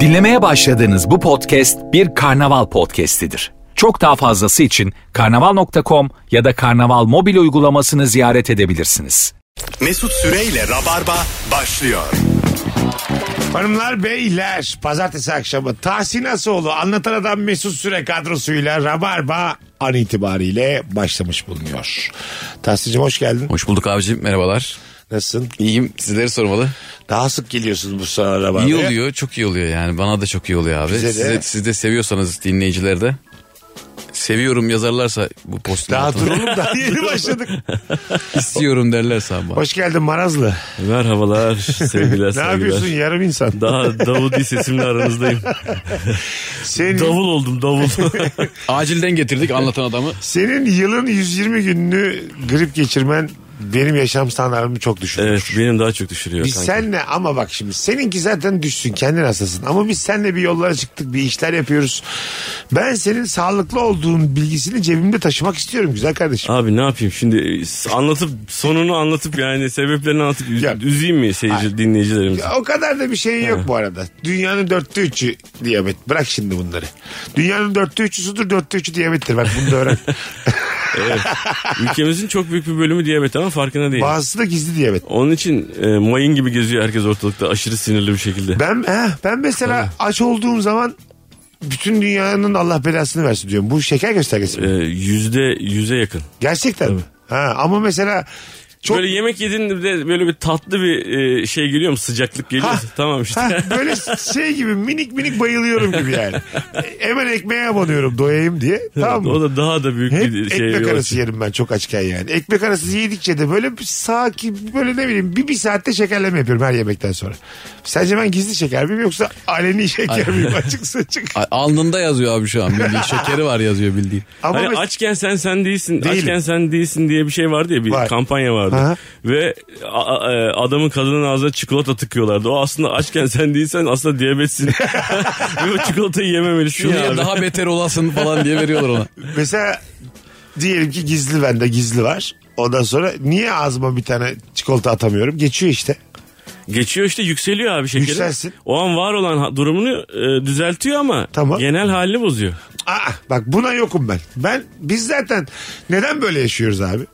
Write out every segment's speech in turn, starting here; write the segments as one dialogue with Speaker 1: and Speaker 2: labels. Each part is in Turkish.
Speaker 1: Dinlemeye başladığınız bu podcast bir karnaval podcastidir. Çok daha fazlası için karnaval.com ya da karnaval mobil uygulamasını ziyaret edebilirsiniz.
Speaker 2: Mesut Süreyle Rabarba başlıyor.
Speaker 3: Hanımlar beyler pazartesi akşamı Tahsin Asoğlu anlatan adam Mesut Süre kadrosuyla Rabarba an itibariyle başlamış bulunuyor. Tahsin'cim hoş geldin.
Speaker 4: Hoş bulduk abicim merhabalar.
Speaker 3: Nasılsın?
Speaker 4: İyiyim sizleri sormalı.
Speaker 3: Daha sık geliyorsun bu sana Rabarba'ya.
Speaker 4: İyi oluyor çok iyi oluyor yani bana da çok iyi oluyor abi.
Speaker 3: Bize de.
Speaker 4: Siz de, siz de seviyorsanız dinleyiciler de. Seviyorum yazarlarsa bu postun
Speaker 3: Daha
Speaker 4: altına.
Speaker 3: dur oğlum daha yeni başladık.
Speaker 4: İstiyorum derlerse ama.
Speaker 3: Hoş geldin Marazlı.
Speaker 5: Merhabalar sevgiler
Speaker 3: Ne
Speaker 5: saygılar.
Speaker 3: yapıyorsun yarım insan?
Speaker 5: Daha Davudi sesimle aranızdayım.
Speaker 3: Senin,
Speaker 5: Davul oldum davul.
Speaker 4: Acilden getirdik anlatan adamı.
Speaker 3: senin yılın 120 gününü grip geçirmen benim yaşam standartımı çok düşürür.
Speaker 5: evet benim daha çok düşürüyor.
Speaker 3: Biz
Speaker 5: kanka.
Speaker 3: senle ama bak şimdi seninki zaten düşsün kendin hastasın ama biz senle bir yollara çıktık bir işler yapıyoruz. Ben senin sağlıklı olduğun bilgisini cebimde taşımak istiyorum güzel kardeşim.
Speaker 5: Abi ne yapayım şimdi anlatıp sonunu anlatıp yani sebeplerini anlatıp üz-
Speaker 3: Ya.
Speaker 5: üzeyim mi seyirci dinleyicilerimizi?
Speaker 3: O kadar da bir şey yok bu arada. Dünyanın dörtte üçü diyabet. Bırak şimdi bunları. Dünyanın dörtte üçüsüdür dörtte üçü diyabettir. Bak bunu da öğren.
Speaker 5: Ülkemizin çok büyük bir bölümü diyabet ama farkına değil.
Speaker 3: Bazısı da gizli diyabet.
Speaker 5: Onun için e, mayın gibi geziyor herkes ortalıkta aşırı sinirli bir şekilde.
Speaker 3: Ben he, ben mesela aç olduğum zaman bütün dünyanın Allah belasını versin diyorum. Bu şeker göstergesi. mi?
Speaker 5: E, yüzde yüze yakın.
Speaker 3: Gerçekten mi? Ha, ama mesela çok
Speaker 5: Böyle yemek yediğinde de böyle bir tatlı bir e, şey geliyor mu sıcaklık geliyor mu?
Speaker 3: Ha.
Speaker 5: Tamam işte.
Speaker 3: Ha, böyle şey gibi minik minik bayılıyorum gibi yani. E, Hemen ekmeğe abanıyorum doyayım diye. Tamam
Speaker 5: O
Speaker 3: mı?
Speaker 5: da daha da büyük
Speaker 3: Hep
Speaker 5: bir şey.
Speaker 3: ekmek
Speaker 5: yol
Speaker 3: arası
Speaker 5: açıyor.
Speaker 3: yerim ben çok açken yani. Ekmek arası yedikçe de böyle bir sakin böyle ne bileyim bir bir saatte şekerleme yapıyorum her yemekten sonra. Sence ben gizli şeker miyim yoksa aleni şeker miyim açık saçık.
Speaker 4: A- Alnında yazıyor abi şu an bildiğin şekeri var yazıyor bildiğin.
Speaker 3: Ama
Speaker 5: Hani
Speaker 3: mes-
Speaker 5: açken sen sen değilsin,
Speaker 3: Değilim.
Speaker 5: açken sen değilsin diye bir şey vardı ya bir
Speaker 3: Var.
Speaker 5: kampanya vardı.
Speaker 3: Aha.
Speaker 5: Ve a- a- e, adamın kadının ağzına çikolata tıkıyorlardı. O aslında açken sen değilsen aslında diyabetsin. Ve o çikolatayı yememelisin
Speaker 4: Şunu
Speaker 5: ya.
Speaker 4: ya
Speaker 5: abi.
Speaker 4: daha beter olasın falan diye veriyorlar ona.
Speaker 3: mesela diyelim ki gizli bende gizli var. Ondan sonra niye ağzıma bir tane çikolata atamıyorum? Geçiyor işte.
Speaker 5: Geçiyor işte yükseliyor abi şekeri.
Speaker 3: Yükselsin.
Speaker 5: O an var olan ha- durumunu e, düzeltiyor ama
Speaker 3: Tamam.
Speaker 5: genel halini bozuyor.
Speaker 3: Aa, bak buna yokum ben. Ben biz zaten neden böyle yaşıyoruz abi?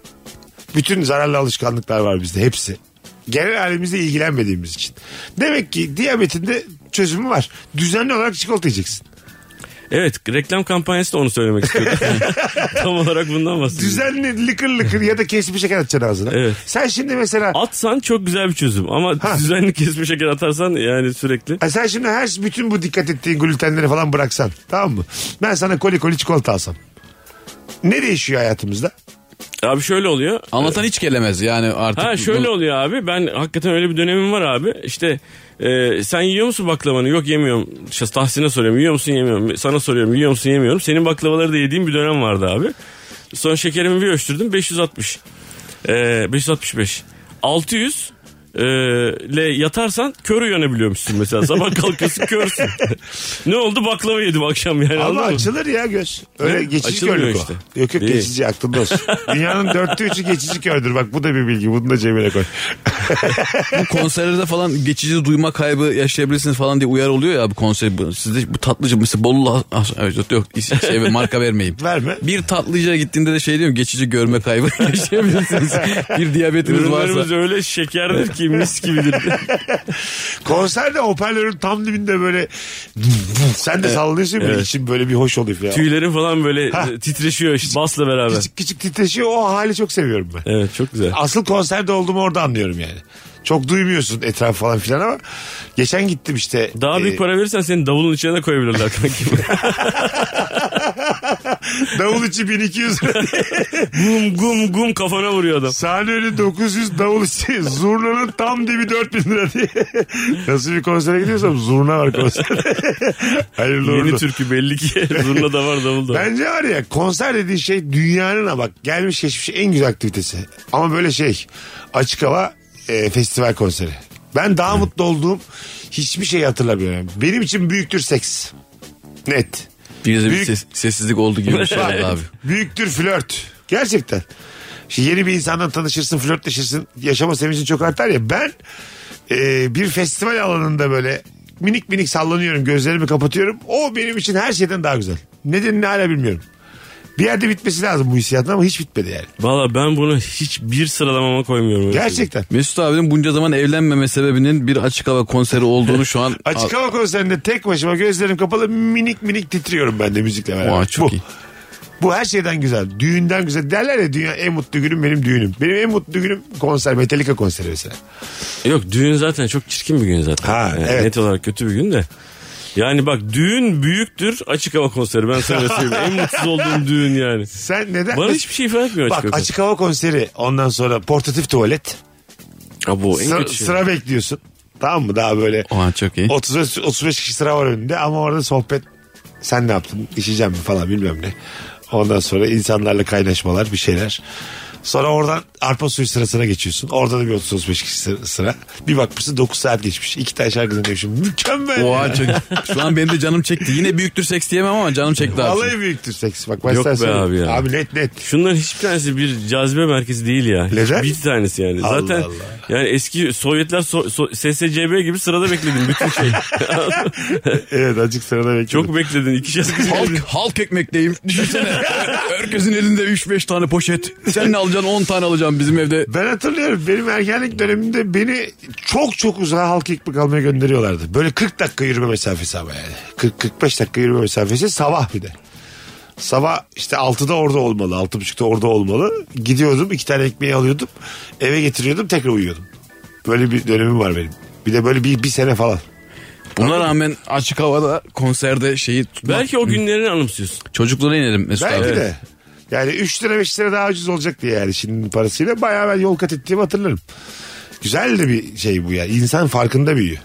Speaker 3: Bütün zararlı alışkanlıklar var bizde hepsi. Genel halimizle ilgilenmediğimiz için. Demek ki diyabetinde çözümü var. Düzenli olarak çikolata yiyeceksin.
Speaker 5: Evet reklam kampanyası da onu söylemek istiyorum. Tam olarak bundan bahsediyorum.
Speaker 3: Düzenli lıkır lıkır ya da kesmiş şeker atacaksın ağzına.
Speaker 5: Evet.
Speaker 3: Sen şimdi mesela
Speaker 5: Atsan çok güzel bir çözüm ama düzenli kesme şeker atarsan yani sürekli.
Speaker 3: Ha, sen şimdi her bütün bu dikkat ettiğin glutenleri falan bıraksan tamam mı? Ben sana koli koli çikolata alsam. Ne değişiyor hayatımızda?
Speaker 5: Abi şöyle oluyor.
Speaker 4: Anlatan hiç gelemez yani artık.
Speaker 5: Ha şöyle
Speaker 4: bu-
Speaker 5: oluyor abi. Ben hakikaten öyle bir dönemim var abi. İşte e, sen yiyor musun baklavanı? Yok yemiyorum. İşte Tahsin'e soruyorum. Yiyor musun yemiyorum. Sana soruyorum. Yiyor musun yemiyorum. Senin baklavaları da yediğim bir dönem vardı abi. Sonra şekerimi bir ölçtürdüm. 560. E, 565. 600 e, le yatarsan kör uyanabiliyormuşsun mesela. Sabah kalkıyorsun körsün. ne oldu baklava yedim akşam yani.
Speaker 3: Ama
Speaker 5: anladın mı?
Speaker 3: açılır ya göz. Öyle
Speaker 5: Ne?
Speaker 3: geçici
Speaker 5: Açılmıyor
Speaker 3: körlük
Speaker 5: işte.
Speaker 3: o. Yok yok
Speaker 5: Değil.
Speaker 3: geçici aklında olsun. Dünyanın dörtte üçü geçici kördür. Bak bu da bir bilgi. Bunu da cebine koy.
Speaker 4: Bu konserlerde falan geçici duyma kaybı yaşayabilirsiniz falan diye uyarı oluyor ya bu konser. Bu- Sizde bu tatlıcı mesela Bolu yok is- şey, marka vermeyeyim.
Speaker 3: Verme.
Speaker 4: Bir tatlıcıya gittiğinde de şey diyorum geçici görme kaybı yaşayabilirsiniz. bir diyabetiniz varsa.
Speaker 5: Ürünlerimiz öyle şekerdir ki mis gibidir.
Speaker 3: Konserde hoparlörün tam dibinde böyle sen de sallanıyorsun ya, böyle için böyle bir hoş oluyor ya.
Speaker 5: Tüylerin falan böyle
Speaker 3: Ha.
Speaker 5: titreşiyor işte basla beraber.
Speaker 3: Küçük küçük titreşiyor o hali çok seviyorum ben.
Speaker 5: Evet çok güzel.
Speaker 3: Asıl konserde olduğumu orada anlıyorum yani. Çok duymuyorsun etraf falan filan ama geçen gittim işte.
Speaker 5: Daha
Speaker 3: e,
Speaker 5: büyük para verirsen seni davulun içine de koyabilirler kanki.
Speaker 3: Davul içi 1200 lira.
Speaker 5: gum gum gum kafana vuruyor adam.
Speaker 3: Sahne önü 900 davul içi. Zurnanın tam dibi 4000 lira diye. Nasıl bir konsere gidiyorsam zurna var konserde. Hayırlı
Speaker 5: Yeni
Speaker 3: uğurlu.
Speaker 5: türkü belli ki. Zurna da var davul da. var.
Speaker 3: Bence var ya konser dediğin şey dünyanın ha bak gelmiş geçmiş en güzel aktivitesi. Ama böyle şey açık hava e, festival konseri. Ben daha mutlu olduğum hiçbir şey hatırlamıyorum. Benim için büyüktür seks. Net.
Speaker 4: Bir de bir
Speaker 3: Büyük-
Speaker 4: ses- sessizlik oldu gibi bir şey oldu abi.
Speaker 3: Büyüktür flört. Gerçekten. Şimdi yeni bir insanla tanışırsın, flörtleşirsin. Yaşama sevincin çok artar ya. Ben e, bir festival alanında böyle minik minik sallanıyorum gözlerimi kapatıyorum. O benim için her şeyden daha güzel. Nedenini hala bilmiyorum. Bir yerde bitmesi lazım bu hissiyatın ama hiç bitmedi yani.
Speaker 5: Valla ben bunu hiçbir sıralamama koymuyorum. öyle söyleyeyim.
Speaker 3: Gerçekten.
Speaker 4: Mesut abinin bunca zaman evlenmeme sebebinin bir açık hava konseri olduğunu şu an...
Speaker 3: Açık hava konserinde tek başıma gözlerim kapalı minik minik titriyorum ben de müzikle beraber.
Speaker 4: Vay, çok
Speaker 3: bu,
Speaker 4: iyi.
Speaker 3: bu her şeyden güzel. Düğünden güzel. Derler ya dünya en mutlu günüm benim düğünüm. Benim en mutlu günüm konser. Metallica konseri mesela.
Speaker 5: Yok düğün zaten çok çirkin bir gün zaten.
Speaker 3: Ha,
Speaker 5: Yani
Speaker 3: evet.
Speaker 5: Net olarak kötü bir gün de. Yani bak düğün büyüktür açık hava konseri ben sana söyleyeyim. en mutsuz olduğum düğün yani.
Speaker 3: Sen neden?
Speaker 5: Bana hiçbir şey ifade etmiyor açık
Speaker 3: Bak
Speaker 5: hava.
Speaker 3: açık hava konseri ondan sonra portatif tuvalet.
Speaker 5: Ha, bu en
Speaker 3: Sıra,
Speaker 5: kötü şey.
Speaker 3: sıra bekliyorsun. Tamam mı? Daha böyle
Speaker 4: Oha çok iyi.
Speaker 3: 35, 35 kişi sıra var önünde ama orada sohbet sen ne yaptın işeceğim mi falan bilmem ne. Ondan sonra insanlarla kaynaşmalar bir şeyler. Sonra oradan arpa suyu sırasına geçiyorsun. Orada da bir 30-35 kişi sıra- sıra. Bir bakmışsın 9 saat geçmiş. İki tane şarkı dinlemişim. Mükemmel.
Speaker 4: Oha
Speaker 3: ya.
Speaker 4: çok Şu an benim de canım çekti. Yine büyüktür seks diyemem ama canım çekti abi.
Speaker 3: Vallahi büyüktür seks. Bak ben
Speaker 5: Yok
Speaker 3: sana
Speaker 5: be
Speaker 3: söyleyeyim.
Speaker 5: abi ya.
Speaker 3: Abi net net.
Speaker 5: Şunların hiçbir tanesi bir cazibe merkezi değil ya.
Speaker 3: Neden?
Speaker 5: Bir tanesi yani.
Speaker 3: Allah
Speaker 5: Zaten
Speaker 3: Allah.
Speaker 5: yani eski Sovyetler so- so- SSCB gibi sırada bekledim bütün şey.
Speaker 3: Evet azıcık sırada bekliyorum.
Speaker 5: Çok bekledin iki şarkı.
Speaker 4: Halk, halk ekmekteyim. Düşünsene. Herkesin elinde 3-5 tane poşet. Sen ne alacaksın 10 tane alacaksın bizim evde.
Speaker 3: Ben hatırlıyorum benim ergenlik döneminde beni çok çok uzağa halk ekmek almaya gönderiyorlardı. Böyle 40 dakika yürüme mesafesi ama yani. 40-45 dakika yürüme mesafesi sabah bir de. Sabah işte 6'da orada olmalı. 6.30'da orada olmalı. Gidiyordum iki tane ekmeği alıyordum. Eve getiriyordum tekrar uyuyordum. Böyle bir dönemim var benim. Bir de böyle bir, bir sene falan.
Speaker 4: Buna rağmen açık havada konserde şeyi tutmak.
Speaker 5: Belki o günlerini anımsıyorsun.
Speaker 4: Çocukluğuna inelim Mesut
Speaker 3: Belki
Speaker 4: abi.
Speaker 3: de. Yani 3 lira 5 lira daha ucuz olacak diye yani şimdinin parasıyla. Bayağı ben yol kat ettiğimi hatırlarım. Güzel de bir şey bu ya. İnsan farkında büyüyor.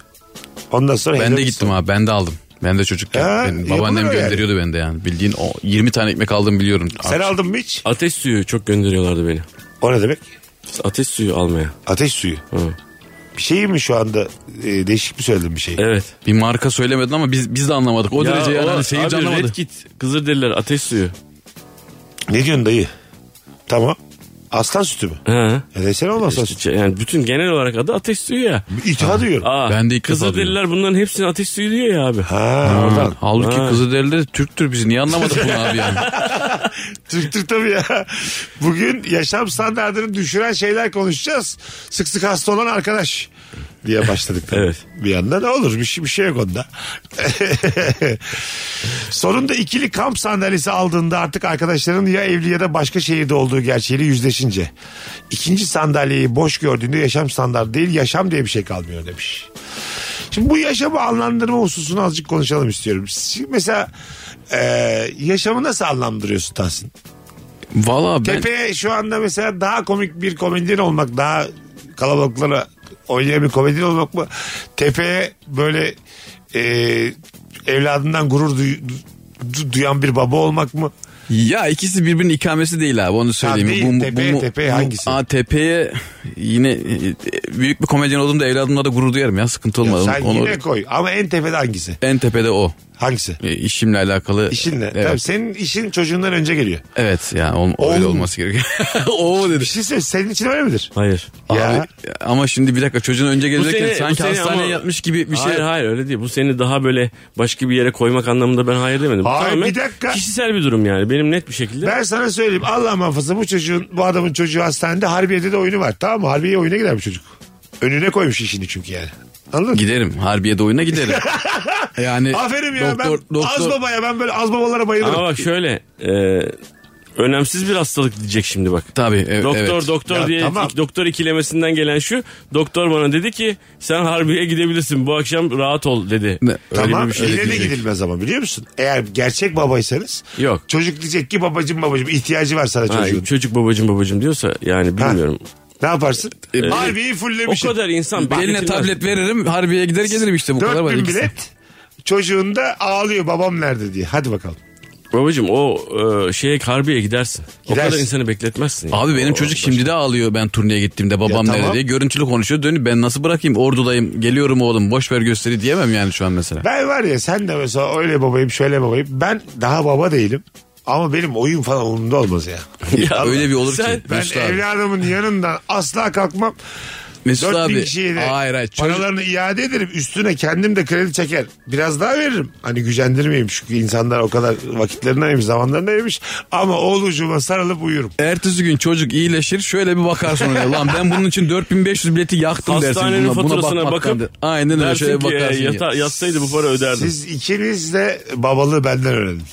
Speaker 3: Ondan sonra
Speaker 4: Ben de
Speaker 3: helal
Speaker 4: gittim abi ben de aldım. Ben de çocukken.
Speaker 3: Ha,
Speaker 4: Benim
Speaker 3: yapılır
Speaker 4: babaannem
Speaker 3: yani.
Speaker 4: gönderiyordu ben de yani. Bildiğin o 20 tane ekmek aldım biliyorum.
Speaker 3: Sen
Speaker 4: Abi,
Speaker 3: aldın mı hiç?
Speaker 5: Ateş suyu çok gönderiyorlardı beni.
Speaker 3: O ne demek?
Speaker 5: Ateş suyu almaya.
Speaker 3: Ateş suyu.
Speaker 5: Hı.
Speaker 3: Bir şey mi şu anda? Ee, değişik mi söyledim bir şey?
Speaker 5: Evet.
Speaker 4: Bir marka söylemedin ama biz biz de anlamadık. O derece yani hani seyirci
Speaker 5: abi,
Speaker 4: anlamadı.
Speaker 5: Red Kit, Kızılderililer, ateş suyu.
Speaker 3: Ne diyorsun dayı? Tamam. Aslan sütü mü?
Speaker 5: Ha.
Speaker 3: E desene oğlum aslan sütü.
Speaker 5: İşte şey, Yani bütün genel olarak adı ateş suyu ya.
Speaker 3: İtiha duyuyorum.
Speaker 5: Aa,
Speaker 4: Ben de ilk defa
Speaker 5: Kızılderililer bunların hepsini ateş suyu diyor ya abi.
Speaker 3: Ha, oradan.
Speaker 4: Halbuki
Speaker 5: Ha.
Speaker 4: Kızılderililer Türktür biz niye anlamadık bunu abi yani.
Speaker 3: Türktür tabii ya. Bugün yaşam standartını düşüren şeyler konuşacağız. Sık sık hasta olan arkadaş diye başladık. tabii.
Speaker 5: Evet.
Speaker 3: Bir yandan ne olur bir şey, bir şey yok onda. Sonunda ikili kamp sandalyesi aldığında artık arkadaşların ya evli ya da başka şehirde olduğu gerçeğiyle yüzleşince. ikinci sandalyeyi boş gördüğünde yaşam standartı değil yaşam diye bir şey kalmıyor demiş. Şimdi bu yaşamı anlandırma hususunu azıcık konuşalım istiyorum. Şimdi mesela e, yaşamı nasıl anlandırıyorsun Tahsin?
Speaker 4: Valla ben
Speaker 3: Tepeye şu anda mesela daha komik bir komedyen olmak daha kalabalıklara oynayan bir komedyen olmak mı? Tepeye böyle e, evladından gurur duy- du- duyan bir baba olmak mı?
Speaker 4: ya ikisi birbirinin ikamesi değil abi onu söyleyeyim.
Speaker 3: değil, tepeye, tepeye hangisi?
Speaker 4: Aa, tepeye yine e, e, büyük bir komedyen olduğumda evladımla da gurur duyarım ya sıkıntı
Speaker 3: Ya
Speaker 4: olmadı.
Speaker 3: sen
Speaker 4: Onu-
Speaker 3: yine koy ama en tepede hangisi?
Speaker 4: En tepede o.
Speaker 3: Hangisi?
Speaker 4: E, işimle alakalı.
Speaker 3: İşinle.
Speaker 4: Evet,
Speaker 3: Tabii senin işin çocuğundan önce geliyor.
Speaker 4: evet yani o, öyle
Speaker 3: Oğlum.
Speaker 4: olması gerekiyor. o
Speaker 3: Bir
Speaker 4: dedi.
Speaker 3: şey söyle senin için öyle midir?
Speaker 5: Hayır.
Speaker 3: Ya.
Speaker 4: Abi, ama şimdi bir dakika çocuğun önce gelirken
Speaker 5: seni-
Speaker 4: sanki
Speaker 5: bu seni
Speaker 4: hastaneye
Speaker 5: ama-
Speaker 4: yatmış gibi bir şey.
Speaker 5: Hayır hayır öyle değil. Bu seni daha böyle başka bir yere koymak anlamında ben hayır demedim. Bu
Speaker 3: Hayır,
Speaker 5: tamamen
Speaker 3: bir dakika.
Speaker 5: Kişisel bir durum yani. Benim net bir şekilde.
Speaker 3: Ben sana söyleyeyim Allah muhafaza bu çocuğun bu adamın çocuğu hastanede Harbiye'de de oyunu var tamam mı? Harbiye'ye oyuna gider bu çocuk. Önüne koymuş işini çünkü yani. Anladın mı?
Speaker 4: Giderim. Harbiyede oyuna giderim. yani
Speaker 3: Aferin ya
Speaker 4: doktor,
Speaker 3: ben
Speaker 4: doktor,
Speaker 3: az babaya ben böyle az babalara bayılırım.
Speaker 5: Ee, Ama bak şöyle. e, önemsiz bir hastalık diyecek şimdi bak.
Speaker 4: Tabii e-
Speaker 5: Doktor
Speaker 4: evet.
Speaker 5: doktor
Speaker 3: Ya
Speaker 5: diye
Speaker 3: tamam.
Speaker 5: doktor ikilemesinden gelen şu doktor bana dedi ki sen harbiye gidebilirsin bu akşam rahat ol dedi.
Speaker 4: Ne?
Speaker 5: Öyle
Speaker 3: Tamam
Speaker 5: bir şey
Speaker 3: yine de
Speaker 5: diyecek.
Speaker 3: gidilmez ama biliyor musun? Eğer gerçek babaysanız
Speaker 5: Yok.
Speaker 3: çocuk diyecek ki babacım babacım ihtiyacı var sana
Speaker 5: Ha,
Speaker 3: çocuğun.
Speaker 5: çocuk babacım babacım diyorsa yani
Speaker 3: Ha. şey-
Speaker 5: bilmiyorum.
Speaker 3: Ne yaparsın?
Speaker 4: E,
Speaker 3: Harbiye'yi
Speaker 5: O
Speaker 3: fullemişsin.
Speaker 5: kadar insan
Speaker 4: Eline
Speaker 5: bekletilmez.
Speaker 4: tablet veririm. Harbiye gider gelirim işte bu kadar var.
Speaker 3: 4000
Speaker 4: ikisi.
Speaker 3: bilet çocuğun da ağlıyor babam nerede diye. Hadi bakalım.
Speaker 5: Babacım o e, şeye harbiye gidersin. O
Speaker 3: Gidersin.
Speaker 5: kadar insanı bekletmezsin. ya.
Speaker 4: Abi benim
Speaker 5: O-
Speaker 4: çocuk şimdi de ağlıyor ben turneye gittiğimde babam
Speaker 3: tamam.
Speaker 4: nerede diye. Görüntülü konuşuyor dönüp ben nasıl bırakayım ordudayım geliyorum oğlum boş ver gösteri diyemem yani şu an mesela.
Speaker 3: Ben var ya sen de mesela öyle babayım şöyle babayım. Ben daha baba değilim. Ama benim oyun falan umurumda olmaz ya.
Speaker 4: Ya öyle bir olur
Speaker 5: sen-
Speaker 4: ki.
Speaker 3: Ben
Speaker 4: Mesut abi.
Speaker 3: evladımın yanından asla kalkmam.
Speaker 4: Mesut
Speaker 3: 4000
Speaker 4: abi.
Speaker 3: kişiye de
Speaker 4: Hayır hayır. Çocuk-
Speaker 3: paralarını iade ederim. Üstüne kendim de kredi çeker. Biraz daha veririm. Hani gücendirmeyeyim çünkü insanlar o kadar vakitlerini ayırmış, zamanlarını ayırmış. Ama oğlucuma sarılıp uyurum.
Speaker 4: Ertesi gün çocuk iyileşir şöyle bir bakar sonra lan ben bunun için 4500 bileti yaktım dersin.
Speaker 5: Hastanenin
Speaker 4: Buna- buna
Speaker 5: faturasına
Speaker 4: bakmaktan
Speaker 5: bakıp
Speaker 4: de- Aynen öyle
Speaker 5: dersin
Speaker 4: şöyle
Speaker 5: ki e,
Speaker 4: bakarsın. ya.
Speaker 5: yata, yatsaydı bu para öderdim.
Speaker 3: Siz ikiniz de babalığı benden öğrenin.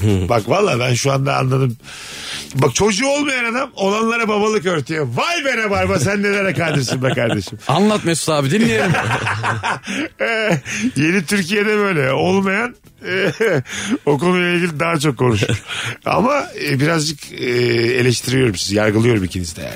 Speaker 4: Hmm.
Speaker 3: Bak valla ben şu anda anladım. Bak çocuğu olmayan adam olanlara babalık örtüyor. Vay be ne barba sen nelere kadirsin be kardeşim.
Speaker 4: Anlat Mesut abi dinleyelim.
Speaker 3: Ee, Yeni Türkiye'de böyle olmayan e, o konuyla ilgili daha çok konuşur. Ama e, birazcık e, eleştiriyorum sizi, yargılıyorum ikiniz de yani.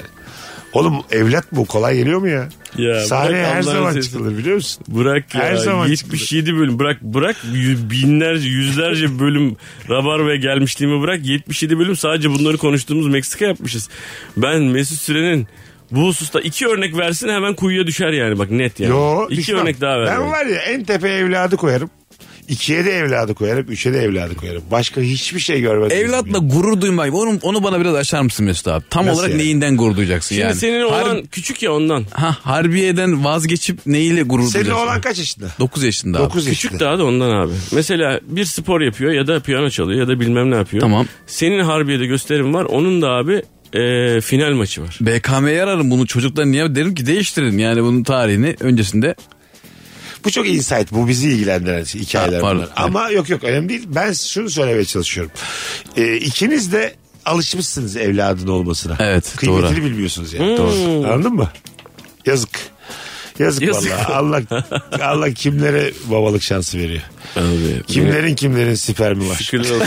Speaker 3: Oğlum evlat bu kolay geliyor mu ya?
Speaker 5: Ya,
Speaker 3: Sahne
Speaker 5: bırak
Speaker 3: her
Speaker 5: Allah'ın
Speaker 3: zaman
Speaker 5: sesini.
Speaker 3: çıkılır biliyor musun?
Speaker 5: Bırak ya.
Speaker 3: Her zaman
Speaker 5: 77 bölüm bırak bırak yü- binlerce yüzlerce bölüm rabar ve gelmişliğimi bırak 77 bölüm sadece bunları konuştuğumuz Meksika yapmışız. Ben Mesut Süren'in bu hususta iki örnek versin hemen kuyuya düşer yani bak net yani.
Speaker 3: Yo,
Speaker 5: iki
Speaker 3: düşmem.
Speaker 5: örnek daha ver.
Speaker 3: Ben
Speaker 5: bana.
Speaker 3: var ya en tepe evladı koyarım. İkiye de evladı koyarım. Üçe de evladı koyarım. Başka hiçbir şey görmedim.
Speaker 4: Evlatla gurur duymak. Onu, onu bana biraz açar mısın Mesut abi? Tam
Speaker 3: Nasıl
Speaker 4: olarak
Speaker 3: yani?
Speaker 4: neyinden gurur duyacaksın
Speaker 5: Şimdi
Speaker 4: yani?
Speaker 5: senin
Speaker 4: Har-
Speaker 5: olan küçük ya ondan.
Speaker 4: ha, harbiyeden vazgeçip neyle gurur
Speaker 3: Senin
Speaker 4: duyacaksın?
Speaker 3: oğlan kaç yaşında?
Speaker 4: 9 yaşında abi.
Speaker 3: 9 yaşında.
Speaker 5: Küçük daha da ondan abi. Mesela bir spor yapıyor ya da piyano çalıyor ya da bilmem ne yapıyor.
Speaker 4: Tamam.
Speaker 5: Senin harbiyede gösterim var. Onun da abi e, final maçı var.
Speaker 4: BKM'ye ararım bunu çocuklar niye derim ki değiştirin yani bunun tarihini öncesinde
Speaker 3: Bu çok insight. Bu bizi ilgilendiren hikayeler
Speaker 4: Ha, pardon.
Speaker 3: bunlar. Ama yok yok önemli değil. Ben şunu söylemeye çalışıyorum. Ee, ikiniz de alışmışsınız evladın olmasına.
Speaker 4: Evet,
Speaker 3: Kıymetini
Speaker 4: doğru. Hmm.
Speaker 3: bilmiyorsunuz yani. Doğru. Anladın mı? Yazık. Yazık,
Speaker 5: Yazık.
Speaker 3: vallahi. Allah Allah kimlere babalık şansı veriyor.
Speaker 5: Abi.
Speaker 3: Kimlerin kimlerin spermi var.
Speaker 5: Şükürler olsun.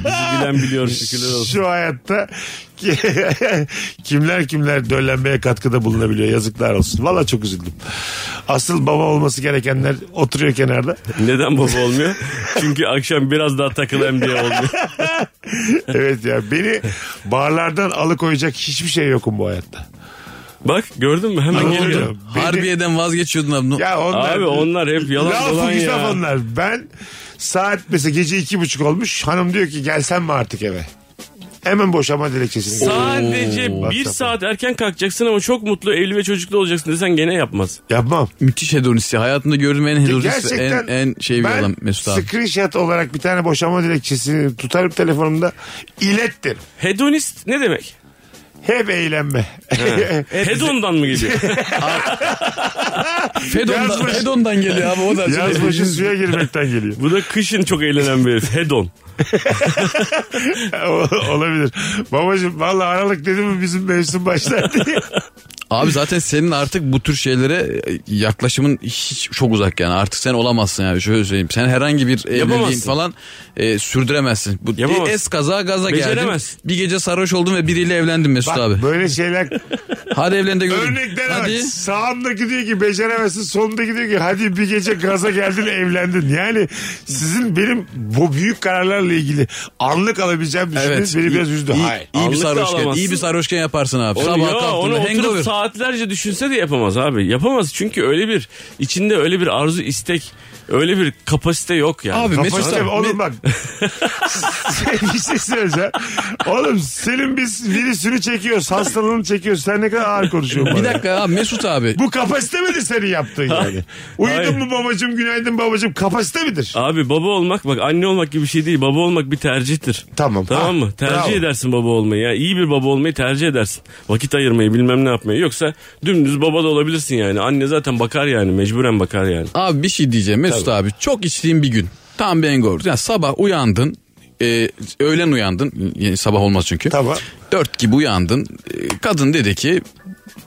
Speaker 5: Bizi bilen biliyor şükürler olsun.
Speaker 3: Şu hayatta kimler kimler döllenmeye katkıda bulunabiliyor. Yazıklar olsun. Valla çok üzüldüm. Asıl baba olması gerekenler oturuyor kenarda.
Speaker 5: Neden baba olmuyor? Çünkü akşam biraz daha takılayım diye olmuyor.
Speaker 3: Evet ya beni barlardan alıkoyacak hiçbir şey yokum bu hayatta.
Speaker 5: Bak gördün mü hemen geliyor.
Speaker 3: Anladım. Beni-
Speaker 4: harbiyeden vazgeçiyordun abi.
Speaker 3: Ya onlar,
Speaker 5: Abi onlar hep yalan
Speaker 3: Lafı
Speaker 5: dolan
Speaker 3: güzel
Speaker 5: ya.
Speaker 3: onlar. Ben saat mesela gece iki buçuk olmuş. Hanım diyor ki gelsen mi artık eve? Hemen boşama dilekçesini.
Speaker 5: Sadece bir
Speaker 3: WhatsApp'a.
Speaker 5: saat erken kalkacaksın ama çok mutlu evli ve çocuklu olacaksın desen gene yapmaz.
Speaker 3: Yapmam.
Speaker 4: Müthiş hedonisti. Hayatımda gördüğüm en hedonisti.
Speaker 3: Gerçekten
Speaker 4: En, en şey bir
Speaker 3: ben
Speaker 4: adam Mesut abi.
Speaker 3: screenshot olarak bir tane boşama dilekçesini tutarım telefonumda ilettir.
Speaker 5: Hedonist ne demek?
Speaker 3: Hep eğlenme.
Speaker 5: Hedondan mı geliyor?
Speaker 4: Fedon'dan,
Speaker 3: Yazmış.
Speaker 4: Fedon'dan geliyor abi o da.
Speaker 3: Yaz başı suya girmekten geliyor.
Speaker 5: Bu da kışın çok eğlenen bir herif. Hedon.
Speaker 3: O- Olabilir. Babacım valla Aralık dedi mi bizim mevsim başlar diye.
Speaker 4: Abi zaten senin artık bu tür şeylere e, yaklaşımın hiç çok uzak yani. Artık sen olamazsın yani şöyle söyleyeyim. Sen herhangi bir evliliğin
Speaker 5: Yapamazsın.
Speaker 4: falan e, sürdüremezsin. Bu bir
Speaker 5: Yapamazsın.
Speaker 4: es kaza gaza geldin.
Speaker 5: Beceremezsin.
Speaker 4: Bir gece sarhoş oldun ve biriyle evlendin Mesut abi.
Speaker 3: Bak böyle şeyler
Speaker 4: Hadi evlen de göreyim.
Speaker 3: örneklere
Speaker 4: Hadi.
Speaker 3: bak. Sağımdaki diyor ki beceremezsin. Solundaki diyor ki hadi bir gece gaza geldin evlendin. Yani sizin benim bu büyük kararlarla ilgili anlık alabileceğim düşünceniz beni biraz üzdü.
Speaker 4: İyi,
Speaker 3: Hayır.
Speaker 4: iyi bir
Speaker 5: Allık da
Speaker 4: sarhoşken,
Speaker 5: alamazsın.
Speaker 4: iyi bir sarhoşken yaparsın abi.
Speaker 5: Onu,
Speaker 4: Sabah
Speaker 5: ya,
Speaker 4: kalktın
Speaker 5: onu
Speaker 4: ve
Speaker 5: oturup
Speaker 4: hangover.
Speaker 5: saatlerce düşünse de yapamaz abi. Yapamaz çünkü öyle bir içinde öyle bir arzu istek öyle bir kapasite yok yani.
Speaker 4: Abi
Speaker 3: Kafayı
Speaker 4: Mesut abi.
Speaker 3: seveyim.
Speaker 4: Me-
Speaker 3: Oğlum bak. bir şey söyleyeceğim. Oğlum senin biz virüsünü çekiyoruz. Hastalığını çekiyoruz. Sen ne kadar ağır konuşuyorsun
Speaker 4: Bir
Speaker 3: bana.
Speaker 4: dakika abi Mesut abi.
Speaker 3: Bu kapasite midir senin yaptığın yani? Uyudun
Speaker 5: Hayır.
Speaker 3: mu babacım günaydın babacım kapasite midir?
Speaker 5: Abi baba olmak bak anne olmak gibi bir şey değil. Baba olmak bir tercihtir.
Speaker 3: Tamam.
Speaker 5: Tamam
Speaker 3: Ha,
Speaker 5: mı? Tercih
Speaker 3: bravo.
Speaker 5: edersin baba olmayı. Ya. İyi bir baba olmayı tercih edersin. Vakit ayırmayı bilmem ne yapmayı. Yoksa dümdüz baba da olabilirsin yani. Anne zaten bakar yani. Mecburen bakar yani.
Speaker 4: Abi bir şey diyeceğim Mesut abi. Çok içtiğin bir gün. Tam bir hangover. Yani sabah uyandın. e, öğlen uyandın. Yani sabah olmaz çünkü.
Speaker 3: Tamam.
Speaker 4: Dört gibi uyandın. E, kadın dedi ki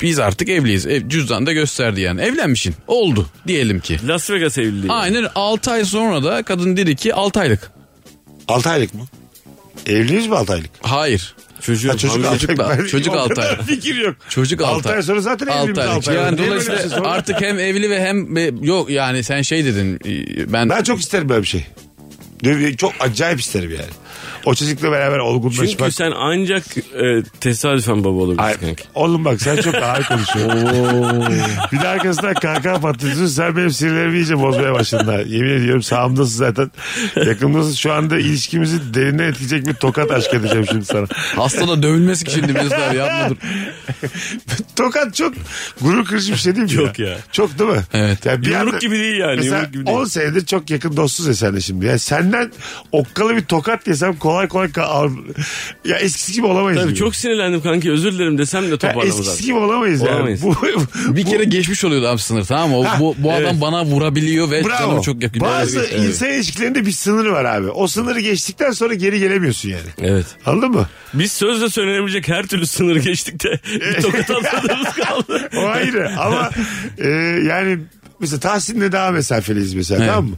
Speaker 4: biz artık evliyiz. Ev, cüzdan da gösterdi yani. Evlenmişsin. Oldu diyelim ki.
Speaker 5: Las Vegas evliliği.
Speaker 4: Aynen 6 ay sonra da kadın dedi ki 6 aylık.
Speaker 3: 6 aylık mı? Evliyiz mi 6 aylık?
Speaker 4: Hayır.
Speaker 5: Çocuğu.
Speaker 3: Ha, çocuk
Speaker 5: Abi,
Speaker 3: altı
Speaker 4: çocuk
Speaker 3: aylık.
Speaker 4: da-
Speaker 3: Ben-
Speaker 4: çocuk
Speaker 3: o
Speaker 4: altı
Speaker 3: kadar
Speaker 4: aylık.
Speaker 3: Fikir yok.
Speaker 4: Çocuk 6
Speaker 3: Altı ay sonra zaten evliyim.
Speaker 4: 6 aylık. Yani dolayısıyla
Speaker 3: artık...
Speaker 4: artık hem evli ve hem yok yani sen şey dedin e, ben
Speaker 3: Ben çok isterim böyle bir şey. Dö- Çok acayip isterim yani. O çocukla beraber olgunlaşmak.
Speaker 5: Çünkü sen ancak e, tesadüfen baba
Speaker 3: Ay,
Speaker 5: olabilirsin kanka.
Speaker 3: oğlum bak sen çok ağır konuşuyorsun. bir de arkasından kahkaha patlatıyorsun. Sen benim sinirlerimi iyice bozmaya başladın. ha. Yemin ediyorum sağımdasın zaten. Yakındasın. Şu anda ilişkimizi derine etkileyecek bir tokat aşk edeceğim şimdi sana.
Speaker 4: Hasta da dövülmesi ki şimdi biraz daha yapmadır.
Speaker 3: Tokat çok gurur kırıcı bir şey değil mi?
Speaker 5: Yok ya.
Speaker 3: Çok değil mi?
Speaker 4: Evet.
Speaker 3: Ya bir
Speaker 5: Yumruk
Speaker 3: anda-
Speaker 5: gibi değil yani,
Speaker 3: Mesela
Speaker 5: yumruk gibi değil.
Speaker 3: 10 senedir çok yakın dostuz ya senle şimdi. Ya senden okkalı bir tokat yesem kolay kolay ka- al- ya eskisi gibi olamayız.
Speaker 5: Tabii
Speaker 3: gibi.
Speaker 5: çok sinirlendim kanka özür dilerim desem de
Speaker 3: Ya
Speaker 5: toparlamaz
Speaker 3: eskisi
Speaker 5: abi.
Speaker 3: gibi olamayız,
Speaker 5: Olamayız.
Speaker 3: yani. Bu,
Speaker 4: Bir kere geçmiş oluyordu abi sınır tamam mı? O- bu, bu adam bana vurabiliyor ve
Speaker 3: Bravo.
Speaker 4: canım çok yakın.
Speaker 3: Bazı
Speaker 5: şey,
Speaker 4: Evet.
Speaker 3: insan ilişkilerinde bir sınır var abi. O sınırı geçtikten sonra geri gelemiyorsun yani.
Speaker 5: Evet.
Speaker 3: Anladın mı?
Speaker 5: Biz sözle söylenebilecek her türlü sınır geçtik de bir tokat atmadığımız kaldı.
Speaker 3: O ayrı ama e, yani mesela Tahsin'le daha mesafeliyiz mesela tamam mı?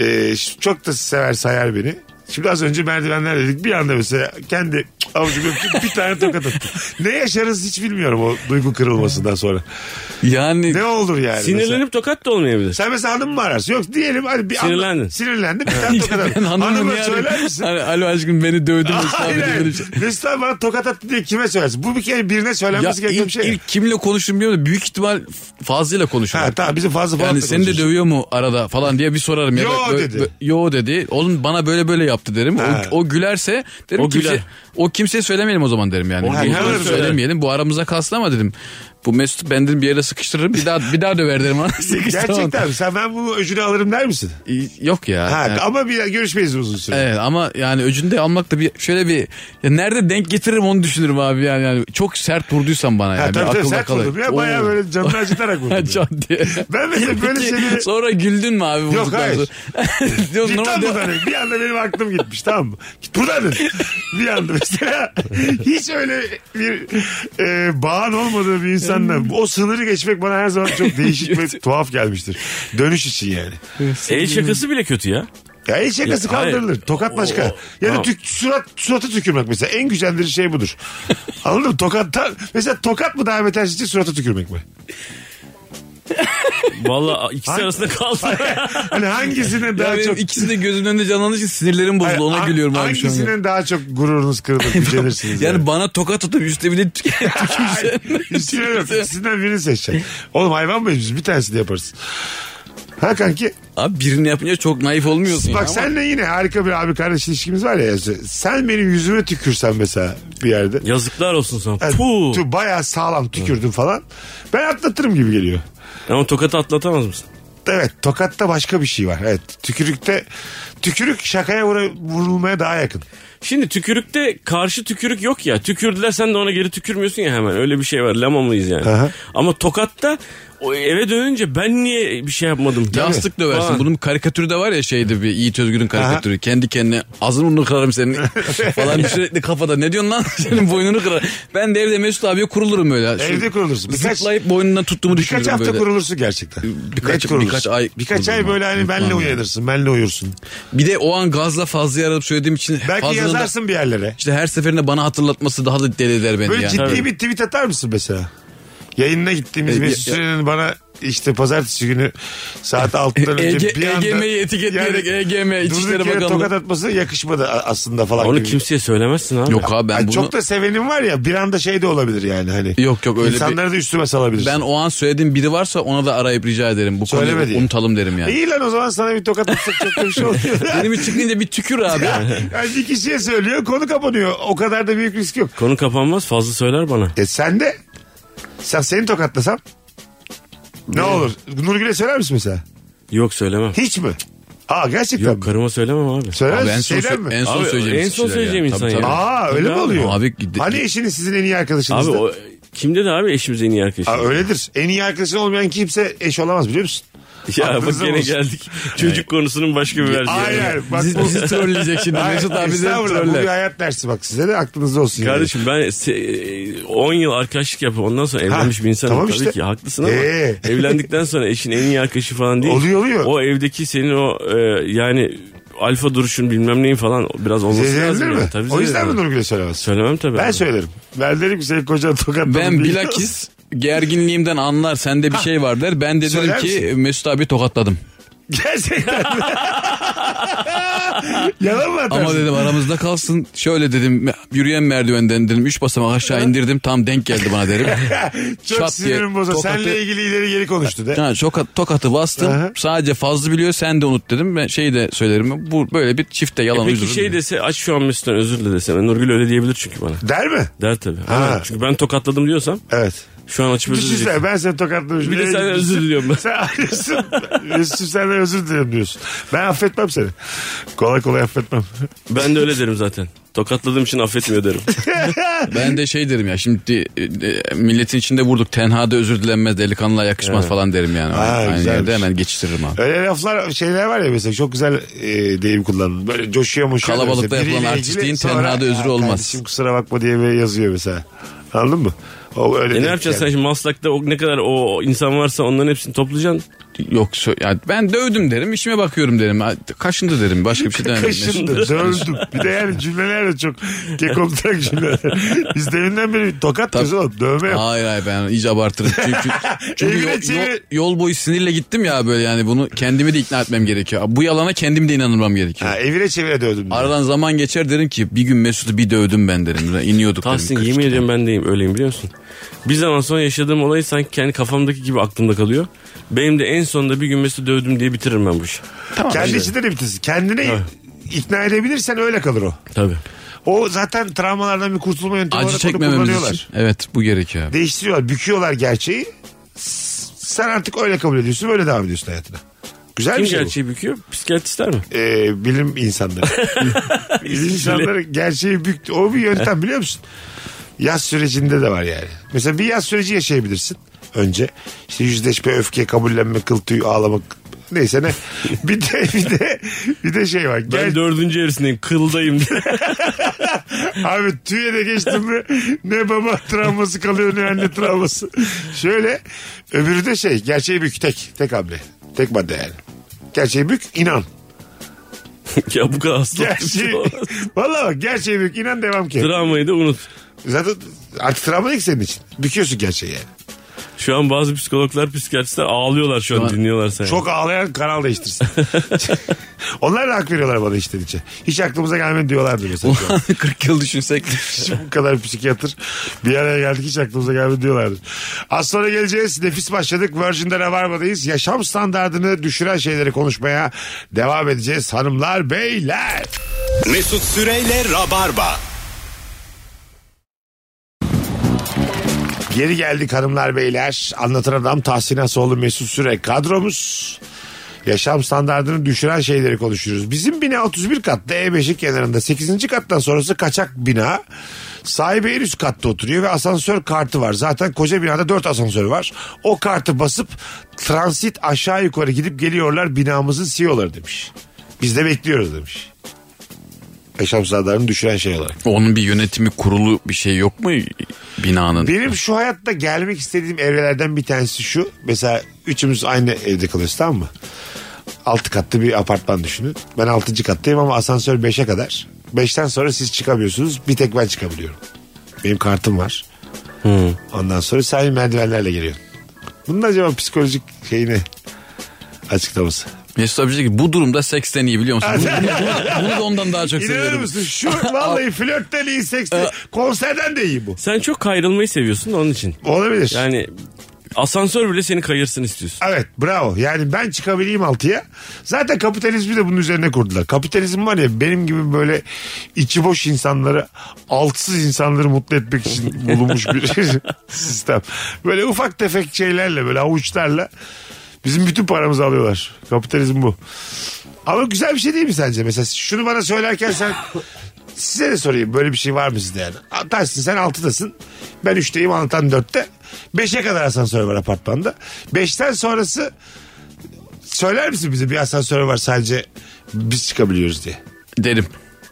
Speaker 3: E, ş- çok da sever sayar beni. Şimdi az önce merdivenler dedik bir anda mesela kendi avucumu öptüm, bir tane tokat attım. Ne yaşarız hiç bilmiyorum o duygu kırılmasından sonra.
Speaker 4: Yani
Speaker 3: Ne olur yani? mesela?
Speaker 5: Sinirlenip tokat da olmayabilir.
Speaker 3: Sen mesela hanımı mı ararsın? Yok diyelim hadi bir
Speaker 5: Sinirlendin.
Speaker 3: Anla, sinirlendim bir tane tokat
Speaker 4: ben
Speaker 3: attım.
Speaker 4: hanımım
Speaker 3: Hanıma
Speaker 4: yani.
Speaker 3: söyler misin?
Speaker 4: Hani, alo aşkım beni dövdün. Mesut abi,"
Speaker 3: Hayır
Speaker 4: dedi.
Speaker 3: hayır. Mesut abi bana tokat attı diye kime söylersin? Bu bir kere birine
Speaker 4: Ya
Speaker 3: söylenmesi gereken
Speaker 4: ilk,
Speaker 3: bir şey.
Speaker 4: ilk kimle konuştum bilmiyorum da büyük ihtimal Fazlı'yla konuştum.
Speaker 3: Ha tamam bizim fazla falan
Speaker 4: Yani
Speaker 3: da
Speaker 4: seni de
Speaker 3: konuşuruz.
Speaker 4: dövüyor mu arada falan diye bir sorarım. Ya
Speaker 3: Yo
Speaker 4: da- bö-
Speaker 3: dedi.
Speaker 4: bö- Yo dedi. Onun bana böyle böyle yaptı derim.
Speaker 3: Ha.
Speaker 4: O, o gülerse derim
Speaker 5: O
Speaker 4: o
Speaker 5: güler.
Speaker 4: kimse, o kimseye söylemeyelim o zaman derim yani.
Speaker 3: O
Speaker 4: O
Speaker 3: güler
Speaker 4: kimseye
Speaker 3: söyler.
Speaker 4: söylemeyelim. Bu aramıza kalsın ama dedim. Bu Mesut ben dedim bir yere sıkıştırırım. Bir daha bir daha döver derim. ona. Sıkıştıramam.
Speaker 3: Gerçekten sen ben bunu öcünü alırım der misin?
Speaker 4: Yok ya.
Speaker 3: Ha,
Speaker 4: Yani-
Speaker 3: Ama bir daha görüşmeyiz uzun süre.
Speaker 4: Evet ama yani öcünde almak da bir şöyle bir ya nerede denk getiririm onu düşünürüm abi yani, yani çok sert vurduysam bana
Speaker 3: Ha,
Speaker 4: yani.
Speaker 3: tabii
Speaker 4: Bir
Speaker 3: tabii
Speaker 4: akılda
Speaker 3: sert
Speaker 4: kalır.
Speaker 3: vurdum ya. Bayağı
Speaker 4: Oo.
Speaker 3: böyle canını acıtarak vurdum.
Speaker 4: Can diye.
Speaker 3: Ben mesela böyle
Speaker 4: Peki,
Speaker 3: şeyleri-
Speaker 4: Sonra güldün mü abi? vurduktan
Speaker 3: hayır. hani?
Speaker 4: sonra? Diyorum,
Speaker 3: Git lan
Speaker 4: normalde-
Speaker 3: buradan. Bir anda benim aklım gitmiş tamam mı? Git buradan. dedim. bir anda mesela hiç öyle bir e, bağın olmadığı bir insanla o sınırı geçmek bana her zaman çok değişik ve tuhaf gelmiştir. Dönüş için yani.
Speaker 5: El şakası bile kötü ya.
Speaker 3: Ya el şakası
Speaker 5: Ya, hayır.
Speaker 3: kaldırılır. Tokat başka.
Speaker 5: O-
Speaker 3: ya
Speaker 5: o-
Speaker 3: da
Speaker 5: tamam.
Speaker 3: tük, surat, surata tükürmek mesela. En gücendirici şey budur. Anladın mı? Tokattan, mesela tokat mı daha beter şey, surata tükürmek mi?
Speaker 5: Valla ikisi
Speaker 3: Hangi-
Speaker 5: arasında kaldı.
Speaker 3: hani hangisine
Speaker 4: Ya
Speaker 3: daha
Speaker 4: benim
Speaker 3: çok...
Speaker 4: ikisi de gözümün önünde canlandığı için sinirlerim
Speaker 3: Hayır,
Speaker 4: bozuldu. Ona
Speaker 3: hang-
Speaker 4: gülüyorum abi şu an. ya.
Speaker 3: Hangisinin daha çok gururunuz kırılır, gücenirsiniz?
Speaker 4: Yani bana tokat atıp üstte bile tük- tükürsen.
Speaker 3: İkisine şey yok. İkisinden birini seçeceksin. Oğlum hayvan mıyız biz? Bir tanesini yaparız. Ha kanki.
Speaker 4: Abi birini yapınca çok naif olmuyorsun ya
Speaker 3: Bak
Speaker 4: ama-
Speaker 3: senle yine harika bir abi kardeş ilişkimiz var ya. Sen benim yüzüme tükürsen mesela bir yerde.
Speaker 5: Yazıklar olsun sana.
Speaker 3: Ha,
Speaker 5: Puh.
Speaker 3: tu- Bayağı sağlam tükürdün falan. Ben atlatırım gibi geliyor.
Speaker 5: Ama tokatı atlatamaz mısın?
Speaker 3: Evet tokatta başka bir şey var. Evet tükürükte tükürük şakaya vura- vurulmaya daha yakın.
Speaker 5: Şimdi tükürükte karşı tükürük yok ya. Tükürdüler sen de ona geri tükürmüyorsun ya hemen. Öyle bir şey var. Lama mıyız yani?
Speaker 3: Aha.
Speaker 5: Ama tokatta o eve dönünce ben niye bir şey yapmadım?
Speaker 4: Yastık döversin.
Speaker 5: Falan.
Speaker 4: Bunun karikatürü de var ya şeydi bir Yiğit Özgür'ün karikatürü. Kendi kendine ağzını burnunu kırarım senin falan bir sürekli kafada. Ne diyorsun lan senin boynunu kırar. Ben de evde Mesut abiye kurulurum öyle. Şu-
Speaker 3: Evde kurulursun. Birkaç-
Speaker 4: Zıplayıp boynundan tuttuğumu
Speaker 3: Birkaç
Speaker 4: düşünürüm
Speaker 3: hafta
Speaker 4: böyle.
Speaker 3: kurulursun gerçekten.
Speaker 4: birkaç-
Speaker 3: Net kurulursun.
Speaker 4: birkaç ay
Speaker 3: Birkaç ay
Speaker 4: kurulurum
Speaker 3: böyle
Speaker 4: abi.
Speaker 3: hani benle
Speaker 4: Unutmam
Speaker 3: uyanırsın, benle uyursun.
Speaker 4: Bir de o an gazla fazla aradım söylediğim için.
Speaker 3: Belki
Speaker 4: Fazlı'nın da-
Speaker 3: yazarsın bir yerlere.
Speaker 4: İşte her seferinde bana hatırlatması daha da deli eder beni
Speaker 3: Böyle
Speaker 4: yani.
Speaker 3: ciddi
Speaker 5: Tabii.
Speaker 3: bir tweet atar mısın mesela? Yayınına gittiğimiz
Speaker 4: E,
Speaker 3: bir
Speaker 4: ya-
Speaker 3: Süren'in bana işte pazartesi günü saat 6'dan önce
Speaker 4: EG
Speaker 3: bir anda...
Speaker 4: EGM'yi etiketleyerek EGM,
Speaker 3: durduk
Speaker 4: İçişleri
Speaker 3: yere
Speaker 4: Bakanlığı.
Speaker 3: tokat atması yakışmadı a- aslında falan.
Speaker 5: Onu
Speaker 3: gibi.
Speaker 5: kimseye söylemezsin abi.
Speaker 4: Yok abi ben
Speaker 3: Ay,
Speaker 4: bunu...
Speaker 3: Çok da sevenim var ya bir anda şey de olabilir yani hani.
Speaker 4: Yok yok öyle bir-
Speaker 3: İnsanları da üstüme salabilirsin.
Speaker 4: Ben o an söylediğim biri varsa ona da arayıp rica ederim. Bu
Speaker 3: Söyleme diye.
Speaker 4: konuyu unutalım derim yani.
Speaker 3: İyi E, lan o zaman sana bir tokat atsak çok da bir şey olmuyor.
Speaker 4: Benim için çıkınca bir tükür abi.
Speaker 3: yani bir kişiye söylüyor konu kapanıyor. O kadar da büyük risk yok.
Speaker 5: Konu kapanmaz fazla söyler bana.
Speaker 3: E sen de sen seni tokatlasam ne olur? Nurgül'e söyler misin mesela?
Speaker 5: Yok söylemem.
Speaker 3: Hiç mi? Aa gerçekten
Speaker 5: Yok
Speaker 3: mi?
Speaker 5: karıma söylemem abi.
Speaker 3: Söylemez
Speaker 4: Abi en
Speaker 3: misin?
Speaker 4: son,
Speaker 3: Şeyden
Speaker 4: sö-
Speaker 3: mi?
Speaker 4: en son
Speaker 5: Abi,
Speaker 4: söyleyeceğim
Speaker 5: en
Speaker 4: şeyler
Speaker 5: son söyleyeceğim
Speaker 4: yani.
Speaker 5: insan
Speaker 4: Tabii,
Speaker 5: ya.
Speaker 4: tabii.
Speaker 3: Aa öyle mi
Speaker 5: Tabii
Speaker 3: oluyor?
Speaker 4: abi. Abi, gide-
Speaker 3: hani eşiniz sizin en iyi arkadaşınız
Speaker 5: Abi
Speaker 3: da.
Speaker 5: o kimde de abi eşimiz en iyi arkadaşı.
Speaker 3: Aa, öyledir. En iyi arkadaşın olmayan kimse eş olamaz biliyor musun?
Speaker 5: ya bak
Speaker 3: Aklınızda
Speaker 5: gene
Speaker 3: olsun.
Speaker 5: geldik. Çocuk konusunun başka bir versiyonu.
Speaker 3: Hayır hayır. Bak,
Speaker 4: Bizi,
Speaker 3: bu-
Speaker 4: bizi trolleyecek şimdi.
Speaker 3: Hayır,
Speaker 4: Mesut abi bizi
Speaker 3: estağfurullah. Bu bir
Speaker 4: troller.
Speaker 3: hayat dersi bak size de aklınızda olsun. yani.
Speaker 5: Kardeşim ben se- 10 yıl arkadaşlık yapıp ondan sonra evlenmiş bir insanım.
Speaker 3: tamam
Speaker 5: Tabii
Speaker 3: işte.
Speaker 5: ki haklısın ama
Speaker 3: Ee.
Speaker 5: evlendikten sonra eşin en iyi arkadaşı falan değil.
Speaker 3: Oluyor, oluyor.
Speaker 5: O evdeki senin o e, yani alfa duruşun bilmem neyin falan biraz olması
Speaker 3: Zehirlenir
Speaker 5: lazım.
Speaker 3: mi?
Speaker 5: yani. Tabii
Speaker 3: o yüzden mi
Speaker 5: zehirlenir.
Speaker 3: Nurgül'e söylemez?
Speaker 5: Söylemem tabii.
Speaker 3: Ben
Speaker 5: abi.
Speaker 3: söylerim. Ben derim ki senin kocan tokatladın.
Speaker 4: Ben
Speaker 3: diye.
Speaker 4: bilakis gerginliğimden anlar sende bir şey var der. Ben de
Speaker 3: Söyler
Speaker 4: dedim ki
Speaker 3: misin?
Speaker 4: Mesut abi tokatladım.
Speaker 3: Gerçekten. Yalan mı atarsın?
Speaker 4: Ama dedim aramızda kalsın. Şöyle dedim yürüyen merdivenden dedim 3 basamak aşağı indirdim. Tam denk geldi bana derim.
Speaker 3: Çok
Speaker 4: çat
Speaker 3: sinirim
Speaker 4: diye
Speaker 3: boza.
Speaker 4: tokatı-
Speaker 3: Seninle ilgili ileri geri konuştu de.
Speaker 4: Ha, çok tokatı bastım.
Speaker 3: Aha.
Speaker 4: Sadece fazla biliyor sen de unut dedim. Ben şey de söylerim. Bu böyle bir çifte
Speaker 3: E
Speaker 4: yalan
Speaker 5: Peki
Speaker 4: uydururum.
Speaker 5: şey dese aç şu an Mesut'tan özür dile desem. Nurgül öyle diyebilir çünkü bana.
Speaker 3: Der mi?
Speaker 5: Der tabii.
Speaker 3: Ha.
Speaker 5: Ama Çünkü ben tokatladım diyorsam
Speaker 3: Evet.
Speaker 5: şu an açıp özür dileyecek.
Speaker 3: Düşünsene ben seni tokatlamışım.
Speaker 5: Bir de
Speaker 3: Nereye
Speaker 5: sen
Speaker 3: gidiyorsun?
Speaker 5: özür diliyorum ben.
Speaker 3: Sen arıyorsun. Mesut'um senden özür dilerim diyorsun. Ben affetmem seni. Kolay kolay affetmem.
Speaker 5: Ben de öyle derim zaten. Tokatladığım için affetmiyor derim.
Speaker 4: Ben de şey derim ya şimdi e, e, milletin içinde vurduk. Tenhada özür dilenmez delikanlığa yakışmaz falan derim yani.
Speaker 3: Ha,
Speaker 4: Aynı
Speaker 3: güzelmiş.
Speaker 4: yerde hemen geçiştiririm abi.
Speaker 3: Öyle laflar şeyler var ya mesela çok güzel e, deyim kullanılır. Böyle coşuyor mu?
Speaker 4: Kalabalıkta yapılan artistliğin tenhada özrü olmaz."
Speaker 3: Kardeşim kusura bakma diye böyle yazıyor mesela. Anladın mı? O öyle
Speaker 5: e ne
Speaker 3: denk
Speaker 5: yapacaksın sen
Speaker 3: geldi.
Speaker 5: şimdi Maslak'ta o, ne kadar o insan varsa onların hepsini toplayacaksın.
Speaker 4: Yok sö- ya ben dövdüm derim işime bakıyorum derim. Ha, Kaşındı derim başka bir şey demem.
Speaker 3: Kaşındı, dövdüm. Bir de yani cümleler de çok kekomtrak cümleler. Biz deminden beri tokat diyoruz oğlum. Dövme yap.
Speaker 4: Hayır hayır ben iyice abartırım. Çünkü, çünkü
Speaker 3: Evine
Speaker 4: yol,
Speaker 3: çevir-
Speaker 4: yol- yol boyu sinirle gittim ya böyle yani bunu kendimi de ikna etmem gerekiyor. Bu yalana kendim de inanmam gerekiyor.
Speaker 3: Ha, evine çevire dövdüm. diyor.
Speaker 4: Aradan zaman geçer derim ki bir gün Mesut'u bir dövdüm ben derim. İniyorduk
Speaker 5: Tahsin
Speaker 4: derim.
Speaker 5: yemin ediyorum ben deyim öyleyim biliyor musun? Bir zaman sonra yaşadığım olayı sanki kendi kafamdaki gibi aklımda kalıyor. Benim de en sonunda bir gün Mesut'u dövdüm diye bitiririm ben bu işi.
Speaker 3: Kendi içinde de bitirsin. Kendini ikna edebilirsen öyle kalır o.
Speaker 5: Tabii.
Speaker 3: O zaten travmalardan bir kurtulma yöntemi
Speaker 4: Acı
Speaker 3: olarak onu
Speaker 4: çekmememiz için.
Speaker 3: kullanıyorlar.
Speaker 4: Evet bu gerekiyor abi.
Speaker 3: Değiştiriyorlar, büküyorlar gerçeği. S- Sen artık öyle kabul ediyorsun, böyle devam ediyorsun hayatına. Güzel
Speaker 5: Kim
Speaker 3: bir şey bu.
Speaker 5: gerçeği büküyor? Psikiyatristler mi?
Speaker 3: Ee, bilim insanları. bilim insanları gerçeği büktü. O bir yöntem biliyor musun? Yaz sürecinde de var yani. Mesela bir yaz süreci yaşayabilirsin önce. İşte yüzleşme, öfke, kabullenme, kıl tüyü, ağlamak. Neyse ne. Bir de bir de bir de şey var.
Speaker 5: Ben
Speaker 3: Ger-
Speaker 5: dördüncü erisindeyim kıldayım diye.
Speaker 3: Abi tüye de geçtim mi ne baba travması kalıyor ne anne travması. Şöyle öbürü de şey gerçeği bük tek. Tek hamle. Tek madde yani. Gerçeği bük inan.
Speaker 5: ya bu kadar hasta.
Speaker 3: Gerçeği, valla bak gerçeği bük inan devam ki.
Speaker 5: Dramayı da unut.
Speaker 3: Zaten artık travma değil ki senin için. Büküyorsun gerçeği yani.
Speaker 5: Şu an bazı psikologlar, psikiyatristler ağlıyorlar şu an
Speaker 4: Tamam.
Speaker 5: dinliyorlar seni.
Speaker 3: Çok ağlayan kanal değiştirsin. Onlar da hak veriyorlar bana işten içe. Hiç aklımıza gelmedi diyorlardı mesela. şu an.
Speaker 4: 40 yıl düşünsek.
Speaker 3: Şu bu kadar psikiyatr bir araya geldik hiç aklımıza gelmedi diyorlardı. Az sonra geleceğiz. Nefis başladık. Virgin'de Rabarba'dayız. Yaşam standartını düşüren şeyleri konuşmaya devam edeceğiz. Hanımlar, beyler.
Speaker 2: Mesut Süreyle Rabarba.
Speaker 3: Geri geldik hanımlar beyler. Anlatan adam Tahsin Asoğlu Mesut Süre kadromuz. Yaşam standartını düşüren şeyleri konuşuyoruz. Bizim bina 31 katta E5'in kenarında 8. kattan sonrası kaçak bina. Sahibi en üst katta oturuyor ve asansör kartı var. Zaten koca binada 4 asansör var. O kartı basıp transit aşağı yukarı gidip geliyorlar binamızın CEO'ları demiş. Biz de bekliyoruz demiş. Yaşam standartını düşüren şey olarak.
Speaker 4: Onun bir yönetimi kurulu bir şey yok mu binanın?
Speaker 3: Benim şu hayatta gelmek istediğim evrelerden bir tanesi şu. Mesela üçümüz aynı evde kalıyoruz tamam mı? Altı katlı bir apartman düşünün. Ben altıncı kattayım ama asansör beşe kadar. Beşten sonra siz çıkamıyorsunuz. Bir tek ben çıkabiliyorum. Benim kartım var. Ondan sonra sen merdivenlerle geliyorsun. Bunun acaba psikolojik şeyini açıklaması.
Speaker 4: Mesut abi diyecek ki bu durumda seksten iyi biliyor musun? Bunu, bunu- bunu da ondan daha çok
Speaker 3: İnanır
Speaker 4: seviyorum.
Speaker 3: mısın? Şu vallahi flörtten iyi, seksten, konserden de iyi bu.
Speaker 5: Sen çok kayrılmayı seviyorsun da onun için.
Speaker 3: Olabilir.
Speaker 5: Yani asansör bile seni kayırsın istiyorsun.
Speaker 3: Evet bravo. Yani ben çıkabileyim altıya. Zaten kapitalizmi de bunun üzerine kurdular. Kapitalizm var ya benim gibi böyle içi boş insanları altsız insanları mutlu etmek için bulunmuş bir sistem. Böyle ufak tefek şeylerle böyle avuçlarla bizim bütün paramızı alıyorlar. Kapitalizm bu. Ama güzel bir şey değil mi sence? Mesela şunu bana söylerken sen size de sorayım böyle bir şey var mı sizde yani? Tersin sen 6'dasın. Ben 3'teyim anlatan 4'te. 5'e kadar asansör var apartmanda. 5'ten sonrası söyler misin bize bir asansör var sadece biz çıkabiliyoruz diye.
Speaker 4: Derim.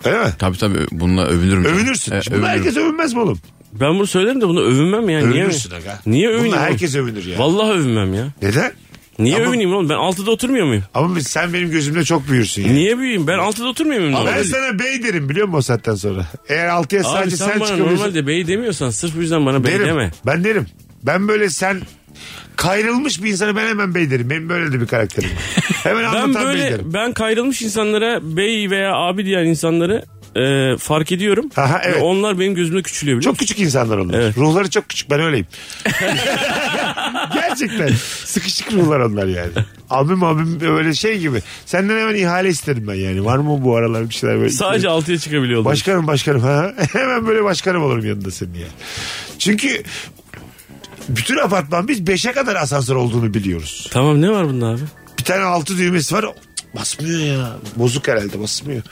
Speaker 3: Öyle mi?
Speaker 4: Tabii tabii bununla övünürüm.
Speaker 3: Övünürsün.
Speaker 4: E,
Speaker 3: Şimdi buna
Speaker 4: övünürüm.
Speaker 3: herkes övünmez mi oğlum?
Speaker 5: Ben bunu söylerim de bunu övünmem yani.
Speaker 3: Övünürsün
Speaker 5: E, Niye,
Speaker 3: aga.
Speaker 5: niye
Speaker 3: Bununla
Speaker 5: övüneyim? oğlum?
Speaker 3: herkes övünür yani.
Speaker 5: Vallahi övünmem ya.
Speaker 3: Neden?
Speaker 5: Niye
Speaker 3: Ama-
Speaker 5: övüneyim oğlum? Ben altıda oturmuyor muyum?
Speaker 3: Ama biz- sen benim gözümde çok büyürsün yani.
Speaker 5: Niye büyüyeyim? Ben altıda oturmuyor muyum?
Speaker 3: Ben
Speaker 5: normalde?
Speaker 3: sana bey derim biliyor musun o saatten sonra? Eğer 6'ya
Speaker 5: Abi
Speaker 3: sadece
Speaker 5: sen,
Speaker 3: sen,
Speaker 5: bana
Speaker 3: çıkabiliyorsun.
Speaker 5: normalde bey demiyorsan sırf bu yüzden bana bey
Speaker 3: Derim.
Speaker 5: deme.
Speaker 3: Ben derim. Ben böyle sen kayrılmış bir insanı ben hemen bey derim. Benim böyle de bir karakterim var. Hemen
Speaker 5: Ben
Speaker 3: anlatan bey
Speaker 5: böyle
Speaker 3: derim.
Speaker 5: ben kayrılmış insanlara bey veya abi diyen insanları e, fark ediyorum.
Speaker 3: Aha,
Speaker 5: Ve
Speaker 3: evet.
Speaker 5: onlar benim gözümde küçülüyor biliyor
Speaker 3: Çok küçük insanlar onlar.
Speaker 5: Evet.
Speaker 3: Ruhları çok küçük. Ben öyleyim. Gerçekten. Sıkışık ruhlar onlar yani. Abim abim böyle şey gibi. Senden hemen ihale isterim ben yani. Var mı bu aralar bir şeyler böyle?
Speaker 5: musun? Sadece altıya çıkabiliyorlar.
Speaker 3: Başkanım başkanım ha. Hemen böyle başkanım olurum yanında senin ya. Çünkü bütün apartman biz 5'e kadar asansör olduğunu biliyoruz.
Speaker 5: Tamam ne var bunda abi? E,
Speaker 3: Bir tane altı düğmesi var. Cık, Basmıyor ya. Bozuk herhalde basmıyor.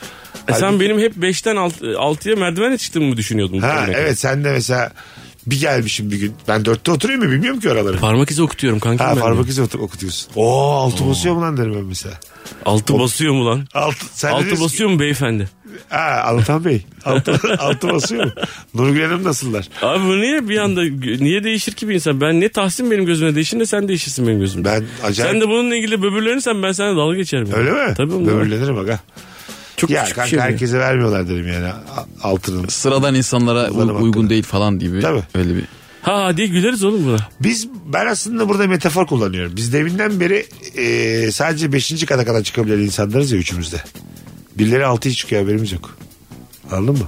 Speaker 5: E sen
Speaker 3: Halbuki-
Speaker 5: benim hep 5'ten 6'ya merdivenle çıktığımı mı düşünüyordun? bu
Speaker 3: Ha
Speaker 5: zamana kadar?
Speaker 3: evet sen de mesela bir gelmişim bir gün. Ben dörtte oturuyorum mu bilmiyorum ki oraları.
Speaker 5: Parmak izi okutuyorum kanka.
Speaker 3: Ha parmak izi otu- okutuyorsun. Oo altı basıyor mu lan derim ben mesela.
Speaker 5: Altı basıyor mu lan?
Speaker 3: Altı, sen
Speaker 5: Altı basıyor mu beyefendi?
Speaker 3: Ha Altan Bey. Altı, altı basıyor mu? Nurgül Hanım nasıllar?
Speaker 5: Abi bu niye bir anda niye değişir ki bir insan? Ben ne Tahsin benim gözüme değişir ne sen değişirsin benim gözümde.
Speaker 3: Ben acayip...
Speaker 5: Sen de bununla ilgili böbürlenirsen ben sana dalga geçerim. yani.
Speaker 3: Öyle mi?
Speaker 5: Tabii oğlum.
Speaker 3: Böbürlenirim aga.
Speaker 5: Çok
Speaker 3: Ya
Speaker 5: küçük
Speaker 3: kanka
Speaker 5: bir şey. bu.
Speaker 3: herkese vermiyorlar derim yani a- altının.
Speaker 4: Sıradan insanlara u-
Speaker 3: Kullanım hakkını.
Speaker 4: uygun değil falan gibi.
Speaker 3: Tabii.
Speaker 4: Öyle bir.
Speaker 5: Ha diye güleriz oğlum buna.
Speaker 3: Biz ben aslında burada metafor kullanıyorum. Biz deminden beri e, sadece 5. kata kadar çıkabilen insanlarız ya üçümüzde. Birileri 6'ya çıkıyor haberimiz yok. Anladın mı?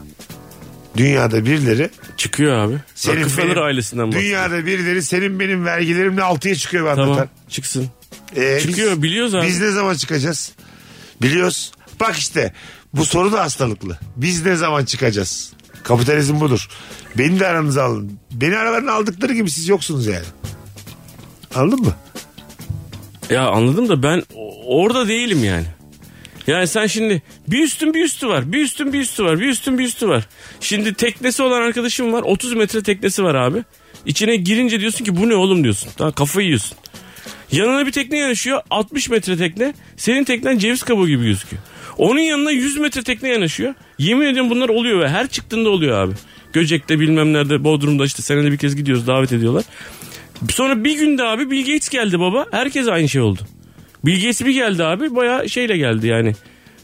Speaker 3: Dünyada birileri
Speaker 5: Çıkıyor abi.
Speaker 3: senin
Speaker 5: Rockefeller
Speaker 3: benim,
Speaker 5: ailesinden bak.
Speaker 3: Dünyada birileri senin benim vergilerimle 6'ya çıkıyor ben
Speaker 5: Tamam
Speaker 3: zaten.
Speaker 5: çıksın.
Speaker 3: Ee,
Speaker 5: Çıkıyor, biliyoruz abi.
Speaker 3: Biz ne zaman çıkacağız? Biliyoruz. Bak işte bu soru da hastalıklı. Biz ne zaman çıkacağız? Kapitalizm budur. Beni de aranıza alın. Beni aralarına aldıkları gibi siz yoksunuz yani. Anladın mı?
Speaker 5: Ya anladım da ben o- orada değilim yani. Yani sen şimdi bir üstün bir üstü var. Bir üstün bir üstü var. Bir üstün bir üstü var. Şimdi teknesi olan arkadaşım var. 30 metre teknesi var abi. İçine girince diyorsun ki bu ne oğlum diyorsun. Daha kafayı yiyorsun. Yanına bir tekne yanaşıyor. 60 metre tekne. Senin teknen ceviz kabuğu gibi gözüküyor. Onun yanına 100 metre tekne yanaşıyor. Yemin ediyorum bunlar oluyor ve her çıktığında oluyor abi. Göcek'te bilmem nerede Bodrum'da işte senede bir kez gidiyoruz davet ediyorlar. Sonra bir günde abi Bill Gates geldi baba. Herkes aynı şey oldu. Bill Gates bir geldi abi baya şeyle geldi yani.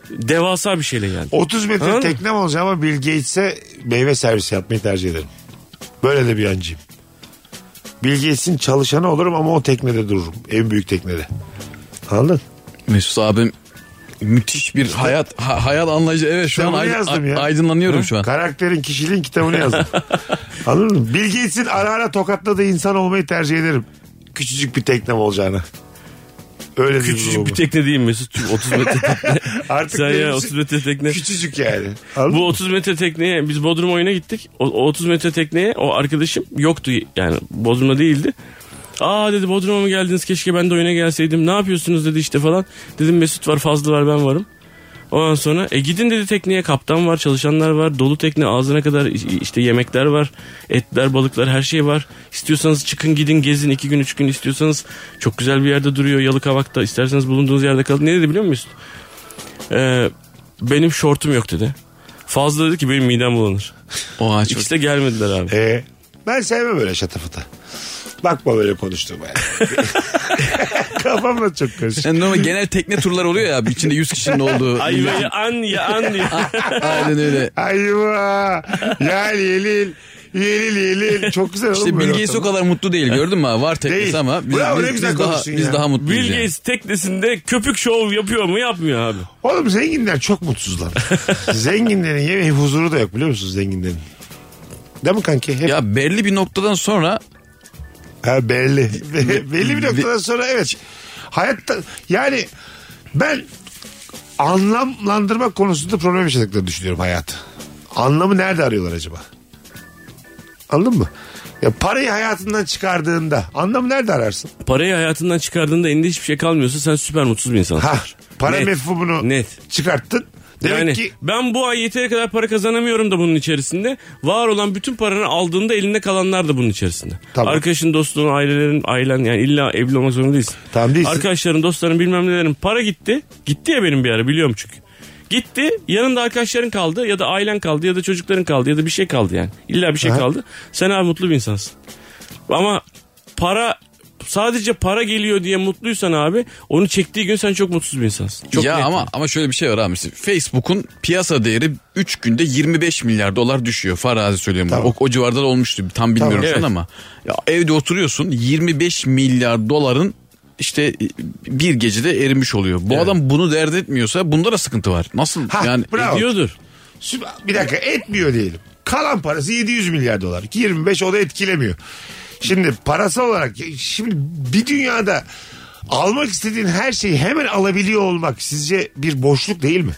Speaker 5: Devasa bir şeyle geldi.
Speaker 3: 30 metre
Speaker 5: Anladın mı?
Speaker 3: teknem olacak ama Bill Gates'e meyve servisi yapmayı tercih ederim. Böyle de bir yancıyım. Bill Gates'in çalışanı olurum ama o teknede dururum. En büyük teknede. Anladın?
Speaker 4: Mesut abim müthiş bir hayat ha- hayat anlayıcı. Evet şu
Speaker 3: Ben
Speaker 4: an
Speaker 3: bunu
Speaker 4: ay-
Speaker 3: yazdım ya.
Speaker 4: a- aydınlanıyorum şu an.
Speaker 3: Karakterin kişiliğin kitabını yazdım. Anladın mı? Bill Gates'in ara ara tokatladığı insan olmayı tercih ederim. Küçücük bir teknem olacağını. Öyle
Speaker 5: Küçücük bir tekne değil mi Mesut? Çünkü 30 metre tekne.
Speaker 3: Artık
Speaker 5: Sen
Speaker 3: benim
Speaker 5: ya
Speaker 3: için
Speaker 5: 30 metre tekne.
Speaker 3: Küçücük yani. Anladın mı?
Speaker 5: Bu 30 metre tekneye biz Bodrum oyuna gittik. O, o 30 metre tekneye o arkadaşım yoktu yani Bodrum'da değildi. Aa dedi Bodrum'a mı geldiniz keşke ben de oyuna gelseydim. Ne yapıyorsunuz dedi işte falan. Dedim Mesut var Fazlı var ben varım. Ondan sonra e gidin dedi tekneye kaptan var çalışanlar var dolu tekne ağzına kadar i- işte yemekler var etler balıklar her şey var istiyorsanız çıkın gidin gezin iki gün üç gün istiyorsanız çok güzel bir yerde duruyor yalıkavakta isterseniz bulunduğunuz yerde kalın ne dedi biliyor musun? Ee, benim şortum yok dedi. Fazla dedi ki benim midem bulanır.
Speaker 4: Oha çok
Speaker 5: İkisi de gelmediler abi.
Speaker 3: Ee, ben sevmem böyle şatafata. Bakma böyle konuştuğuma yani. Kafam da çok karışık.
Speaker 4: Yani normal genel tekne turları oluyor ya abi içinde 100 kişinin olduğu.
Speaker 5: Ayvayı an ya an diye.
Speaker 4: Aynen öyle.
Speaker 3: Ayva. Ya Yelil. Yelil Yelil. Çok güzel oğlum
Speaker 4: İşte
Speaker 3: böyle
Speaker 4: Bill Gates o
Speaker 3: ortam.
Speaker 4: kadar mutlu değil gördün mü abi? Var teknesi
Speaker 3: Değil.
Speaker 4: ama biz,
Speaker 3: Bravo, ne
Speaker 4: biz,
Speaker 3: güzel
Speaker 4: biz daha,
Speaker 3: konuştun ya.
Speaker 4: biz daha mutluyuz.
Speaker 5: Bill
Speaker 4: yani.
Speaker 5: Gates teknesinde köpük şov yapıyor mu yapmıyor abi.
Speaker 3: Oğlum zenginler çok mutsuzlar. zenginlerin yemeği huzuru da yok biliyor musunuz zenginlerin? Değil mi kanki? Hep
Speaker 4: Ya belli bir noktadan sonra
Speaker 3: Ha, belli. belli bir noktadan sonra evet. Hayatta yani ben anlamlandırma konusunda problem yaşadıklarını düşünüyorum hayatı. Anlamı nerede arıyorlar acaba? Anladın mı? Ya parayı hayatından çıkardığında anlamı nerede ararsın?
Speaker 5: Parayı hayatından çıkardığında elinde hiçbir şey kalmıyorsa sen süper mutsuz bir insansın.
Speaker 3: Ha, para
Speaker 5: Net.
Speaker 3: mefhumunu
Speaker 5: Net.
Speaker 3: çıkarttın. Demek
Speaker 5: yani
Speaker 3: ki
Speaker 5: ben bu ay yeteri kadar para kazanamıyorum da bunun içerisinde. Var olan bütün paranı aldığında elinde kalanlar da bunun içerisinde.
Speaker 3: Tamam.
Speaker 5: Arkadaşın, dostun, ailelerin, ailen yani illa evli olmak zorunda değilsin.
Speaker 3: Tamam, değilsin.
Speaker 5: Arkadaşların, dostların bilmem nelerin para gitti. Gitti ya benim bir ara biliyorum çünkü. Gitti yanında arkadaşların kaldı ya da ailen kaldı ya da çocukların kaldı ya da bir şey kaldı yani. İlla bir şey
Speaker 3: Aha.
Speaker 5: kaldı. Sen abi mutlu bir insansın. Ama para sadece para geliyor diye mutluysan abi onu çektiği gün sen çok mutsuz bir insansın. Çok
Speaker 4: ya
Speaker 5: net.
Speaker 4: ama ama şöyle bir şey var abi. Mesela Facebook'un piyasa değeri 3 günde 25 milyar dolar düşüyor. Farazi söylüyorum.
Speaker 3: Tamam.
Speaker 4: O, o civarda da olmuştu. Tam bilmiyorum
Speaker 5: Tamam,
Speaker 4: şu an
Speaker 5: evet.
Speaker 4: ama. Ya evde oturuyorsun 25 milyar doların işte bir gecede erimiş oluyor. Bu adam bunu dert etmiyorsa bunda da sıkıntı var. Nasıl
Speaker 3: Ha,
Speaker 4: yani
Speaker 3: bravo.
Speaker 5: Diyordur.
Speaker 3: Sü- Bir dakika etmiyor diyelim. Kalan parası 700 milyar dolar. 25 o da etkilemiyor. Şimdi parası olarak şimdi bir dünyada almak istediğin her şeyi hemen alabiliyor olmak sizce bir boşluk değil mi?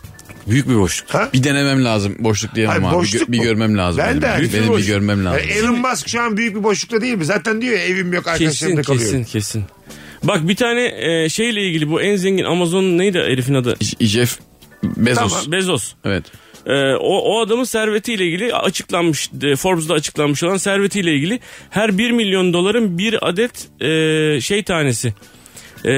Speaker 4: büyük bir boşluk.
Speaker 3: Ha?
Speaker 4: Bir denemem lazım boşluk diyemem
Speaker 3: Hayır,
Speaker 4: abi. Bir
Speaker 3: boşluk
Speaker 4: gö- bir,
Speaker 3: bu.
Speaker 4: görmem lazım.
Speaker 3: Ben
Speaker 4: benim.
Speaker 3: de
Speaker 4: Benim
Speaker 3: büyük bir
Speaker 4: bir
Speaker 3: boşluk.
Speaker 4: görmem lazım.
Speaker 3: Yani Elon Musk şu an büyük bir boşlukta değil mi? Zaten diyor ya evim yok arkadaşlarımda
Speaker 5: Kesin
Speaker 3: kalıyor.
Speaker 5: kesin kesin. Bak bir tane e, şeyle ilgili bu en zengin Amazon neydi herifin adı?
Speaker 4: J- Jeff Bezos.
Speaker 5: Tamam, Bezos.
Speaker 4: Evet.
Speaker 5: Ee, o, o adamın servetiyle ilgili açıklanmış, e, Forbes'da açıklanmış olan servetiyle ilgili her 1 milyon doların bir adet e, şey tanesi. E,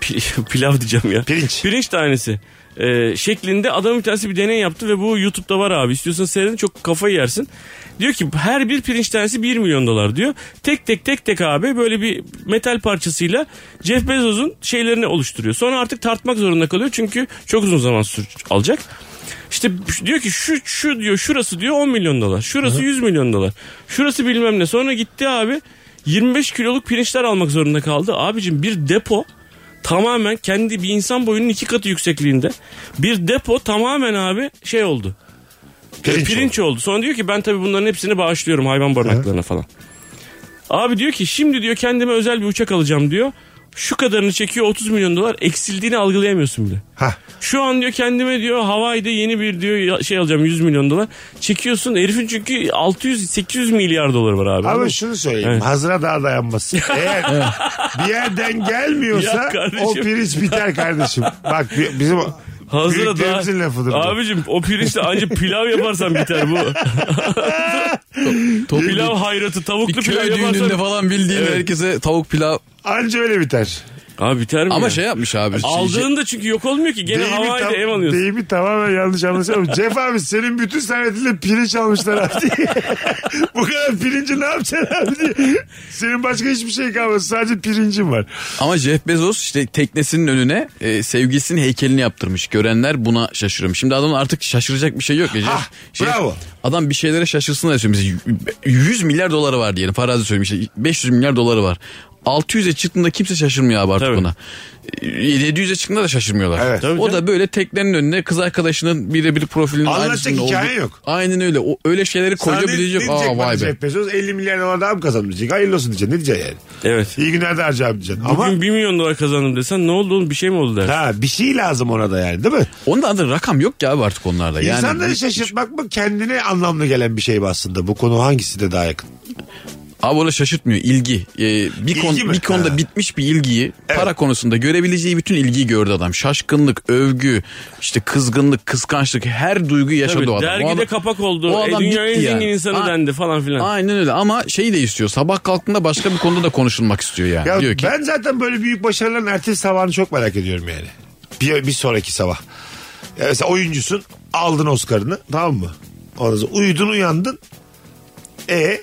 Speaker 5: pi- pilav diyeceğim ya.
Speaker 3: Pirinç.
Speaker 5: Pirinç tanesi. E, şeklinde adamın bir tanesi bir deney yaptı ve bu YouTube'da var abi. İstiyorsan seyredin çok kafayı yersin. Diyor ki her bir pirinç tanesi 1 milyon dolar diyor. Tek tek tek tek abi böyle bir metal parçasıyla Jeff Bezos'un şeylerini oluşturuyor. Sonra artık tartmak zorunda kalıyor çünkü çok uzun zaman sür- alacak. İşte diyor ki şu şu diyor şurası diyor 10 milyon dolar. Şurası 100 milyon dolar. Şurası bilmem ne. Sonra gitti abi 25 kiloluk pirinçler almak zorunda kaldı. Abicim bir depo tamamen kendi bir insan boyunun iki katı yüksekliğinde. Bir depo tamamen abi şey oldu. Ee,
Speaker 3: Pirinç
Speaker 5: Pirinç, oldu. Sonra diyor ki ben tabii bunların hepsini bağışlıyorum hayvan barınaklarına falan. Abi diyor ki şimdi diyor kendime özel bir uçak alacağım diyor. Şu kadarını çekiyor 30 milyon dolar eksildiğini algılayamıyorsun bile.
Speaker 3: Ha.
Speaker 5: Şu an diyor kendime diyor Hawaii'de yeni bir diyor ya- şey alacağım 100 milyon dolar. Çekiyorsun herifin çünkü 600-800 milyar doları var abi.
Speaker 3: Ama şunu söyleyeyim.
Speaker 5: Evet.
Speaker 3: Hazıra daha dayanmaz. Eğer bir yerden gelmiyorsa
Speaker 5: Ya kardeşim.
Speaker 3: o pirinç biter kardeşim. Bak bi- bizim
Speaker 5: Hazıra
Speaker 3: büyüklerimizin
Speaker 5: daha...
Speaker 3: lafıdır. bu.
Speaker 5: Abicim o pirinçle ancak pilav yaparsan biter bu.
Speaker 4: Top-
Speaker 5: pilav hayratı tavuklu
Speaker 4: bir
Speaker 5: pilav
Speaker 4: köy
Speaker 5: yaparsan.
Speaker 4: düğününde falan bildiğin
Speaker 5: Evet.
Speaker 4: herkese tavuk pilav.
Speaker 3: Anca öyle biter.
Speaker 5: Abi biter mi
Speaker 4: Ama
Speaker 5: ya?
Speaker 4: şey yapmış abi.
Speaker 5: Aldığın da çünkü yok olmuyor ki. Gene Hawaii'de
Speaker 3: tam-
Speaker 5: ev alıyorsun.
Speaker 3: deyimi tamamen yanlış anlaşılmış. Cef abi senin bütün servetiyle pirinç almışlar abi diye. Bu kadar pirinci ne yapacaksın abi diye. Senin başka hiçbir şey kalmadı. Sadece pirincin var.
Speaker 4: Ama Jeff Bezos işte teknesinin önüne e, sevgilisinin heykelini yaptırmış. Görenler buna şaşırıyor. Şimdi adamın artık şaşıracak bir şey yok. ya.
Speaker 3: Hah,
Speaker 4: Şey-
Speaker 3: Ah, bravo.
Speaker 4: Adam bir şeylere şaşırsın da mesela 100 milyar doları var diyelim. Farazi söylemiş. işte 500 milyar doları var. 600'e çıktığında kimse şaşırmıyor abi artık
Speaker 5: Tabii.
Speaker 4: buna. E, 700'e çıktığında da şaşırmıyorlar.
Speaker 3: Evet. Tabii
Speaker 4: O da böyle teknenin önünde kız arkadaşının birebir profilinin
Speaker 3: Anlatacak
Speaker 4: aynısının
Speaker 3: hikaye
Speaker 4: olduğu-
Speaker 3: yok.
Speaker 4: Aynen öyle. O, öyle şeyleri koyuyor
Speaker 3: Sana ne-
Speaker 4: bilecek.
Speaker 3: ne
Speaker 4: Aa
Speaker 3: Hani diyecek bana
Speaker 4: vay be.
Speaker 3: Jeff Bezos 50 milyar dolar daha mı kazandım diyecek. Hayırlı olsun diyecek. Ne diyecek yani?
Speaker 5: Evet.
Speaker 3: İyi günler de harcayalım diyeceksin. Ama
Speaker 5: Bugün 1 milyon dolar kazandım desen ne oldu oğlum bir şey mi oldu der.
Speaker 3: ha, bir şey lazım ona da yani değil mi?
Speaker 4: Onun da adı rakam yok ki abi artık onlarda. Yani
Speaker 3: İnsanları şaşırtmak mı kendine anlamlı gelen bir şey mi aslında? Bu konu hangisi de daha yakın?
Speaker 4: Abi öyle şaşırtmıyor ilgi. Ee, bir,
Speaker 3: İlgi
Speaker 4: kon-
Speaker 3: mi?
Speaker 4: bir konuda
Speaker 3: Ha.
Speaker 4: bitmiş bir ilgiyi para konusunda görebileceği bütün ilgiyi gördü adam. Şaşkınlık, övgü, işte kızgınlık, kıskançlık her duyguyu yaşadı
Speaker 5: Tabii,
Speaker 4: o adam.
Speaker 5: dergide
Speaker 4: o adam-
Speaker 5: kapak oldu.
Speaker 4: o
Speaker 5: E,
Speaker 4: adam
Speaker 5: dünyanın en
Speaker 4: gitti
Speaker 5: zengin insanı
Speaker 4: A-
Speaker 5: dendi falan filan.
Speaker 4: Aynen öyle ama şeyi de istiyor. Sabah kalktığında başka bir konuda da konuşulmak istiyor yani.
Speaker 3: Ya
Speaker 4: Diyor ki
Speaker 3: ben zaten böyle büyük başarıların ertesi sabahını çok merak ediyorum yani. Bir, bir sonraki sabah. Ya mesela oyuncusun aldın Oscar'ını tamam mı? Ondan sonra uyudun uyandın. E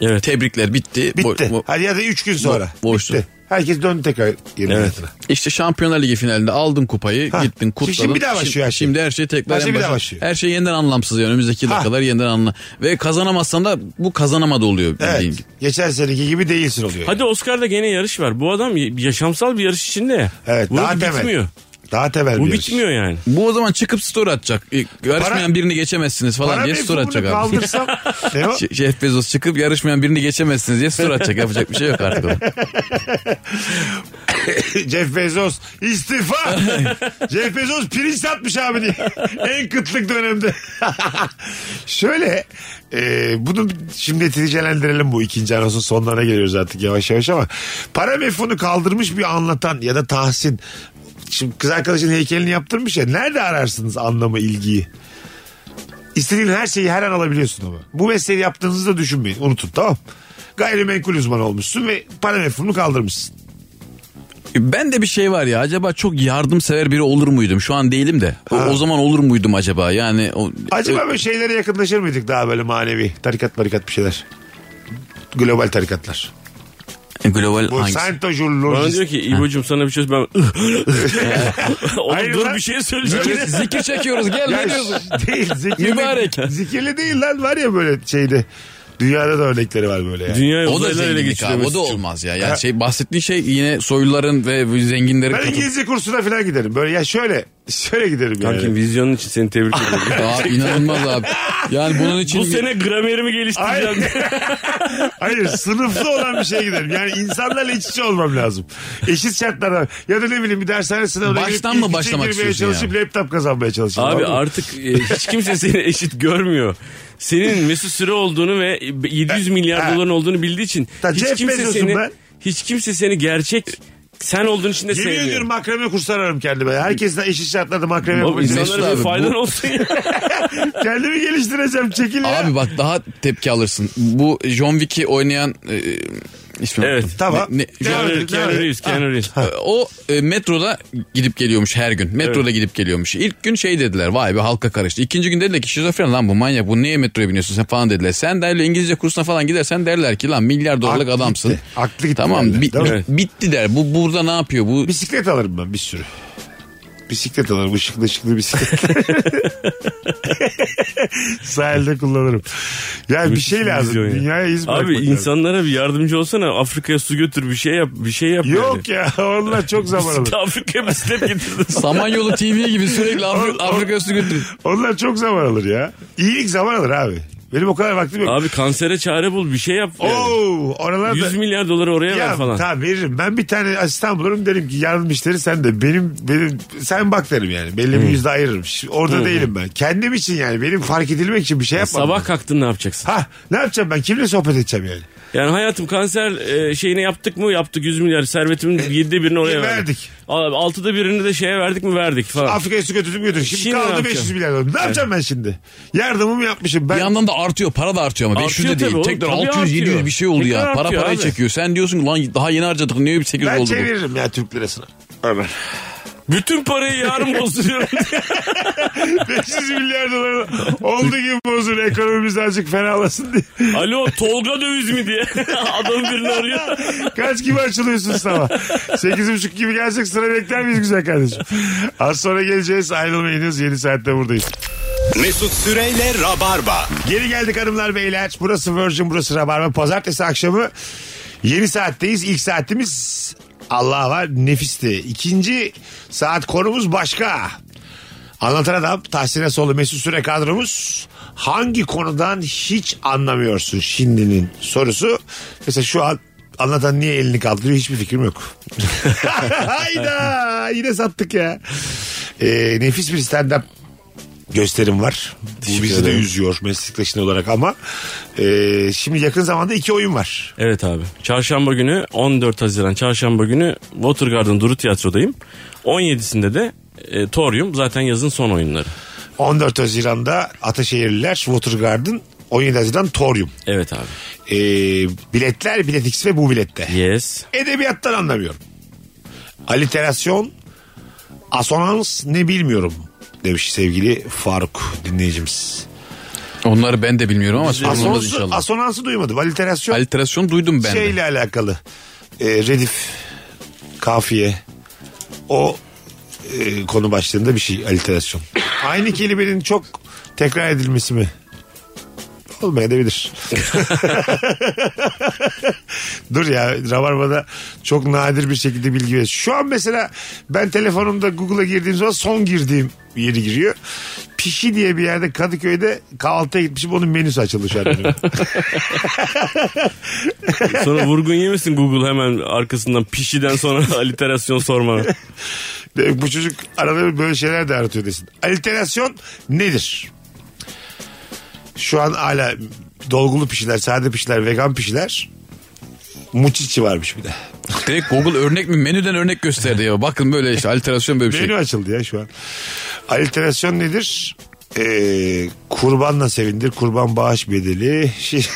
Speaker 5: Evet.
Speaker 4: tebrikler bitti.
Speaker 3: bitti.
Speaker 4: Bo- bo-
Speaker 3: Hadi ya da 3 gün sonra.
Speaker 4: Bo- boştu.
Speaker 3: Bitti. Herkes döndü tekrar yerine.
Speaker 5: Evet.
Speaker 3: hayatına.
Speaker 4: İşte Şampiyonlar Ligi finalinde aldın kupayı,
Speaker 3: Ha.
Speaker 4: gittin kutladın.
Speaker 3: Şimdi bir daha başlıyor her şey.
Speaker 4: Şimdi her şey tekrar
Speaker 3: Her şey
Speaker 4: en
Speaker 3: bir daha
Speaker 4: başa-
Speaker 3: başlıyor.
Speaker 4: Her şey yeniden anlamsız yani önümüzdeki
Speaker 3: Ha.
Speaker 4: dakikalar yeniden anlam. Ve kazanamazsan da bu kazanamadı oluyor bildiğin
Speaker 3: Evet.
Speaker 4: gibi.
Speaker 3: Geçen seneki gibi değilsin oluyor.
Speaker 5: Hadi Oscar'da gene yarış var. Bu adam yaşamsal bir yarış içinde ya.
Speaker 3: Evet,
Speaker 5: Bu
Speaker 3: daha temel.
Speaker 5: bitmiyor.
Speaker 3: Daha temel
Speaker 5: Bu
Speaker 3: bir yarış.
Speaker 5: bitmiyor yani.
Speaker 4: Bu o zaman çıkıp story atacak. E, Yarışmayan
Speaker 3: Para-
Speaker 4: birini geçemezsiniz falan
Speaker 3: Para
Speaker 4: diye story
Speaker 3: mevhumunu
Speaker 4: atacak abi. Şey-
Speaker 3: kaldırsam ne o?
Speaker 4: Ş- Jeff Bezos çıkıp yarışmayan birini geçemezsiniz diye story atacak. Yapacak bir şey yok artık. onun.
Speaker 3: Jeff Bezos istifa. Jeff Bezos pirinç satmış abi diye. en kıtlık dönemde. Şöyle e, bunu şimdi neticelendirelim bu ikinci anonsun sonlarına geliyoruz artık yavaş yavaş ama para mefunu kaldırmış bir anlatan ya da Tahsin şimdi kız arkadaşın heykelini yaptırmış ya nerede ararsınız anlamı ilgiyi? İstediğin her şeyi her an alabiliyorsun ama. Bu mesleği yaptığınızı da düşünmeyin. Unutun tamam. Gayrimenkul uzmanı olmuşsun ve para mefhumunu kaldırmışsın.
Speaker 4: ben de bir şey var ya. Acaba çok yardımsever biri olur muydum? Şu an değilim de. O, o zaman olur muydum acaba? Yani o,
Speaker 3: Acaba böyle şeylere yakınlaşır mıydık daha böyle manevi? Tarikat marikat bir şeyler. Global tarikatlar.
Speaker 4: Global
Speaker 3: Bu
Speaker 4: hangisi?
Speaker 5: Bana
Speaker 3: Santojurlojist.
Speaker 5: diyor ki İbo'cum sana bir şey ben... Oğlum
Speaker 3: Hayır
Speaker 5: dur
Speaker 3: lan.
Speaker 5: bir şey söyleyeceğim.
Speaker 4: Zikir çekiyoruz gel
Speaker 3: Ya
Speaker 4: ne diyorsun?
Speaker 3: Değil zikirli.
Speaker 4: Mübarek.
Speaker 3: Zikirli değil lan var ya böyle şeyde. Dünyada da örnekleri var böyle yani.
Speaker 5: Dünya
Speaker 4: O da
Speaker 5: uzaylar ele
Speaker 4: zenginlik
Speaker 5: geçiriyor.
Speaker 4: abi o da
Speaker 5: Mesut'cum.
Speaker 4: olmaz ya. Yani şey bahsettiğin şey yine soyluların ve zenginlerin
Speaker 3: Ben
Speaker 4: katı.
Speaker 3: İngilizce kursuna falan giderim. Böyle ya şöyle şöyle giderim yani.
Speaker 5: Kankim vizyonun için seni tebrik ediyorum.
Speaker 4: Abi inanılmaz abi. Yani bunun için
Speaker 5: Bu sene gramerimi geliştireceğim.
Speaker 3: Hayır. Hayır sınıflı olan bir şeye giderim. Yani insanlarla iç içe olmam lazım. Eşit şartlarda. Ya da ne bileyim bir dershane sınavına girip
Speaker 4: Baştan
Speaker 3: ilk
Speaker 4: mı
Speaker 3: üçe
Speaker 4: başlamak
Speaker 3: girmeye
Speaker 4: istiyorsun
Speaker 3: çalışıp laptop kazanmaya çalışıyorum.
Speaker 5: Abi
Speaker 3: Anladın mı?
Speaker 5: artık e, hiç kimse seni eşit görmüyor. Senin Mesut Süre olduğunu ve 700 milyar
Speaker 3: Ha.
Speaker 5: doların olduğunu bildiği için
Speaker 3: Ta
Speaker 5: hiç
Speaker 3: Jeff
Speaker 5: kimse
Speaker 3: Bezos'um
Speaker 5: seni
Speaker 3: ben.
Speaker 5: hiç kimse seni gerçek sen olduğun için de
Speaker 3: Yemin ediyorum
Speaker 5: sevmiyor.
Speaker 3: makreme kurslar ararım kendime. Herkesten eşit şartlarda makreme
Speaker 5: Baba
Speaker 3: yapacağım.
Speaker 4: Mesut
Speaker 5: insanlara
Speaker 4: abi,
Speaker 5: bir
Speaker 4: bu-
Speaker 5: faydan olsun ya.
Speaker 3: Kendimi geliştireceğim. Çekil ya.
Speaker 4: Abi bak daha tepki alırsın. Bu John Wick'i oynayan e, ismi
Speaker 5: Evet.
Speaker 4: unuttum.
Speaker 3: Tamam.
Speaker 4: Ne- ne-
Speaker 3: Devam edin, devam
Speaker 5: Keanu
Speaker 3: edin.
Speaker 5: Reeves, Keanu Reeves.
Speaker 4: E, o e, metroda gidip geliyormuş her gün. Metroda gidip geliyormuş. İlk gün şey dediler vay be halka karıştı. İkinci gün dediler ki şizofren lan bu manyak bu niye metroya biniyorsun sen falan dediler. Sen derler İngilizce kursuna falan gidersen derler ki lan milyar dolarlık
Speaker 3: Aklı
Speaker 4: adamsın.
Speaker 3: gitti. Aklı gitti derler,
Speaker 4: Tamam bi-
Speaker 3: değil mi?
Speaker 4: bi- bitti der. Bu burada ne yapıyor bu?
Speaker 3: Bisiklet alırım ben bir sürü. Bisiklet alırım. Işıklı ışıklı bisiklet. Sahilde kullanırım. Yani bir şey lazım.
Speaker 5: Vizyon ya.
Speaker 3: Dünyaya iz bırakmak
Speaker 5: Abi
Speaker 3: lazım.
Speaker 5: insanlara bir yardımcı olsana. Afrika'ya su götür bir şey yap bir şey yap.
Speaker 3: Yok ya onlar çok zaman alır.
Speaker 5: Yani. Afrika'ya bisiklet getirdin.
Speaker 4: Samanyolu TV gibi sürekli Afri- Afrika üstü götürüyor.
Speaker 3: Onlar çok zaman alır ya. İyilik zaman alır abi. Benim o kadar vaktim yok.
Speaker 5: Abi kansere çare bul bir şey yap. yani.
Speaker 3: Oo, oralarda...
Speaker 5: 100 milyar doları oraya ver
Speaker 3: Ya
Speaker 5: falan.
Speaker 3: tamam veririm. Ben bir tane asistan bulurum derim ki yarın müşteri sen de benim benim sen bak derim yani.
Speaker 5: Hmm.
Speaker 3: Belli bir yüzde ayırırım. Ş- Orada değilim ben. Kendim için yani benim fark edilmek için bir şey yapmam.
Speaker 5: Sabah kalktın ne yapacaksın?
Speaker 3: Ha ne yapacağım ben? Kimle sohbet edeceğim yani?
Speaker 5: Yani hayatım kanser e, şeyini yaptık mı? Yaptık 100 milyar. Sevetimin 7'de birini oraya
Speaker 3: e,
Speaker 5: verdik.
Speaker 3: verdik.
Speaker 5: Abi 6'da birini de şeye verdik mi? Verdik falan.
Speaker 3: Afrika'ya su götürdüm götürdüm. Şimdi,
Speaker 5: Şimdi ne
Speaker 3: kaldı
Speaker 5: yapacağım?
Speaker 3: 500 milyar dolar. Ne yapacağım ben şimdi? Yardımımı yapmışım. Ben
Speaker 4: Bir yandan da artıyor para da artıyor ama 500 de
Speaker 5: Artıyor
Speaker 4: değil.
Speaker 5: tabii oğlum,
Speaker 4: Tekrar
Speaker 5: tabii
Speaker 4: 600
Speaker 5: artıyor.
Speaker 4: 700 bir şey oldu
Speaker 5: Tekrar
Speaker 4: ya. Para
Speaker 5: artıyor
Speaker 4: parayı
Speaker 5: abi.
Speaker 4: çekiyor. Sen diyorsun ki lan daha yeni harcadık niye bir 800
Speaker 3: ben
Speaker 4: oldu bu?
Speaker 3: çeviririm ya Türk lirasına. Ömer.
Speaker 5: Bütün parayı yarın bozuluyorum.
Speaker 3: 500 milyar dolar oldu gibi bozun ekonomimiz azıcık fenalasın diye.
Speaker 5: Alo Tolga döviz mi diye. Adam birini arıyor.
Speaker 3: Kaç gibi açılıyorsun sabah? 8.30 gibi gelsek sıra bekler miyiz güzel kardeşim? Az sonra geleceğiz ayrılmayınız 7 saatte buradayız.
Speaker 2: Mesut Süreyle Rabarba.
Speaker 3: Geri geldik hanımlar beyler. Burası Virgin, burası Rabarba. Pazartesi akşamı yeni saatteyiz. İlk saatimiz Allah var nefisti. İkinci saat konumuz başka. Anlatan Adam, Tahsin Esoğlu, Mesut Süre kadromuz. Hangi konudan hiç anlamıyorsun şimdinin sorusu. Mesela şu an anlatan niye elini kaldırıyor hiçbir fikrim yok. Hayda yine sattık ya. Ee, nefis bir stand-up gösterim var. Bu bizi de üzüyor meslektaşın olarak ama e, şimdi yakın zamanda iki oyun var.
Speaker 5: Evet abi. Çarşamba günü 14 Haziran Çarşamba günü Watergarden Duru Tiyatro'dayım. 17'sinde de e, Torium zaten yazın son oyunları.
Speaker 3: 14 Haziran'da Ataşehirliler Watergarden 17 Haziran Torium.
Speaker 5: Evet abi.
Speaker 3: E, biletler Bilet X ve bu bilette.
Speaker 5: Yes.
Speaker 3: Edebiyattan anlamıyorum. Aliterasyon, asonans ne bilmiyorum demiş sevgili Faruk dinleyicimiz.
Speaker 4: Onları ben de bilmiyorum ama sorun olmaz
Speaker 3: Asonansı,
Speaker 4: inşallah.
Speaker 3: asonansı duymadım. Aliterasyon
Speaker 4: Aliterasyon duydum ben de.
Speaker 3: şeyle alakalı. E, redif, kafiye. O e, konu başlığında bir şey aliterasyon. Aynı kelimenin çok tekrar edilmesi mi? Olmayabilir. Dur ya Rabarba'da çok nadir bir şekilde bilgi ver. Şu an mesela ben telefonumda Google'a girdiğim zaman son girdiğim yeri giriyor. Pişi diye bir yerde Kadıköy'de kahvaltıya gitmişim onun menüsü açıldı şu an. önüme.
Speaker 5: Sonra vurgun yemesin Google hemen arkasından pişiden sonra aliterasyon sormana.
Speaker 3: Demek bu çocuk arada bir böyle şeyler de aratıyor desin. Aliterasyon nedir? Şu an hala dolgulu pişiler, sade pişiler, vegan pişiler. Muçiçi varmış bir de.
Speaker 4: Direkt Google örnek mi menüden örnek gösterdi ya. Bakın böyle işte aliterasyon böyle bir şey.
Speaker 3: Menü açıldı ya şu an. Aliterasyon nedir? Ee, kurbanla sevindir, kurban bağış bedeli. Şey,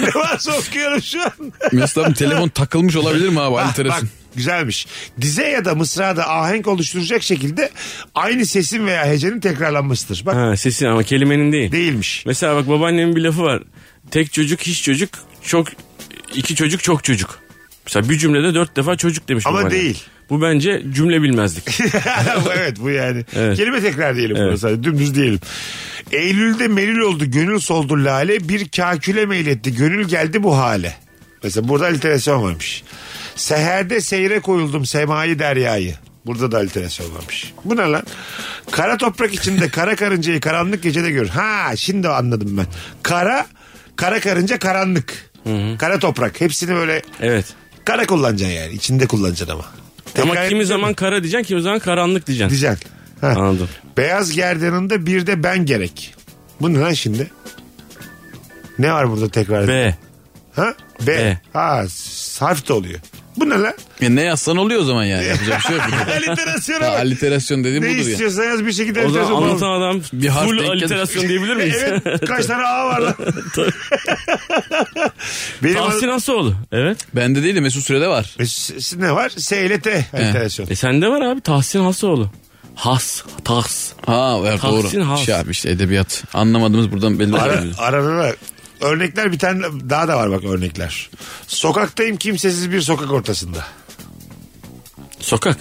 Speaker 3: ne varsa okuyorum şu an.
Speaker 4: Mesela bir telefon takılmış olabilir mi abi
Speaker 3: Bak, bak
Speaker 4: aliterasyon?
Speaker 3: güzelmiş. Dize ya da mısrada ahenk oluşturacak şekilde aynı sesin veya hecenin tekrarlanmasıdır. Bak
Speaker 5: Ha sesin ama kelimenin değil.
Speaker 3: değilmiş.
Speaker 5: Mesela bak babaannemin bir lafı var. Tek çocuk hiç çocuk çok iki çocuk çok çocuk. Mesela bir cümlede dört defa çocuk demiş.
Speaker 3: Ama
Speaker 5: babaannem.
Speaker 3: değil.
Speaker 5: Bu bence cümle bilmezlik.
Speaker 3: Bu evet bu yani.
Speaker 5: Evet.
Speaker 3: Kelime tekrar diyelim burası. Hadi Dümdüz diyelim. Eylül'de melil oldu gönül soldu lale bir kaküle meyletti gönül geldi bu hale. Mesela burada aliterasyon varmış. Seherde seyre koyuldum semayı deryayı. Burada da aliterasyon varmış. Bu ne lan? Kara toprak içinde kara karıncayı karanlık gecede görür. Ha şimdi anladım ben. Kara, kara karınca karanlık. Kara toprak. Hepsini böyle
Speaker 5: Evet.
Speaker 3: kara kullanacaksın yani. İçinde kullanacaksın ama.
Speaker 5: Ama
Speaker 3: Tekrar
Speaker 5: kimi zaman kara diyeceksin, kimi zaman karanlık diyeceksin.
Speaker 3: diyeceksin. Ha.
Speaker 5: Anladım.
Speaker 3: Beyaz gerdanında bir de ben gerek. Bu ne lan şimdi? Ne var burada tekrar?
Speaker 5: B.
Speaker 3: Ha? B.
Speaker 5: B.
Speaker 3: Ha, s- harf de oluyor. Bu ne lan?
Speaker 4: Ya ne yazsan oluyor o zaman yani. Yapacak bir şey yok.
Speaker 3: Aliterasyona
Speaker 4: Ha,
Speaker 3: bak.
Speaker 4: Aliterasyon dediğim
Speaker 3: ne
Speaker 4: budur ya.
Speaker 3: istiyorsan yaz bir şekilde
Speaker 5: O zaman
Speaker 3: aliterasyon
Speaker 5: anlatan
Speaker 3: bulalım.
Speaker 5: adam
Speaker 4: Bir harf denk
Speaker 5: full
Speaker 4: gelir.
Speaker 5: aliterasyon diyebilir miyiz?
Speaker 3: Evet kaç tane A var lan? Benim
Speaker 5: Tahsin Asoğlu. Evet.
Speaker 4: Bende değil de Mesut Süre'de var.
Speaker 3: adım- S- s- ne var? S ile T aliterasyon.
Speaker 5: E sende var abi Tahsin Hasoğlu. Has, Tahs.
Speaker 4: Ha evet, doğru.
Speaker 5: Tahsin Has.
Speaker 4: Şey abi işte edebiyat. Anlamadığımız buradan
Speaker 5: E,
Speaker 4: belli
Speaker 3: Ara,
Speaker 4: oluyor.
Speaker 3: arada da örnekler bir tane daha da var bak örnekler. Sokaktayım kimsesiz bir sokak ortasında.
Speaker 5: Sokak.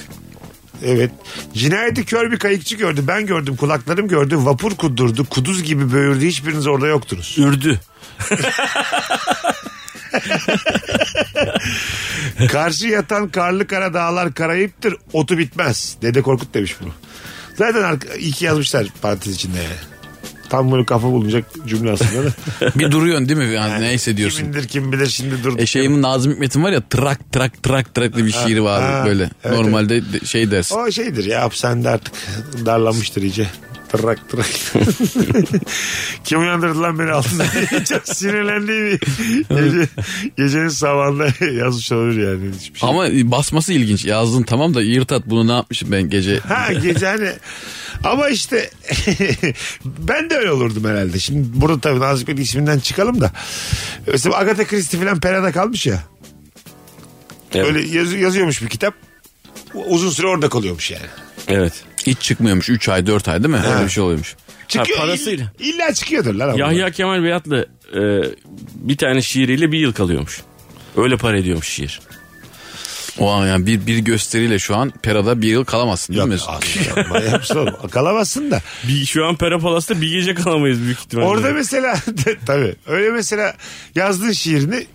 Speaker 3: Evet. Cinayeti kör bir kayıkçı gördü. Ben gördüm, kulaklarım gördü. Vapur kudurdu. Kuduz gibi böğürdü. Hiçbiriniz orada yoktunuz.
Speaker 5: Ürdü.
Speaker 3: Karşı yatan karlı kara dağlar karayiptir. Otu bitmez. Dede Korkut demiş bunu. Zaten arka, iyi ki yazmışlar parantez içinde yani. Tam böyle kafa bulunacak cümle aslında da.
Speaker 4: bir duruyorsun değil mi? Yani, neyse diyorsun.
Speaker 3: Kimindir kim bilir şimdi durdu.
Speaker 4: E şeyimin Nazım Hikmet'in var ya trak trak trak trak diye bir şiiri var
Speaker 3: ha,
Speaker 4: böyle.
Speaker 3: evet,
Speaker 4: Normalde de- şey dersin.
Speaker 3: O şeydir ya hapishanede artık darlanmıştır iyice. Tırrak tırrak. Kim uyandırdı lan beni altında? Çok sinirlendiğim gece, gecenin sabahında yazmış olabilir yani. Hiçbir şey.
Speaker 4: Ama basması ilginç. Yazdın tamam da yırtat bunu ne yapmışım ben gece.
Speaker 3: Ha gece hani ama işte ben de öyle olurdum herhalde. Şimdi burada tabii Nazım Hikmet isminden çıkalım da. Mesela Agatha Christie falan Pera'da kalmış ya.
Speaker 5: Evet.
Speaker 3: Öyle yaz- yazıyormuş bir kitap. Uzun süre orada kalıyormuş yani.
Speaker 5: Evet.
Speaker 4: Hiç çıkmıyormuş 3 ay 4 ay değil mi? Öyle bir şey oluyormuş.
Speaker 3: Çıkıyor.
Speaker 5: Ha, parasıyla.
Speaker 3: ill- İlla çıkıyordur lan. ama.
Speaker 5: Yahya Kemal Beyatlı e, bir tane şiiriyle bir yıl kalıyormuş. Öyle para ediyormuş şiir.
Speaker 4: O an yani bir, bir gösteriyle şu an Pera'da bir yıl kalamazsın değil mi? Mesut?
Speaker 3: Yapma, yapsın oğlum. Kalamazsın da.
Speaker 5: Bir, şu an Pera Palas'ta bir gece kalamayız büyük ihtimalle.
Speaker 3: Orada mesela tabii öyle mesela yazdığın şiirini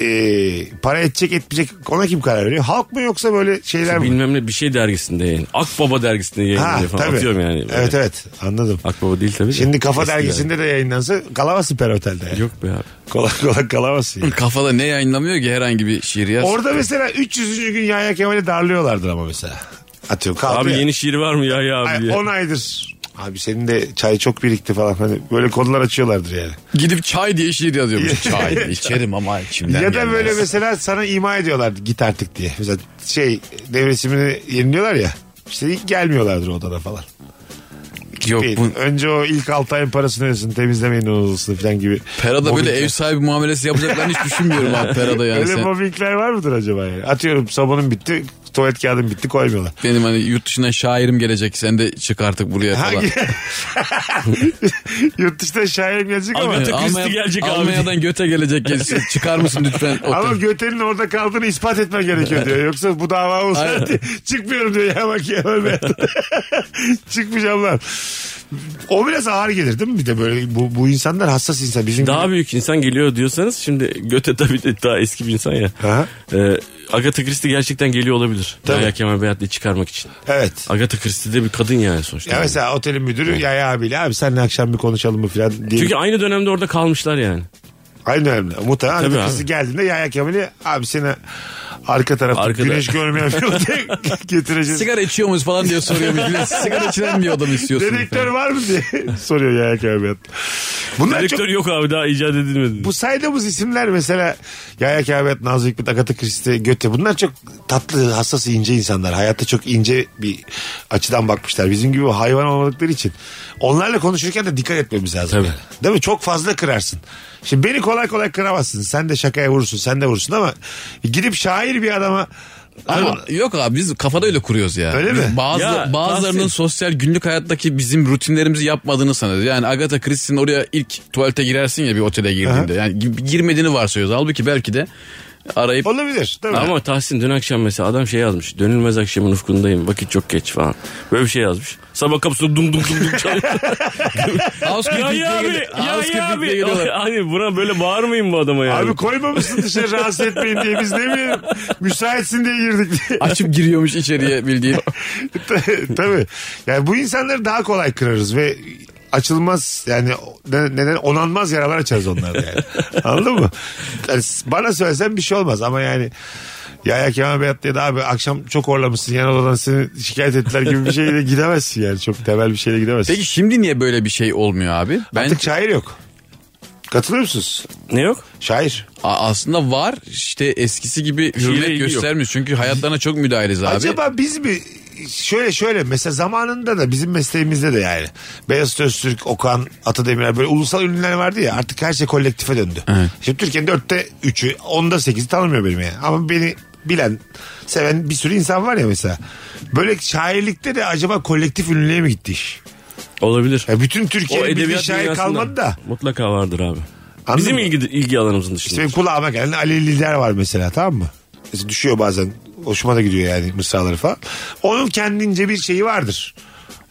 Speaker 3: e, para edecek etmeyecek ona kim karar veriyor? Halk mı yoksa böyle şeyler mi?
Speaker 5: Bilmem ne bir şey dergisinde yayın. Akbaba dergisinde
Speaker 3: Ha
Speaker 5: yayınlanıyor falan.
Speaker 3: tabii.
Speaker 5: Atıyorum yani.
Speaker 3: Evet evet anladım.
Speaker 5: Akbaba değil tabii. de.
Speaker 3: Şimdi Kafa
Speaker 5: Eski
Speaker 3: dergisinde de yayınlansa kalamazsın per otelde.
Speaker 5: dergi.
Speaker 3: Yani.
Speaker 5: Yok be abi.
Speaker 3: Kolay kolay kalamazsın. yani.
Speaker 4: Kafada ne yayınlamıyor ki herhangi bir şiir yaz.
Speaker 3: Orada mesela 300. gün Yahya Kemal'i darlıyorlardır ama mesela. Atıyorum kaldı
Speaker 5: Abi
Speaker 3: ya.
Speaker 5: yeni şiiri var mı Yahya abi
Speaker 3: Ay,
Speaker 5: diye.
Speaker 3: 10 aydır. Abi senin de çay çok birikti falan. Hani böyle konular açıyorlardır yani.
Speaker 4: Gidip çay diye şiir yazıyormuş. çay içerim ama içimden
Speaker 3: Ya da
Speaker 4: gelmez.
Speaker 3: böyle mesela sana ima ediyorlardı git artık diye. Mesela şey devresimini yeniliyorlar ya. İşte ilk gelmiyorlardır odada falan.
Speaker 4: Yok
Speaker 3: Bir-
Speaker 4: bu
Speaker 3: Önce o ilk 6 ayın parasını ödesin temizlemeyin odasını falan gibi.
Speaker 4: Pera'da böyle
Speaker 3: Mobbingler.
Speaker 4: ev sahibi muamelesi yapacaklarını hiç düşünmüyorum abi Pera'da yani.
Speaker 3: Öyle
Speaker 4: Sen-
Speaker 3: mobbingler var mıdır acaba yani? Atıyorum sabunum bitti tuvalet kağıdım bitti koymuyorlar.
Speaker 4: Benim hani yurt dışından şairim gelecek sen de çık artık buraya falan.
Speaker 3: Hangi? Yurt dışında şair gelecek ama.
Speaker 5: Agatha Christie
Speaker 4: Almanya-
Speaker 5: gelecek abi.
Speaker 4: Hani Almanya'dan göte gelecek gelsin. Çıkar mısın lütfen?
Speaker 3: Ama
Speaker 4: otel?
Speaker 3: Göte'nin orada kaldığını ispat etmen gerekiyor diyor. Yoksa bu dava olsa
Speaker 4: Aynen.
Speaker 3: çıkmıyorum diyor ya bak ya ben. Çıkmayacağım lan. O biraz ağır gelir değil mi? Bir de böyle bu, bu insanlar hassas insan. Bizim
Speaker 5: Daha
Speaker 3: gibi-
Speaker 5: büyük insan geliyor diyorsanız şimdi Göte tabii de daha eski bir insan ya.
Speaker 3: Aha.
Speaker 5: Ee, Agatha Christie gerçekten geliyor olabilir.
Speaker 3: Tabii.
Speaker 5: Yahya Kemal Beyatlı'yı çıkarmak için.
Speaker 3: Evet.
Speaker 5: Agatha Christie de bir kadın yani sonuçta.
Speaker 3: Ya mesela otelin müdürü ya ya abiyle abi senle akşam bir konuşalım mı filan diye.
Speaker 5: Çünkü aynı dönemde orada kalmışlar yani.
Speaker 3: Aynı önemli. Muhtemelen
Speaker 5: Tabii
Speaker 3: Tabii kızı
Speaker 5: abi.
Speaker 3: geldiğinde Yahya Kemal'i abi seni arka tarafta
Speaker 5: Arkada.
Speaker 3: güneş görmeyen bir odaya getireceğiz.
Speaker 4: Sigara içiyor muyuz falan diye soruyormuş. Bir de Sigara içilen bir adam istiyorsun.
Speaker 3: Dedektör var mı diye soruyor Yahya Kemal. Bunlar çok
Speaker 5: Direktör yok abi daha icat edilmedi.
Speaker 3: bu saydığımız isimler mesela Yahya Kemal, Nazım Hikmet, Agatha Christie, Göte bunlar çok tatlı, hassas, ince insanlar. Hayata çok ince bir açıdan bakmışlar. Bizim gibi hayvan olmadıkları için. Onlarla konuşurken de dikkat etmemiz lazım.
Speaker 5: Tabii.
Speaker 3: yani. Değil mi? Çok fazla kırarsın. Şimdi beni kolay kolay kıramazsın. Sen de şakaya vurursun, sen de vurursun ama gidip şair bir adama
Speaker 4: Ama yok abi biz kafada öyle kuruyoruz ya.
Speaker 3: Öyle
Speaker 4: Biz
Speaker 3: mi?
Speaker 4: Bazı,
Speaker 5: Ya,
Speaker 4: bazılarının
Speaker 5: Tahsin.
Speaker 4: Arayıp
Speaker 3: Olabilir. Tabii.
Speaker 5: Ama Tahsin dün akşam mesela adam şey yazmış. Dönülmez akşamın ufkundayım. Vakit çok geç falan. Böyle bir şey yazmış. Sabah kapısında dum dum dum dum çalıyor. ya ya abi. Ya ya abi. Hani buna böyle bağırmayın bu adama yani.
Speaker 3: Abi koymamışsın dışarı rahatsız etmeyin diye biz ne bileyim müsaitsin diye girdik diye.
Speaker 4: Açıp giriyormuş içeriye bildiğin.
Speaker 3: Ta- Tabii. Yani bu insanları daha kolay kırarız ve açılmaz yani ne- neden onanmaz yaralar açarız onlarda yani. Anladın mı? Yani s- bana söylesen bir şey olmaz ama yani ya ya Kemal Bey attı ya da abi akşam çok orlamışsın yan odadan seni şikayet ettiler gibi bir şeyle gidemezsin yani çok temel bir şeyle gidemezsin.
Speaker 4: Peki şimdi niye böyle bir şey olmuyor abi? Ben
Speaker 3: Artık şair yok. Katılıyor musunuz?
Speaker 5: Ne yok?
Speaker 3: Şair.
Speaker 4: A- aslında var işte eskisi gibi
Speaker 5: ilgi
Speaker 4: hürmet
Speaker 5: yok.
Speaker 4: göstermiyor. Çünkü hayatlarına çok müdahiliz abi.
Speaker 3: şey Acaba biz mi şöyle şöyle mesela zamanında da bizim mesleğimizde de yani Beyaz Öztürk, Okan, Atademirer böyle ulusal ünlüler vardı ya artık her şey kolektife döndü. Şimdi Türkiye'nin dörtte üçü onda sekizi tanımıyor benim yani ama beni bilen seven bir sürü insan var ya mesela. Böyle şairlikte de acaba kolektif ünlüye mi gitti iş?
Speaker 5: Olabilir.
Speaker 3: Ya bütün Türkiye bir şair
Speaker 5: dünyasında
Speaker 3: kalmadı da.
Speaker 5: Mutlaka vardır abi.
Speaker 3: Anladın
Speaker 5: Bizim
Speaker 3: mı?
Speaker 5: ilgi, ilgi alanımızın dışında.
Speaker 3: İşte benim kulağıma gelen Ali Lider var mesela tamam mı? Mesela düşüyor bazen. Hoşuma da gidiyor yani mısraları falan. Onun kendince bir şeyi vardır.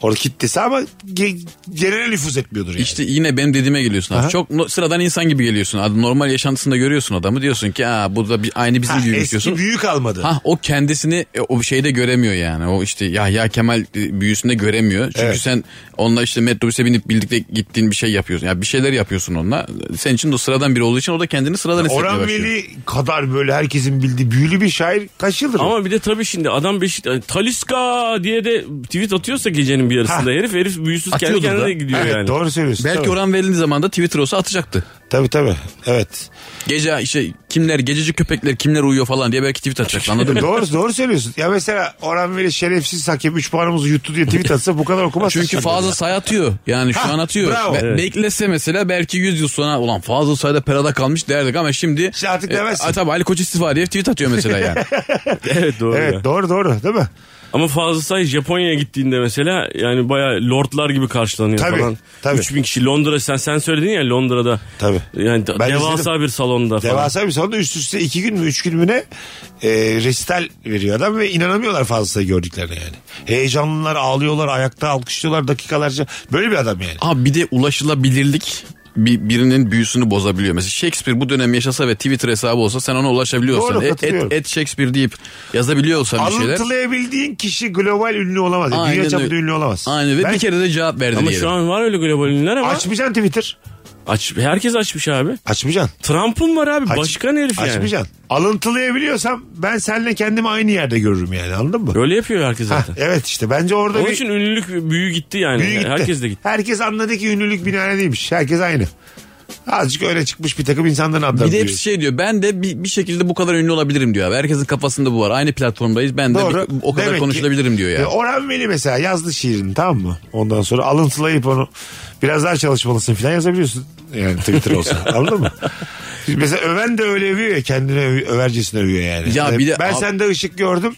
Speaker 3: Orada kitlesi ama ge- genel nüfuz etmiyordur yani.
Speaker 4: İşte yine benim dediğime geliyorsun abi.
Speaker 3: Aha.
Speaker 4: Çok no- sıradan insan gibi geliyorsun. Adam normal yaşantısında görüyorsun adamı. Diyorsun ki ha bu da bir, aynı bizim
Speaker 3: Ha,
Speaker 4: gibi
Speaker 3: eski
Speaker 4: diyorsun.
Speaker 3: büyük almadı.
Speaker 4: Ha o kendisini e, o şeyde göremiyor yani. O işte Yahya Kemal e, büyüsünde göremiyor. Çünkü
Speaker 3: Evet.
Speaker 4: sen onunla işte metrobüse binip birlikte gittiğin bir şey yapıyorsun. Ya bir şeyler yapıyorsun onunla. Senin için de o sıradan biri olduğu için o da kendini sıradan hissetmeye
Speaker 3: Orhan
Speaker 4: başlıyor.
Speaker 3: Veli kadar böyle herkesin bildiği büyülü bir şair kaç yıldır?
Speaker 5: Ama bir de tabii şimdi adam Beşiktaş Taliska diye de tweet atıyorsa gecenin bir yarısında
Speaker 3: Ha.
Speaker 5: herif herif büyüsüz
Speaker 4: Atıyordur
Speaker 5: kendi kendine
Speaker 4: da.
Speaker 5: gidiyor
Speaker 3: evet
Speaker 5: yani.
Speaker 3: doğru söylüyorsun.
Speaker 4: Belki
Speaker 3: tabii.
Speaker 4: Orhan Veli'nin zamanında Twitter olsa atacaktı.
Speaker 3: Tabii tabii. Evet.
Speaker 4: Gece işte kimler gececi köpekler kimler uyuyor falan diye belki tweet atacaktı anladın mı?
Speaker 3: doğru doğru söylüyorsun. Ya mesela Orhan Veli şerefsiz hakem 3 puanımızı yuttu diye tweet atsa bu kadar okumaz.
Speaker 4: Çünkü fazla say atıyor. Yani şu
Speaker 3: Ha,
Speaker 4: an atıyor.
Speaker 3: bravo.
Speaker 4: Be-
Speaker 3: Evet.
Speaker 4: Beklese mesela belki 100 yıl sonra ulan fazla sayda perada kalmış derdik ama şimdi
Speaker 3: İşte artık demezsin.
Speaker 4: E, tabii Ali Koç istifa diye tweet atıyor mesela yani.
Speaker 5: Evet doğru. ya.
Speaker 3: Evet doğru doğru değil mi?
Speaker 5: Ama Fazıl Say Japonya'ya gittiğinde mesela yani baya lordlar gibi karşılanıyor
Speaker 3: Tabii,
Speaker 5: falan.
Speaker 3: tabii.
Speaker 5: 3000 kişi Londra sen sen söyledin ya Londra'da.
Speaker 3: Tabii.
Speaker 5: Yani da-
Speaker 3: Ben
Speaker 5: devasa
Speaker 3: izledim.
Speaker 5: bir salonda falan.
Speaker 3: Devasa bir salonda üst üste iki gün mü üç gün mü ne e, resital veriyor adam ve inanamıyorlar fazlası gördüklerine yani. Heyecanlılar ağlıyorlar ayakta alkışlıyorlar dakikalarca böyle bir adam yani.
Speaker 4: Abi bir de ulaşılabilirlik bir, birinin büyüsünü bozabiliyor. Mesela Shakespeare bu dönem yaşasa ve Twitter hesabı olsa sen ona ulaşabiliyorsan.
Speaker 3: Doğru,
Speaker 4: et-
Speaker 3: katılıyorum.
Speaker 4: et, et Shakespeare deyip yazabiliyorsan bir şeyler.
Speaker 3: Anlatılayabildiğin kişi global ünlü olamaz. Yani. Dünya
Speaker 4: Aynen
Speaker 3: çapında
Speaker 4: öyle.
Speaker 3: ünlü olamaz.
Speaker 4: Aynen ve
Speaker 3: Ben-
Speaker 4: bir kere de cevap verdi
Speaker 5: Ama
Speaker 4: diyelim.
Speaker 5: şu an var öyle global ünlüler ama
Speaker 3: Açmayacaksın Twitter.
Speaker 5: aç, herkes açmış abi.
Speaker 3: Açmayacaksın.
Speaker 5: Trump'ın var abi
Speaker 3: Aç-
Speaker 5: başkan herif yani.
Speaker 3: Açmayacaksın. Alıntılayabiliyorsam ben seninle kendimi aynı yerde görürüm yani anladın mı?
Speaker 5: Öyle yapıyor herkes
Speaker 3: Ha,
Speaker 5: zaten.
Speaker 3: evet işte bence orada
Speaker 5: Onun
Speaker 3: bir
Speaker 5: için ünlülük büyü gitti yani.
Speaker 3: büyü gitti.
Speaker 5: Herkes de gitti.
Speaker 3: Herkes anladı ki ünlülük binane değilmiş. Herkes aynı. Azıcık öyle çıkmış bir takım insanların adları.
Speaker 4: Bir de
Speaker 3: duyuyor.
Speaker 4: hepsi şey diyor ben de bir, bir şekilde bu kadar ünlü olabilirim diyor abi. Herkesin kafasında bu var. Aynı platformdayız ben de
Speaker 3: Doğru.
Speaker 4: bir- o kadar
Speaker 3: Demek ki-
Speaker 4: konuşulabilirim diyor
Speaker 3: E,
Speaker 4: yani.
Speaker 3: Orhan Veli mesela yazdı şiirini tamam mı? Ondan sonra alıntılayıp onu biraz daha çalışmalısın falan yazabiliyorsun. Yani Twitter olsa anladın mı? Şimdi Mesela öven de öyle övüyor ya kendini öv- övercesine övüyor yani.
Speaker 4: Ya
Speaker 3: E,
Speaker 4: bir de-
Speaker 3: ben
Speaker 4: ab-
Speaker 3: sende ışık gördüm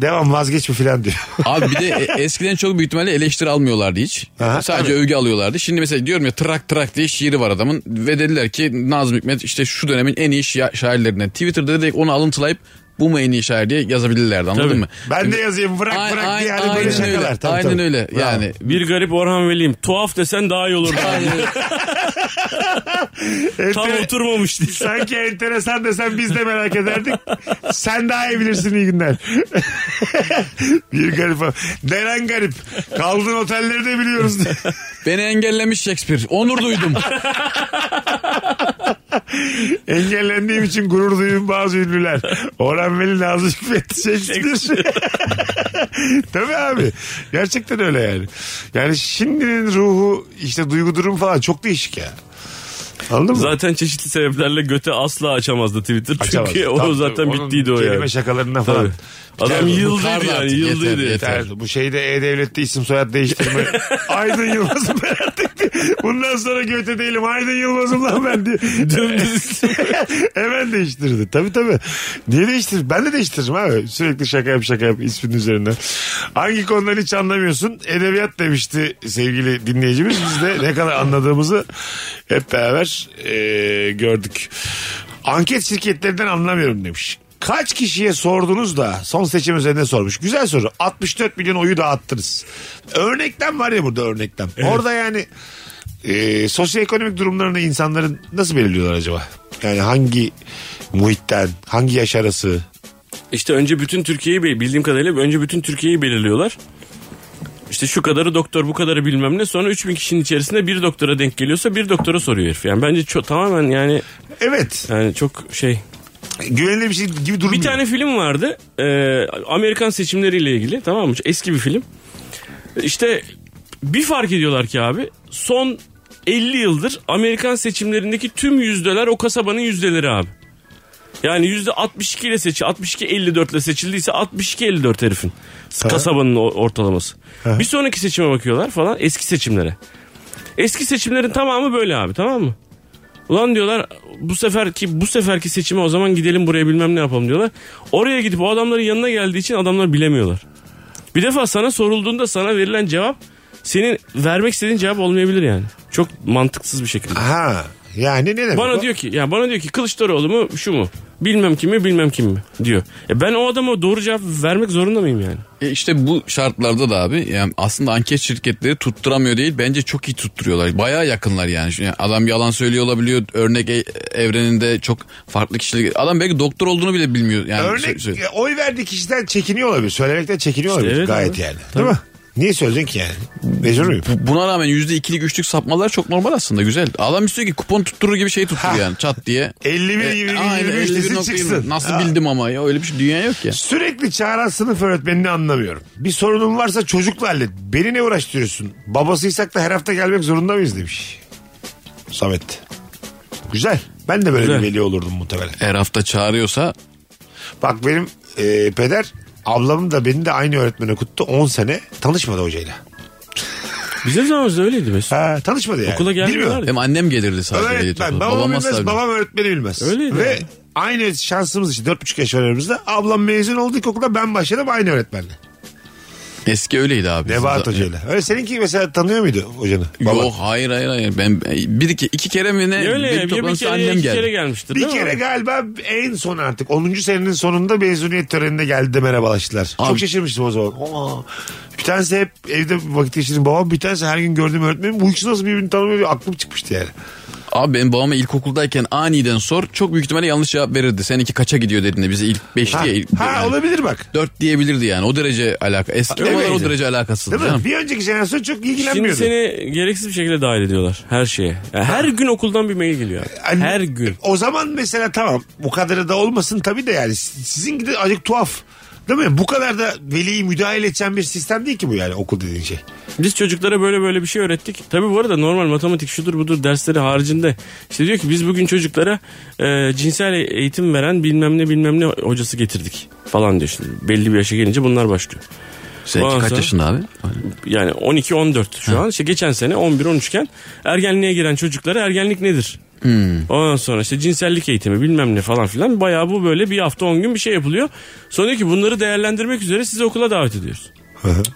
Speaker 3: devam vazgeçme falan diyor.
Speaker 4: Abi bir de e- eskiden çok büyük ihtimalle eleştiri almıyorlardı hiç.
Speaker 3: Aha,
Speaker 4: Sadece
Speaker 3: tabii.
Speaker 4: övgü alıyorlardı. Şimdi mesela diyorum ya trak trak diye şiiri var adamın. Ve dediler ki Nazım Hikmet işte şu dönemin en iyi şi- şairlerinden. Twitter'da direkt onu alıntılayıp bu mu en iyi şair diye yazabilirlerdi anladın
Speaker 5: Tabii.
Speaker 4: mı?
Speaker 3: ben de yazayım bırak
Speaker 4: Ay-
Speaker 3: bırak
Speaker 4: ay-
Speaker 3: diye hani böyle
Speaker 4: aynen
Speaker 3: şakalar.
Speaker 4: Öyle.
Speaker 3: Tabii,
Speaker 4: aynen
Speaker 3: tabii.
Speaker 4: öyle
Speaker 3: Bravo.
Speaker 4: yani.
Speaker 5: Bir garip Orhan Veli'yim. Tuhaf desen daha iyi olur. Tam
Speaker 3: Enter-
Speaker 5: oturmamış diye.
Speaker 3: Sanki enteresan desen biz de merak ederdik. Sen daha iyi bilirsin iyi günler. bir garip. adam. Neren garip? Kaldığın otelleri de biliyoruz.
Speaker 4: Beni engellemiş Shakespeare. Onur duydum.
Speaker 3: Engellendiğim için gurur duyun bazı ünlüler. Orhan Veli, Nazım Hikmet, Shakespeare. Tabii abi. Gerçekten öyle yani. Yani şimdinin ruhu işte duygu durum falan çok değişik ya. Anladın mı?
Speaker 5: Zaten çeşitli sebeplerle göte asla açamazdı Twitter.
Speaker 3: Açamaz.
Speaker 5: Çünkü o
Speaker 3: Tabii,
Speaker 5: zaten
Speaker 3: onun
Speaker 5: bittiydi o
Speaker 3: kelime
Speaker 5: yani.
Speaker 3: şakalarına
Speaker 5: Tabii.
Speaker 3: falan. Yeter,
Speaker 5: Adam yıldıydı
Speaker 4: bıkardı
Speaker 5: yani
Speaker 4: artık, yeter,
Speaker 5: yıldıydı.
Speaker 4: yeter.
Speaker 3: Yeter. Bu şeyde E-Devlet'te isim soyad değiştirme. Aydın Yılmaz'ım ben artık. diye. Bundan sonra göte değilim. Aydın Yılmaz'ım lan ben diye.
Speaker 5: Dümdüz.
Speaker 3: Hemen değiştirdi. Tabii tabii. Niye değiştirir? Ben de değiştiririm abi. Sürekli şaka yap şaka yap isminin üzerinden. Hangi konudan hiç anlamıyorsun? Edebiyat demişti sevgili dinleyicimiz. Biz de ne kadar anladığımızı hep beraber e, gördük. Anket şirketlerinden anlamıyorum demiş. Kaç kişiye sordunuz da son seçim üzerine sormuş. Güzel soru. 64 milyon oyu dağıttınız. Örneklem var ya burada örneklem. Orada yani e, sosyoekonomik durumlarını insanların nasıl belirliyorlar acaba? Yani hangi muhitten, hangi yaş arası?
Speaker 5: İşte önce bütün Türkiye'yi be- bildiğim kadarıyla önce bütün Türkiye'yi belirliyorlar. İşte şu kadarı doktor bu kadarı bilmem ne sonra 3000 kişinin içerisinde bir doktora denk geliyorsa bir doktora soruyor herif. Yani bence çok tamamen yani
Speaker 3: Evet.
Speaker 5: yani çok şey.
Speaker 3: Güvenilir bir şey gibi durmuyor.
Speaker 5: Bir tane film vardı e, Amerikan seçimleriyle ilgili tamam mı eski bir film. İşte bir fark ediyorlar ki abi son 50 yıldır Amerikan seçimlerindeki tüm yüzdeler o kasabanın yüzdeleri abi. Yani yüzde 62 ile seçil, 62 54 ile seçildiyse 62 54 herifin kasabanın o- ortalaması. Bir sonraki seçime bakıyorlar falan eski seçimlere. Eski seçimlerin tamamı böyle abi tamam mı? Ulan diyorlar bu seferki bu seferki seçime o zaman gidelim buraya bilmem ne yapalım diyorlar. Oraya gidip o adamların yanına geldiği için adamlar bilemiyorlar. Bir defa sana sorulduğunda sana verilen cevap senin vermek istediğin cevap olmayabilir yani. Çok mantıksız bir şekilde.
Speaker 3: Ha. Yani ne demek?
Speaker 5: Bana
Speaker 3: o?
Speaker 5: diyor ki ya bana diyor ki Kılıçdaroğlu mu şu mu? Bilmem kim mi bilmem kim mi diyor. E ben o adama doğru cevap vermek zorunda mıyım yani?
Speaker 4: E işte bu şartlarda da abi yani aslında anket şirketleri tutturamıyor değil bence çok iyi tutturuyorlar. Baya yakınlar yani. Şimdi adam yalan söylüyor olabiliyor. Örnek e- evreninde çok farklı kişilik. Adam belki doktor olduğunu bile bilmiyor. Yani sö-
Speaker 3: Örnek
Speaker 4: sö-
Speaker 3: e, oy verdiği kişiden çekiniyor olabilir. Söylemekten çekiniyor olabilir
Speaker 5: evet E,
Speaker 3: gayet
Speaker 5: abi.
Speaker 3: yani. Değil mi? Niye söyledin ki yani? Mecbur muyum?
Speaker 4: Bu- Buna rağmen yüzde ikilik üçlük sapmalar çok normal aslında güzel. Adam istiyor ki kupon tutturur gibi şey tutturuyor
Speaker 3: Ha.
Speaker 4: yani çat diye.
Speaker 3: 51
Speaker 4: E,
Speaker 3: gibi
Speaker 4: aynen,
Speaker 3: 23
Speaker 4: 51
Speaker 3: desin
Speaker 4: nokta yirmi.
Speaker 3: çıksın.
Speaker 4: Nasıl
Speaker 3: Ha.
Speaker 4: bildim ama ya öyle bir şey dünya yok ya.
Speaker 3: Sürekli çağıran sınıf öğretmenini anlamıyorum. Bir sorunum varsa çocukla hallet. Beni ne uğraştırıyorsun? Babasıysak da her hafta gelmek zorunda mıyız demiş. Samet. Güzel. Ben de böyle
Speaker 5: Güzel.
Speaker 3: bir veli olurdum muhtemelen.
Speaker 4: Her hafta çağırıyorsa
Speaker 3: Bak benim e, peder ablamın da beni de aynı öğretmen okuttu 10 sene. Tanışmadı hocayla.
Speaker 5: Bizim zamanımızda öyleydi Mesut.
Speaker 3: Ha, tanışmadı yani.
Speaker 5: Okula
Speaker 3: Bilmiyor.
Speaker 5: gelmiyorlar. ya.
Speaker 4: hem annem gelirdi sadece. hediye
Speaker 3: Öğretmen.
Speaker 4: toplamaya.
Speaker 3: Babam,
Speaker 4: Babam
Speaker 3: bilmez,
Speaker 4: asla
Speaker 3: babam öğretmeni bilmez.
Speaker 5: Öyleydi
Speaker 3: Ve
Speaker 5: yani.
Speaker 3: aynı şansımız için 4,5 yaş var aramızda. Ablam mezun oldu ilkokulda ben başladım aynı öğretmenle.
Speaker 4: Eski öyleydi abi.
Speaker 3: Nebahat
Speaker 4: Zaten-
Speaker 3: hocayla. Öyle seninki mesela tanıyor muydu hocanı? Baba.
Speaker 4: Yok hayır hayır hayır. Ben bir iki iki kere mi ne?
Speaker 5: Ya Öyle
Speaker 4: bir
Speaker 5: ya, ya bir
Speaker 4: toplantıda
Speaker 5: kere ya
Speaker 4: annem
Speaker 5: iki
Speaker 4: geldi.
Speaker 5: kere gelmiştir
Speaker 3: Bir
Speaker 5: değil mi
Speaker 3: kere
Speaker 5: abi?
Speaker 3: galiba en son artık 10. senenin sonunda mezuniyet törenine geldi de merhabalaştılar. Çok
Speaker 4: Abi-
Speaker 3: şaşırmıştım o zaman. Aa, bir tanesi hep evde vakit geçirdiğim babam bir tanesi her gün gördüğüm öğretmenim bu ikisi nasıl birbirini tanımıyor diye aklım çıkmıştı yani.
Speaker 4: Abi benim babama ilkokuldayken aniden sor çok büyük ihtimalle yanlış cevap verirdi. Seninki kaça gidiyor dediğinde bize ilk 5
Speaker 3: Ha,
Speaker 4: diye. Ilk,
Speaker 3: ha,
Speaker 4: yani
Speaker 3: olabilir bak.
Speaker 4: Dört diyebilirdi yani o derece alaka. Eski
Speaker 3: Öyleydi.
Speaker 4: babalar o derece alakasız.
Speaker 3: Değil mi?
Speaker 4: Canım.
Speaker 3: Bir önceki jenerasyon çok
Speaker 5: Şimdi
Speaker 3: ilgilenmiyordu.
Speaker 5: seni gereksiz bir şekilde dahil ediyorlar her şeye. Yani her gün okuldan bir mail geliyor.
Speaker 3: E, Anne-
Speaker 5: Her gün.
Speaker 3: Hani O zaman mesela tamam bu kadarı da olmasın tabii de yani sizin de acık tuhaf. Değil mi? Bu kadar da veliyi müdahale edeceğin bir sistem değil ki bu yani okul dediğin şey.
Speaker 5: Biz çocuklara böyle böyle bir şey öğrettik. Tabii bu arada normal matematik şudur budur dersleri haricinde. işte diyor ki biz bugün çocuklara e, cinsel eğitim veren bilmem ne bilmem ne hocası getirdik falan diyor. Şimdi belli bir yaşa gelince bunlar başlıyor.
Speaker 4: Seninki kaç
Speaker 5: Varsa-
Speaker 4: yaşında abi?
Speaker 5: Yani 12-14 şu an. İşte geçen sene 11-13 iken ergenliğe giren çocuklara ergenlik nedir? Ondan sonra işte cinsellik eğitimi bilmem ne falan filan. Bayağı bu böyle bir hafta 10 gün bir şey yapılıyor. Sonra diyor ki bunları değerlendirmek üzere sizi okula davet ediyoruz.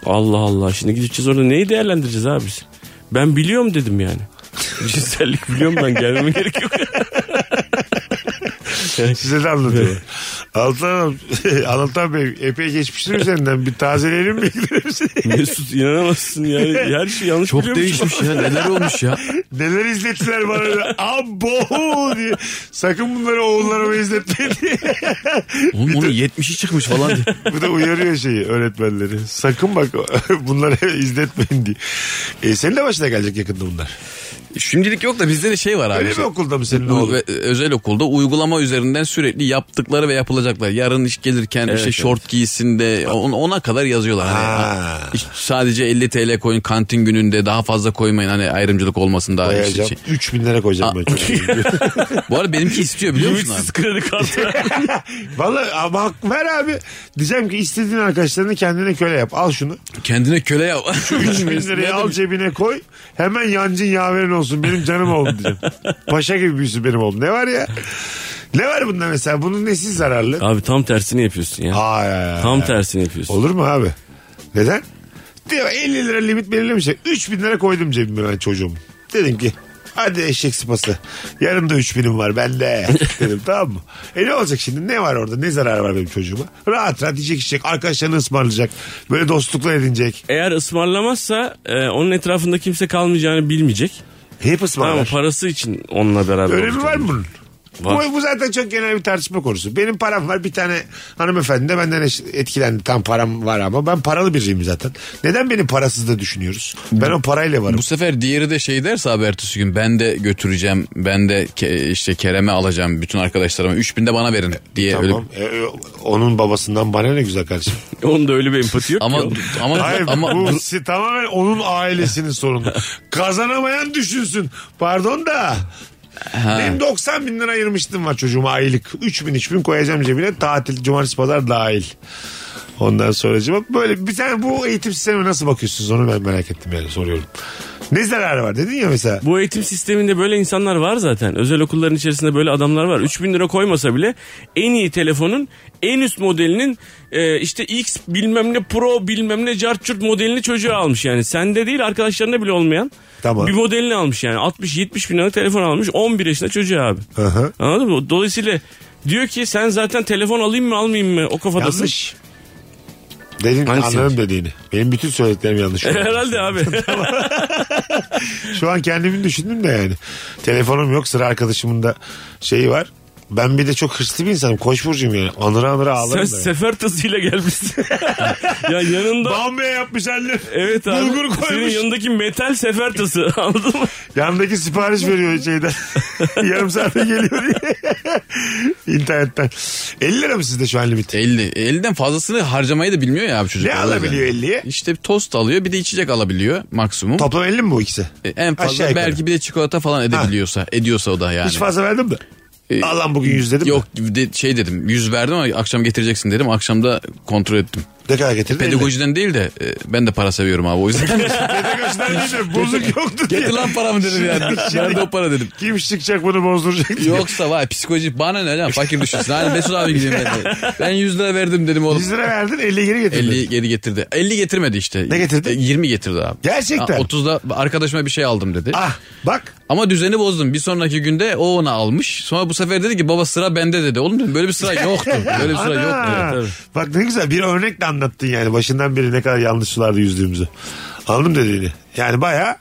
Speaker 5: Allah Allah şimdi gideceğiz orada neyi değerlendireceğiz abi biz? Ben biliyorum dedim yani. Cinsellik biliyorum ben gelmeme gerek yok.
Speaker 3: Size de anlatıyorum. Altan, Hanım- Altan Bey epey geçmiştir üzerinden bir tazeleyelim mi?
Speaker 5: Mesut inanamazsın yani her şey yanlış
Speaker 4: Çok
Speaker 5: biliyormuşum.
Speaker 4: değişmiş ya neler olmuş ya.
Speaker 3: Neler izlettiler bana öyle. Abo diye. Sakın bunları oğullarıma izletmeyin diye.
Speaker 4: Oğlum onun 70'i çıkmış falan diye.
Speaker 3: Bu da uyarıyor şeyi öğretmenleri. Sakın bak bunları izletmeyin diye. E, senin de başına gelecek yakında bunlar.
Speaker 4: Şimdilik yok da bizde de şey var abi.
Speaker 3: Öyle
Speaker 4: işte.
Speaker 3: mi okulda mı senin
Speaker 4: Bu
Speaker 3: oğlun?
Speaker 4: ve- e, özel okulda uygulama üzerinden sürekli yaptıkları ve yapılacaklar. Yarın iş gelirken işte şort giysinde on- ona kadar yazıyorlar. Hani,
Speaker 3: Ha.
Speaker 4: hiç- sadece 50 TL koyun kantin gününde daha fazla koymayın hani ayrımcılık olmasın daha işte
Speaker 3: Koyacağım.
Speaker 4: şey.
Speaker 3: 3 bin lira koyacağım ben çocuğa.
Speaker 4: Bu arada benimki istiyor biliyor musun abi?
Speaker 5: Ümitsiz kredi kartı.
Speaker 3: Vallahi ama hak ver abi. Diyeceğim ki istediğin arkadaşlarını kendine köle yap. Al şunu.
Speaker 4: Kendine köle yap. şey?
Speaker 3: 3 bin lirayı al cebine koy. Hemen yancın yaverin olsun benim canım oğlum diyeceğim. Paşa gibi büyüsün benim oğlum. Ne var ya? Ne var bunda mesela? Bunun nesi zararlı?
Speaker 5: Abi tam tersini yapıyorsun ya.
Speaker 3: Ay, ay, ay.
Speaker 5: Tam tersini yapıyorsun.
Speaker 3: Olur mu abi? Neden? Diyor 50 lira limit belirlemişler. 3 bin lira koydum cebime ben çocuğum. Dedim ki Hadi eşek sıpası. Yarın da 3000'im var bende. Dedim tamam mı? E ne olacak şimdi? Ne var orada? Ne zarar var benim çocuğuma? Rahat rahat yiyecek içecek. Arkadaşlarını ısmarlayacak. Böyle dostluklar edinecek.
Speaker 5: Eğer ısmarlamazsa e, onun etrafında kimse kalmayacağını bilmeyecek.
Speaker 3: Hep
Speaker 5: Ama
Speaker 3: ısmarlar.
Speaker 5: parası için onunla beraber
Speaker 3: Önemi
Speaker 5: olacak.
Speaker 3: var mı bunun?
Speaker 5: Var.
Speaker 3: Bu, bu zaten çok genel bir tartışma konusu. Benim param var bir tane hanımefendi de benden eş- etkilendi. Tam param var ama ben paralı biriyim zaten. Neden beni parasız da düşünüyoruz? Ben o parayla varım.
Speaker 4: Bu sefer diğeri de şey derse abi ertesi gün ben de götüreceğim ben de ke- işte Kerem'e alacağım bütün arkadaşlarıma 3000 de bana verin diye öyle.
Speaker 3: tamam. E, e, onun babasından bana ne güzel kardeşim.
Speaker 5: Onun da öyle bir empati yok.
Speaker 4: Ama
Speaker 5: ki.
Speaker 4: ama
Speaker 3: Hayır
Speaker 4: ama
Speaker 3: bu si- tamamen onun ailesinin sorunu. Kazanamayan düşünsün. Pardon da. Benim 90 bin lira ayırmıştım var çocuğuma aylık. 3 bin 3 bin koyacağım cebine tatil cumartesi pazar dahil. Ondan sonra cevap böyle bir tane bu eğitim sistemine nasıl bakıyorsunuz onu ben merak ettim yani soruyorum. Ne zararı var dedin ya mesela.
Speaker 5: Bu eğitim sisteminde böyle insanlar var zaten. Özel okulların içerisinde böyle adamlar var. 3000 lira koymasa bile en iyi telefonun en üst modelinin e, işte X bilmem ne Pro bilmem ne Carchurt modelini çocuğa almış yani. Sende değil arkadaşlarında bile olmayan
Speaker 3: Tamam.
Speaker 5: bir modelini almış yani. 60-70 bin liralık telefon almış 11 yaşında çocuğa abi.
Speaker 3: Hı hı.
Speaker 5: Anladın mı? Dolayısıyla diyor ki sen zaten telefon alayım mı almayayım mı o kafadasın.
Speaker 3: Yanlış. Dedin
Speaker 5: Hangisi
Speaker 3: anladım dediğini. Benim bütün söylediklerim yanlış.
Speaker 5: Herhalde abi.
Speaker 3: Şu an kendimi düşündüm de yani. Telefonum yok sıra arkadaşımın da şeyi var. Ben bir de çok hırslı bir insanım. Koç burcuyum yani. Anıra anıra
Speaker 5: sen
Speaker 3: ağlarım da. Yani.
Speaker 5: sefer tazıyla gelmişsin. ya yanında
Speaker 3: Bamya yapmış annem.
Speaker 5: Evet abi.
Speaker 3: Bulgur koymuş.
Speaker 5: Senin yanındaki metal sefertası anladın mı?
Speaker 3: Yandaki sipariş veriyor şeyden. Yarım saate geliyor diye. İnternetten. 50 lira mı sizde şu an limit?
Speaker 4: 50 50'den fazlasını harcamayı da bilmiyor ya abi çocuk.
Speaker 3: Ne alabiliyor 50'ye?
Speaker 4: İşte bir tost alıyor bir de içecek alabiliyor maksimum.
Speaker 3: Toplam 50 mi bu ikisi?
Speaker 4: E, En
Speaker 3: Aşağı
Speaker 4: fazla
Speaker 3: yukarı.
Speaker 4: belki bir de çikolata falan edebiliyorsa, ediyorsa o da yani.
Speaker 3: Hiç fazla verdim de.
Speaker 4: E,
Speaker 3: Al lan bugün 100 dedim
Speaker 4: Yok de- şey dedim 100 verdim ama akşam getireceksin dedim. Akşam da kontrol ettim.
Speaker 3: Ne kadar getirdin? 50.
Speaker 4: Pedagojiden değil de e, ben de para seviyorum abi o yüzden.
Speaker 3: Pedagojiden değil de bozuk yoktu diye.
Speaker 4: Getir lan paramı dedim yani.
Speaker 3: Şimdi-
Speaker 4: Nerede o para dedim.
Speaker 3: Kim çıkacak bunu bozduracak diye.
Speaker 4: Yoksa vay psikoloji bana ne lan fakir düşünsün. Hani Mesut abi gideyim ben de. Ben 100 lira verdim dedim oğlum.
Speaker 3: 100 lira verdin 50 geri getirdin.
Speaker 4: 50 geri getirdi. 50 getirmedi işte.
Speaker 3: Ne getirdi?
Speaker 4: E, 20 getirdi abi.
Speaker 3: Gerçekten.
Speaker 4: Ha, 30'da arkadaşıma bir şey aldım dedi.
Speaker 3: Ah bak
Speaker 4: Ama düzeni bozdum. Bir sonraki günde o ona almış. Sonra bu sefer dedi ki baba sıra bende dedi. Oğlum dedim, böyle bir sıra yoktu. Böyle bir sıra
Speaker 3: Ana!
Speaker 4: yoktu.
Speaker 3: Bak ne güzel bir örnekle anlattın yani başından beri ne kadar yanlış sularda yüzdüğümüzü. Anladım dediğini. Yani baya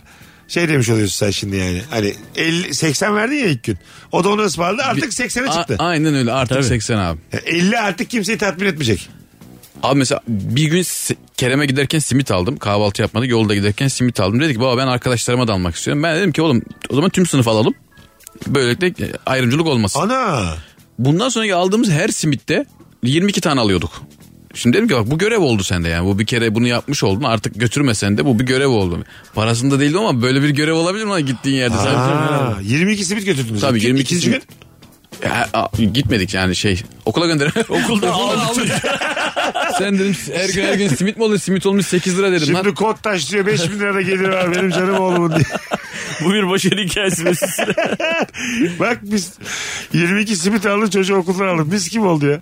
Speaker 3: şey demiş oluyorsun sen şimdi yani. Hani 50, 80 verdin ya ilk gün. O da onu ısmarladı artık 80'e
Speaker 4: A-
Speaker 3: çıktı.
Speaker 4: aynen öyle artık 80 abi.
Speaker 3: Yani 50 artık kimseyi tatmin etmeyecek.
Speaker 4: Abi mesela bir gün si- Kerem'e giderken simit aldım. Kahvaltı yapmadık. Yolda giderken simit aldım. Dedi ki baba ben arkadaşlarıma da almak istiyorum. Ben dedim ki oğlum o zaman tüm sınıf alalım. Böylelikle e, ayrımcılık olmasın.
Speaker 3: Ana
Speaker 4: Bundan sonraki aldığımız her simitte 22 tane alıyorduk. Şimdi dedim ki bak bu görev oldu sende yani. Bu bir kere bunu yapmış oldun artık götürmesen de bu bir görev oldu. Parasında değildi ama böyle bir görev olabilir mi lan gittiğin yerde? Sen-
Speaker 3: Aa, 22 simit götürdünüz.
Speaker 4: Tabii,
Speaker 3: İki-
Speaker 4: 22
Speaker 3: ikinci
Speaker 4: simit. Ya, a- gitmedik yani şey okula gönder. Okulda aldık. Sen dedim her gün her gün simit mi olur simit olmuş 8 lira dedim
Speaker 3: Şimdi
Speaker 4: lan.
Speaker 3: kod taş diyor 5 bin lira da gelir var benim canım oğlumun diye.
Speaker 5: Bu bir başarı hikayesi Mesut Süre.
Speaker 3: Bak biz 22 simit aldık çocuğu okuldan aldık. Biz kim oldu ya?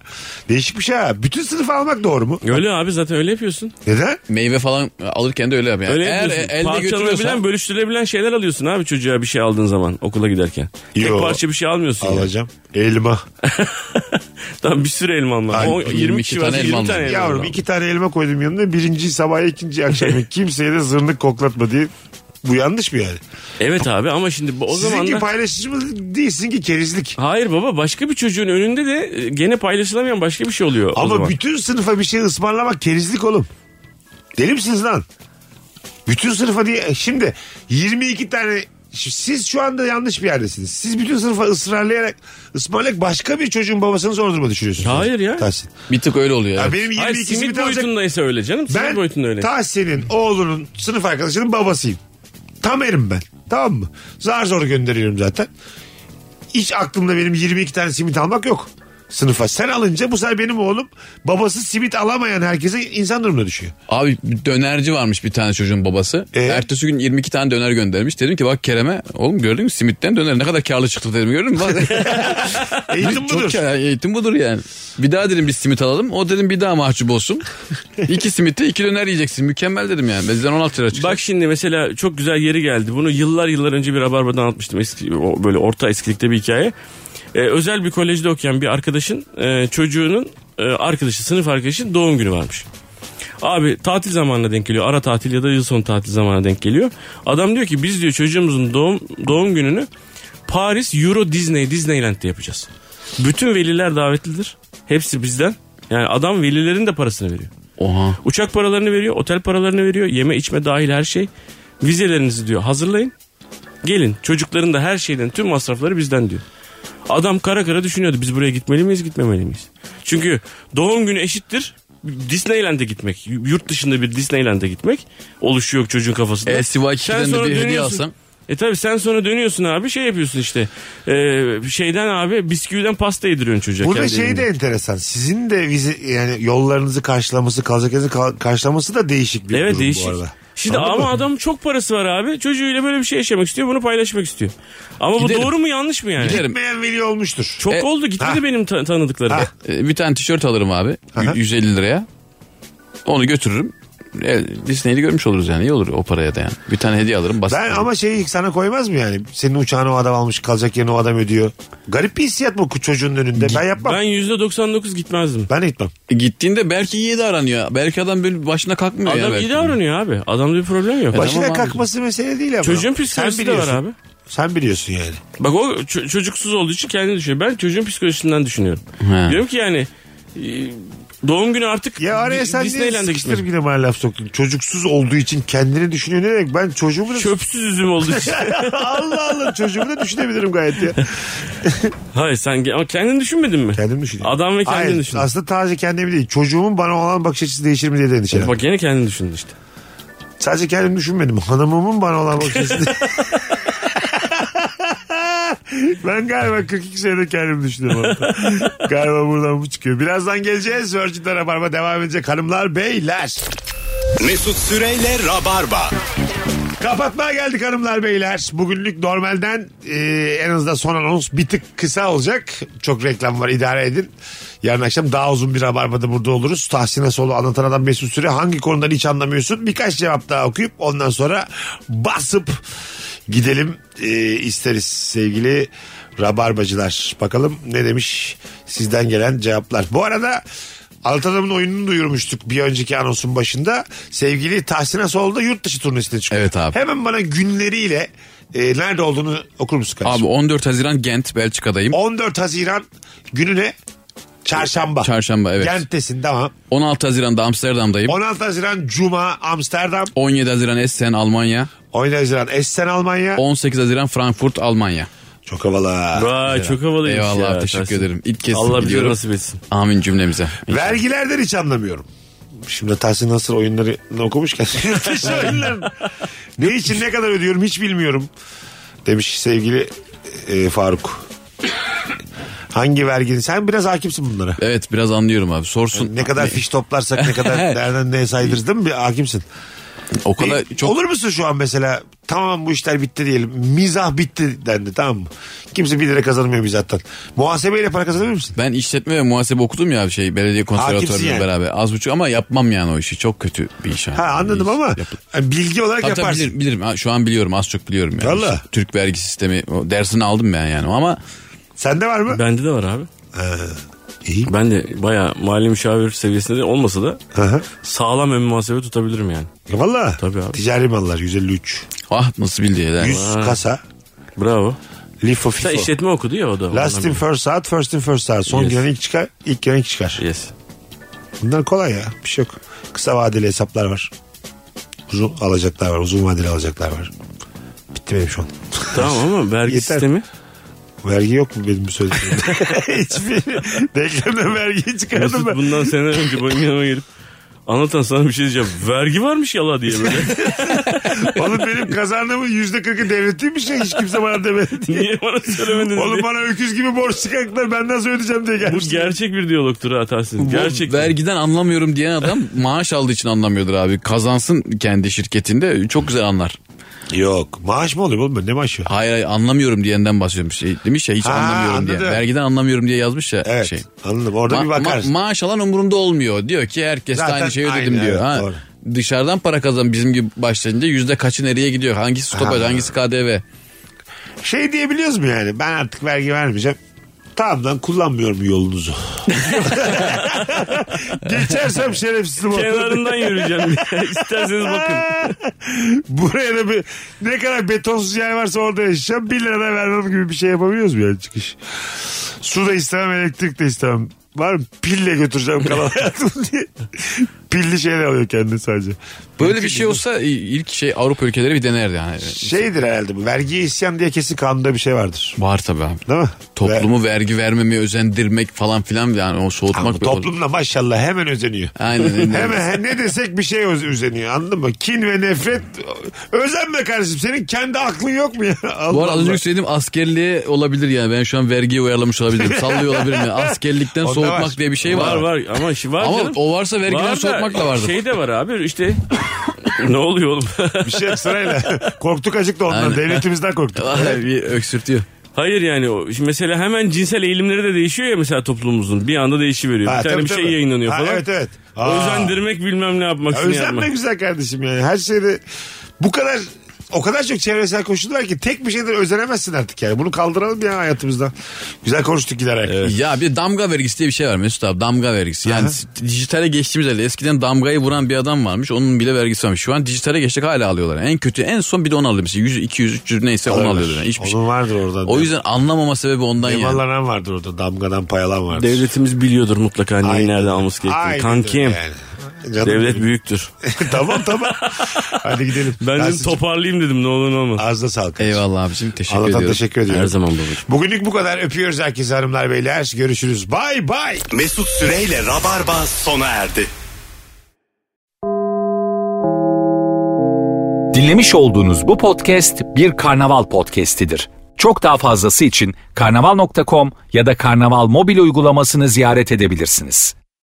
Speaker 3: Değişik bir şey ha. Bütün sınıf almak doğru mu?
Speaker 5: Öyle abi zaten öyle yapıyorsun.
Speaker 3: Neden?
Speaker 4: Meyve falan alırken de öyle yap. Yani.
Speaker 5: Öyle
Speaker 4: Eğer
Speaker 5: yapıyorsun.
Speaker 4: elde götürüyorsan
Speaker 5: Parçalanabilen, bölüştürebilen şeyler alıyorsun abi çocuğa bir şey aldığın zaman okula giderken.
Speaker 3: Yo.
Speaker 5: Tek parça bir şey almıyorsun. yani.
Speaker 3: Alacağım. Elma.
Speaker 5: Tamam bir sürü elman var.
Speaker 3: Ay,
Speaker 5: O 20 kişi
Speaker 4: 22
Speaker 5: var.
Speaker 4: tane
Speaker 5: 20
Speaker 4: elman
Speaker 5: tane
Speaker 4: var.
Speaker 5: elman
Speaker 3: Yavrum
Speaker 5: var.
Speaker 3: iki tane elma koydum yanına. Birinci sabah ikinci akşam. Kimseye de zırnık koklatma diye. Bu yanlış mı yani?
Speaker 5: Evet abi ama şimdi bu- o
Speaker 3: Sizin
Speaker 5: zaman
Speaker 3: ki
Speaker 5: da...
Speaker 3: paylaşıcı değilsin ki kerizlik.
Speaker 5: Hayır baba başka bir çocuğun önünde de e, gene paylaşılamayan başka bir şey oluyor o
Speaker 3: Ama
Speaker 5: zaman.
Speaker 3: bütün sınıfa bir şey ısmarlamak kerizlik oğlum. Deli misiniz lan? Bütün sınıfa diye E, şimdi 22 tane Şi- siz şu anda yanlış bir yerdesiniz. Siz bütün sınıfa ısrarlayarak ısmarlayarak başka bir çocuğun babasını zor duruma düşürüyorsunuz.
Speaker 5: Hayır ya.
Speaker 3: Tahsin.
Speaker 4: bir tık öyle oluyor.
Speaker 3: Ya
Speaker 4: evet.
Speaker 3: benim 22
Speaker 5: Hayır simit boyutundaysa öyle canım. Simit
Speaker 3: Ben
Speaker 5: boyutunda öyle.
Speaker 3: Tahsin'in oğlunun sınıf arkadaşının babasıyım. Tam erim ben. Tamam mı? Zar zor gönderiyorum zaten. Hiç aklımda benim 22 tane simit almak yok. sınıfa. Sen alınca bu sefer benim oğlum babası simit alamayan herkese insan durumuna düşüyor.
Speaker 4: Abi bir dönerci varmış bir tane çocuğun babası.
Speaker 3: Ee?
Speaker 4: Ertesi gün 22 tane döner göndermiş. Dedim ki bak Kerem'e oğlum gördün mü simitten döner ne kadar karlı çıktı dedim gördün mü? Bak.
Speaker 3: Eğitim
Speaker 4: Çok
Speaker 3: E, budur.
Speaker 4: kar- eğitim budur yani. Bir daha dedim bir simit alalım. O dedim bir daha mahcup olsun. iki simitte iki döner yiyeceksin. Mükemmel dedim yani. Bizden 16 lira çıkar.
Speaker 5: Bak şimdi mesela çok güzel yeri geldi. Bunu yıllar yıllar önce bir Rabarba'dan anlatmıştım. Eski, o böyle orta eskilikte bir hikaye. Ee, özel bir kolejde okuyan bir arkadaşın e, çocuğunun e, arkadaşı, sınıf arkadaşının doğum günü varmış. Abi tatil zamanına denk geliyor. Ara tatil ya da yıl sonu tatil zamanına denk geliyor. Adam diyor ki biz diyor çocuğumuzun doğum doğum gününü Paris Euro Disney Disneyland'de yapacağız. Bütün veliler davetlidir. Hepsi bizden. Yani adam velilerin de parasını veriyor.
Speaker 4: Oha.
Speaker 5: Uçak paralarını veriyor, otel paralarını veriyor, yeme içme dahil her şey. Vizelerinizi diyor hazırlayın. Gelin çocukların da her şeyden tüm masrafları bizden diyor. Adam kara kara düşünüyordu biz buraya gitmeli miyiz gitmemeli miyiz? Çünkü doğum günü eşittir Disneyland'e gitmek. Yurt dışında bir Disneyland'e gitmek. Oluşuyor çocuğun kafasında.
Speaker 4: E, Sivaki'den de bir hediye
Speaker 5: dönüyorsun.
Speaker 4: alsam.
Speaker 5: E tabi sen sonra dönüyorsun abi şey yapıyorsun işte. E, şeyden abi bisküviden pasta yediriyorsun çocuğa.
Speaker 3: Burada
Speaker 5: kendi
Speaker 3: şey
Speaker 5: elinden.
Speaker 3: de enteresan. Sizin de vize, yani yollarınızı karşılaması, kalacaklarınızı ka- karşılaması da değişik bir
Speaker 5: Evet
Speaker 3: durum
Speaker 5: değişik.
Speaker 3: bu arada.
Speaker 5: Şimdi
Speaker 3: Anladın
Speaker 5: ama
Speaker 3: mı?
Speaker 5: adam çok parası var abi. Çocuğuyla böyle bir şey yaşamak istiyor. Bunu paylaşmak istiyor. Ama
Speaker 4: Giderim.
Speaker 5: bu doğru mu yanlış mı yani?
Speaker 4: Giderim.
Speaker 3: Gitmeyen veli olmuştur.
Speaker 5: Çok
Speaker 4: E,
Speaker 5: oldu. Gitmedi
Speaker 3: ha.
Speaker 5: benim ta- tanıdıklarım.
Speaker 3: Ha.
Speaker 4: E, bir tane tişört alırım abi.
Speaker 3: Aha.
Speaker 4: 150 liraya. Onu götürürüm. E, Disney'i görmüş oluruz yani. İyi olur o paraya da yani. Bir tane hediye alırım. Basit.
Speaker 3: Ben ama şeyi sana koymaz mı yani? Senin uçağını o adam almış kalacak yerini o adam ödüyor. Garip bir hissiyat bu çocuğun önünde. Ben yapmam.
Speaker 5: Ben
Speaker 3: Ben,
Speaker 5: %99 gitmezdim.
Speaker 3: gitmem.
Speaker 4: E, Gittiğinde belki iyi davranıyor. Belki adam böyle başına kalkmıyor. ya
Speaker 5: Adam
Speaker 4: belki.
Speaker 5: iyi davranıyor abi. Adamda bir problem yok.
Speaker 4: Baş-
Speaker 3: Başına
Speaker 4: tamam abi.
Speaker 3: kalkması mesele değil ama.
Speaker 5: Çocuğun
Speaker 3: Sen
Speaker 5: psikolojisi de var
Speaker 3: biliyorsun.
Speaker 5: abi.
Speaker 3: Sen biliyorsun yani.
Speaker 5: Bak o ço- çocuksuz olduğu için kendini düşünüyor. Ben çocuğun psikolojisinden düşünüyorum.
Speaker 4: He.
Speaker 5: Diyorum ki yani e, doğum günü artık
Speaker 3: Ya araya
Speaker 5: Di-
Speaker 3: sen niye
Speaker 5: Disneyland'e
Speaker 3: sıkıştırıp
Speaker 5: gitmiyor.
Speaker 3: yine bana laf soktun. Çocuksuz olduğu için kendini düşünüyor. Ne demek? Ben çocuğumu da...
Speaker 5: Çöpsüz üzüm olduğu için.
Speaker 3: Allah Allah çocuğumu da düşünebilirim gayet ya.
Speaker 5: Hayır sen ge- ama kendini düşünmedin mi?
Speaker 3: Kendim düşünüyorum.
Speaker 5: Adam ve kendini
Speaker 3: Hayır,
Speaker 5: düşün.
Speaker 3: Aslında taze kendimi değil. Çocuğumun bana olan bakış açısı değişir mi diye de endişelendim.
Speaker 5: Bak yine kendini düşündün işte.
Speaker 3: Sadece kendimi düşünmedim. Hanımımın bana olan bakış açısı. ben galiba 42 senede kendimi düşünüyorum. galiba buradan bu çıkıyor. Birazdan geleceğiz. Virgin'de Rabarba devam edecek hanımlar beyler.
Speaker 2: Mesut Süreyle Rabarba.
Speaker 3: Kapatmaya geldik hanımlar beyler. Bugünlük normalden e, en azından son anons bir tık kısa olacak. Çok reklam var idare edin. Yarın akşam daha uzun bir rabarbada burada oluruz. Tahsin'e solu anlatan adam Mesut Süre hangi konudan hiç anlamıyorsun? Birkaç cevap daha okuyup ondan sonra basıp gidelim e, isteriz sevgili rabarbacılar. Bakalım ne demiş sizden gelen cevaplar. Bu arada Altın Adam'ın oyununu duyurmuştuk bir önceki anonsun başında. Sevgili Tahsin Asoğlu da yurt dışı turnesine çıkıyor.
Speaker 4: Evet abi.
Speaker 3: Hemen bana günleriyle e, nerede olduğunu okur musun
Speaker 4: Abi
Speaker 3: kardeşim?
Speaker 4: 14 Haziran Gent Belçika'dayım.
Speaker 3: 14 Haziran günü ne? Çarşamba.
Speaker 4: Çarşamba evet.
Speaker 3: Gent'tesin tamam.
Speaker 4: 16 Haziran'da Amsterdam'dayım.
Speaker 3: 16 Haziran Cuma Amsterdam.
Speaker 4: 17 Haziran Essen Almanya.
Speaker 3: 17 Haziran Essen Almanya.
Speaker 4: 18 Haziran Frankfurt Almanya.
Speaker 3: Çok havalı. ha.
Speaker 5: Vay çok havalıymış
Speaker 4: Eyvallah
Speaker 5: ya.
Speaker 4: abi, teşekkür
Speaker 5: Tersin.
Speaker 4: ederim. İlk kez
Speaker 5: Allah bize
Speaker 4: gidiyorum.
Speaker 5: nasip etsin.
Speaker 4: Amin cümlemize.
Speaker 3: Vergilerden hiç anlamıyorum. Şimdi Tahsin Nasır oyunları okumuşken yurt dışı oyunları. ne için ne kadar ödüyorum hiç bilmiyorum. Demiş sevgili e, Faruk. Hangi vergini? Sen biraz hakimsin bunlara.
Speaker 4: Evet biraz anlıyorum abi. Sorsun.
Speaker 3: Ne kadar fiş toplarsak ne kadar nereden neye saydırırız değil mi? Bir hakimsin.
Speaker 4: O kadar
Speaker 3: E,
Speaker 4: çok
Speaker 3: Olur musun şu an mesela tamam bu işler bitti diyelim. Mizah bitti dendi tamam mı? Kimse bir lira kazanmıyor mizahtan. Muhasebeyle para kazanabilir misin?
Speaker 4: ben işletme ve muhasebe okudum ya abi şey belediye konservatuarıyla
Speaker 3: yani.
Speaker 4: beraber az buçuk ama yapmam yani o işi çok kötü bir iş. yani.
Speaker 3: Ha anladım
Speaker 4: Bir iş
Speaker 3: ama
Speaker 4: yapıl-
Speaker 3: yani bilgi olarak
Speaker 4: Tabii tabii
Speaker 3: yaparsın.
Speaker 4: bilirim, bilirim. Ha, şu an biliyorum az çok biliyorum yani.
Speaker 3: Valla.
Speaker 4: İşte Türk vergi sistemi o dersini aldım ben yani ama
Speaker 3: Sende var mı?
Speaker 5: Bende de var abi.
Speaker 3: İyi.
Speaker 5: Ben de bayağı mali müşavir seviyesinde de olmasa da
Speaker 3: Aha.
Speaker 5: sağlam ön muhasebe tutabilirim yani.
Speaker 3: Valla.
Speaker 5: Tabii abi.
Speaker 3: Ticari mallar 153.
Speaker 4: ah nasıl bildi ya.
Speaker 3: 100 kasa.
Speaker 5: Bravo.
Speaker 3: Lifo
Speaker 5: Sen
Speaker 3: fifo.
Speaker 5: işletme okudu ya o da.
Speaker 3: Last in
Speaker 5: Ondan
Speaker 3: first out, first in first out. Son
Speaker 5: Yes.
Speaker 3: giren ilk çıkar, ilk giren ilk çıkar.
Speaker 5: beri. Yes.
Speaker 3: Bunlar kolay ya. Bir şey yok. Kısa vadeli hesaplar var. Uzun alacaklar var. Uzun vadeli alacaklar var. Bitti benim şu an.
Speaker 5: Tamam ama vergi
Speaker 3: Yeter.
Speaker 5: sistemi.
Speaker 3: Vergi yok mu benim bu söylediğimde? Hiçbir denklemden vergiyi çıkardım
Speaker 5: Mesut
Speaker 3: ben.
Speaker 5: bundan sene önce benim yanıma gelip Anlatan sana bir şey diyeceğim. Vergi varmış yala diye böyle.
Speaker 3: Oğlum benim kazandığımın yüzde kırkı devletiymiş ya hiç kimse bana demedi diye.
Speaker 5: Niye bana söylemediniz
Speaker 3: Oğlum
Speaker 5: diye.
Speaker 3: bana öküz gibi borç çıkarttılar ben nasıl ödeyeceğim diye
Speaker 5: Bu
Speaker 3: gelmiş.
Speaker 5: gerçek bir diyalogtur ha Tahsin.
Speaker 4: Bu
Speaker 5: Gerçekten.
Speaker 4: Vergiden anlamıyorum diyen adam maaş aldığı için anlamıyordur abi. Kazansın kendi şirketinde çok güzel anlar.
Speaker 3: Yok maaş mı oluyor oğlum ben ne maaşı?
Speaker 4: Hayır hayır anlamıyorum diyenden bahsediyorum. Şey, demiş ya hiç
Speaker 3: Ha,
Speaker 4: anlamıyorum diye.
Speaker 3: anladım.
Speaker 4: Vergiden anlamıyorum diye yazmış ya
Speaker 3: Evet
Speaker 4: şey.
Speaker 3: anladım orada
Speaker 4: Ma-
Speaker 3: bir
Speaker 4: ma-
Speaker 3: bakarsın.
Speaker 4: maaş alan umurumda olmuyor. Diyor ki herkes de
Speaker 3: Zaten
Speaker 4: aynı şeyi ödedim
Speaker 3: aynı,
Speaker 4: diyor.
Speaker 3: evet,
Speaker 4: ha.
Speaker 3: doğru.
Speaker 4: Dışarıdan para kazan bizim gibi başlayınca yüzde kaçı nereye gidiyor? Hangisi stopaj
Speaker 3: Ha.
Speaker 4: hangisi KDV?
Speaker 3: şey diyebiliyoruz mu yani ben artık vergi vermeyeceğim. Tamam lan kullanmıyorum yolunuzu. Geçersem şerefsizim. olur.
Speaker 5: Kenarından yürüyeceğim. İsterseniz bakın.
Speaker 3: Buraya da bir ne kadar betonsuz yer varsa orada yaşayacağım. Bir lira da vermem gibi bir şey yapamıyoruz mu yani çıkış? Su da istemem elektrik de istemem. Var mı? Pille götüreceğim kalan hayatımı diye. Pilli şeyler alıyor kendini sadece.
Speaker 4: Böyle bir şey olsa i- ilk şey Avrupa ülkeleri bir denerdi yani.
Speaker 3: Şeydir herhalde bu. Vergiye isyan diye kesin kanunda bir şey vardır.
Speaker 4: Var tabii abi.
Speaker 3: Değil mi?
Speaker 4: Toplumu vergi vermemeye özendirmek falan filan yani o
Speaker 3: Ve-
Speaker 4: soğutmak.
Speaker 3: Ama toplumda maşallah hemen özeniyor.
Speaker 4: Aynen. aynen.
Speaker 3: Hemen he- ne desek bir şey öz- özeniyor anladın mı? Kin ve nefret özenme kardeşim senin kendi aklın yok mu ya?
Speaker 4: Bu
Speaker 3: Allah
Speaker 4: arada az önce
Speaker 3: Allah.
Speaker 4: söylediğim askerliğe olabilir yani. Ben şu an vergiye uyarlamış olabilirim. Sallıyor olabilirim. Yani. Askerlikten
Speaker 3: Onda
Speaker 4: soğutmak
Speaker 3: var.
Speaker 4: diye bir şey var.
Speaker 5: Var var ama şi- var
Speaker 4: Ama
Speaker 5: canım.
Speaker 4: o varsa vergiden
Speaker 5: Var da,
Speaker 4: soğutmak da vardır.
Speaker 5: Şey de var abi işte. ne oluyor oğlum?
Speaker 3: Bir şey yok sırayla. korktuk acık da ondan.
Speaker 4: Aynen.
Speaker 3: Devletimizden korktuk.
Speaker 4: Ay, bir öksürtüyor.
Speaker 5: Hayır yani o şimdi mesela hemen cinsel eğilimleri de değişiyor ya mesela toplumumuzun. Bir anda değişiveriyor.
Speaker 3: Ha,
Speaker 5: bir tane
Speaker 3: tabii,
Speaker 5: bir şey
Speaker 3: tabii.
Speaker 5: yayınlanıyor
Speaker 3: Ha,
Speaker 5: falan.
Speaker 3: evet, evet. Aa.
Speaker 5: Özendirmek bilmem ne yapmak.
Speaker 3: Ya
Speaker 5: şunu
Speaker 3: Özenme
Speaker 5: yapmak.
Speaker 3: güzel kardeşim yani. Her şeyde bu kadar o kadar çok çevresel koşullar ki tek bir şeyden özenemezsin artık yani. Bunu kaldıralım ya hayatımızdan. Güzel konuştuk giderek.
Speaker 4: Ya bir damga vergisi diye bir şey var Mesut abi. Damga vergisi. Yani dijitale geçtiğimiz halde eskiden damgayı vuran bir adam varmış. Onun bile vergisi varmış. Şu an dijitale geçtik hala alıyorlar. En kötü en son bir de onu alıyor. Mesela 100, 200, 300 neyse onu
Speaker 3: Olabilir.
Speaker 4: alıyorlar. Hiçbir şey.
Speaker 3: Onun vardır oradan.
Speaker 4: O yüzden anlamama sebebi ondan yani.
Speaker 3: Emalanan vardır orada. Damgadan payalan vardır.
Speaker 5: Devletimiz biliyordur mutlaka neyi nerede alması gerektiğini.
Speaker 3: Aynen
Speaker 5: Kankim.
Speaker 3: öyle yani. Canım
Speaker 5: Devlet
Speaker 3: benim.
Speaker 5: büyüktür.
Speaker 3: tamam tamam. Hadi gidelim.
Speaker 5: Ben dedim
Speaker 3: Tahsin'cim,
Speaker 5: toparlayayım dedim ne olur ne olmaz.
Speaker 3: Ağzına sağlık.
Speaker 4: Eyvallah abicim teşekkür
Speaker 3: Allah'tan
Speaker 4: ediyorum.
Speaker 3: teşekkür ediyorum.
Speaker 5: Her zaman babacığım.
Speaker 3: Bugünlük bu kadar. Öpüyoruz herkese hanımlar beyler. Görüşürüz. Bay bay.
Speaker 2: Mesut Süreyle Rabarba sona erdi.
Speaker 1: Dinlemiş olduğunuz bu podcast bir karnaval podcastidir. Çok daha fazlası için karnaval.com ya da karnaval mobil uygulamasını ziyaret edebilirsiniz.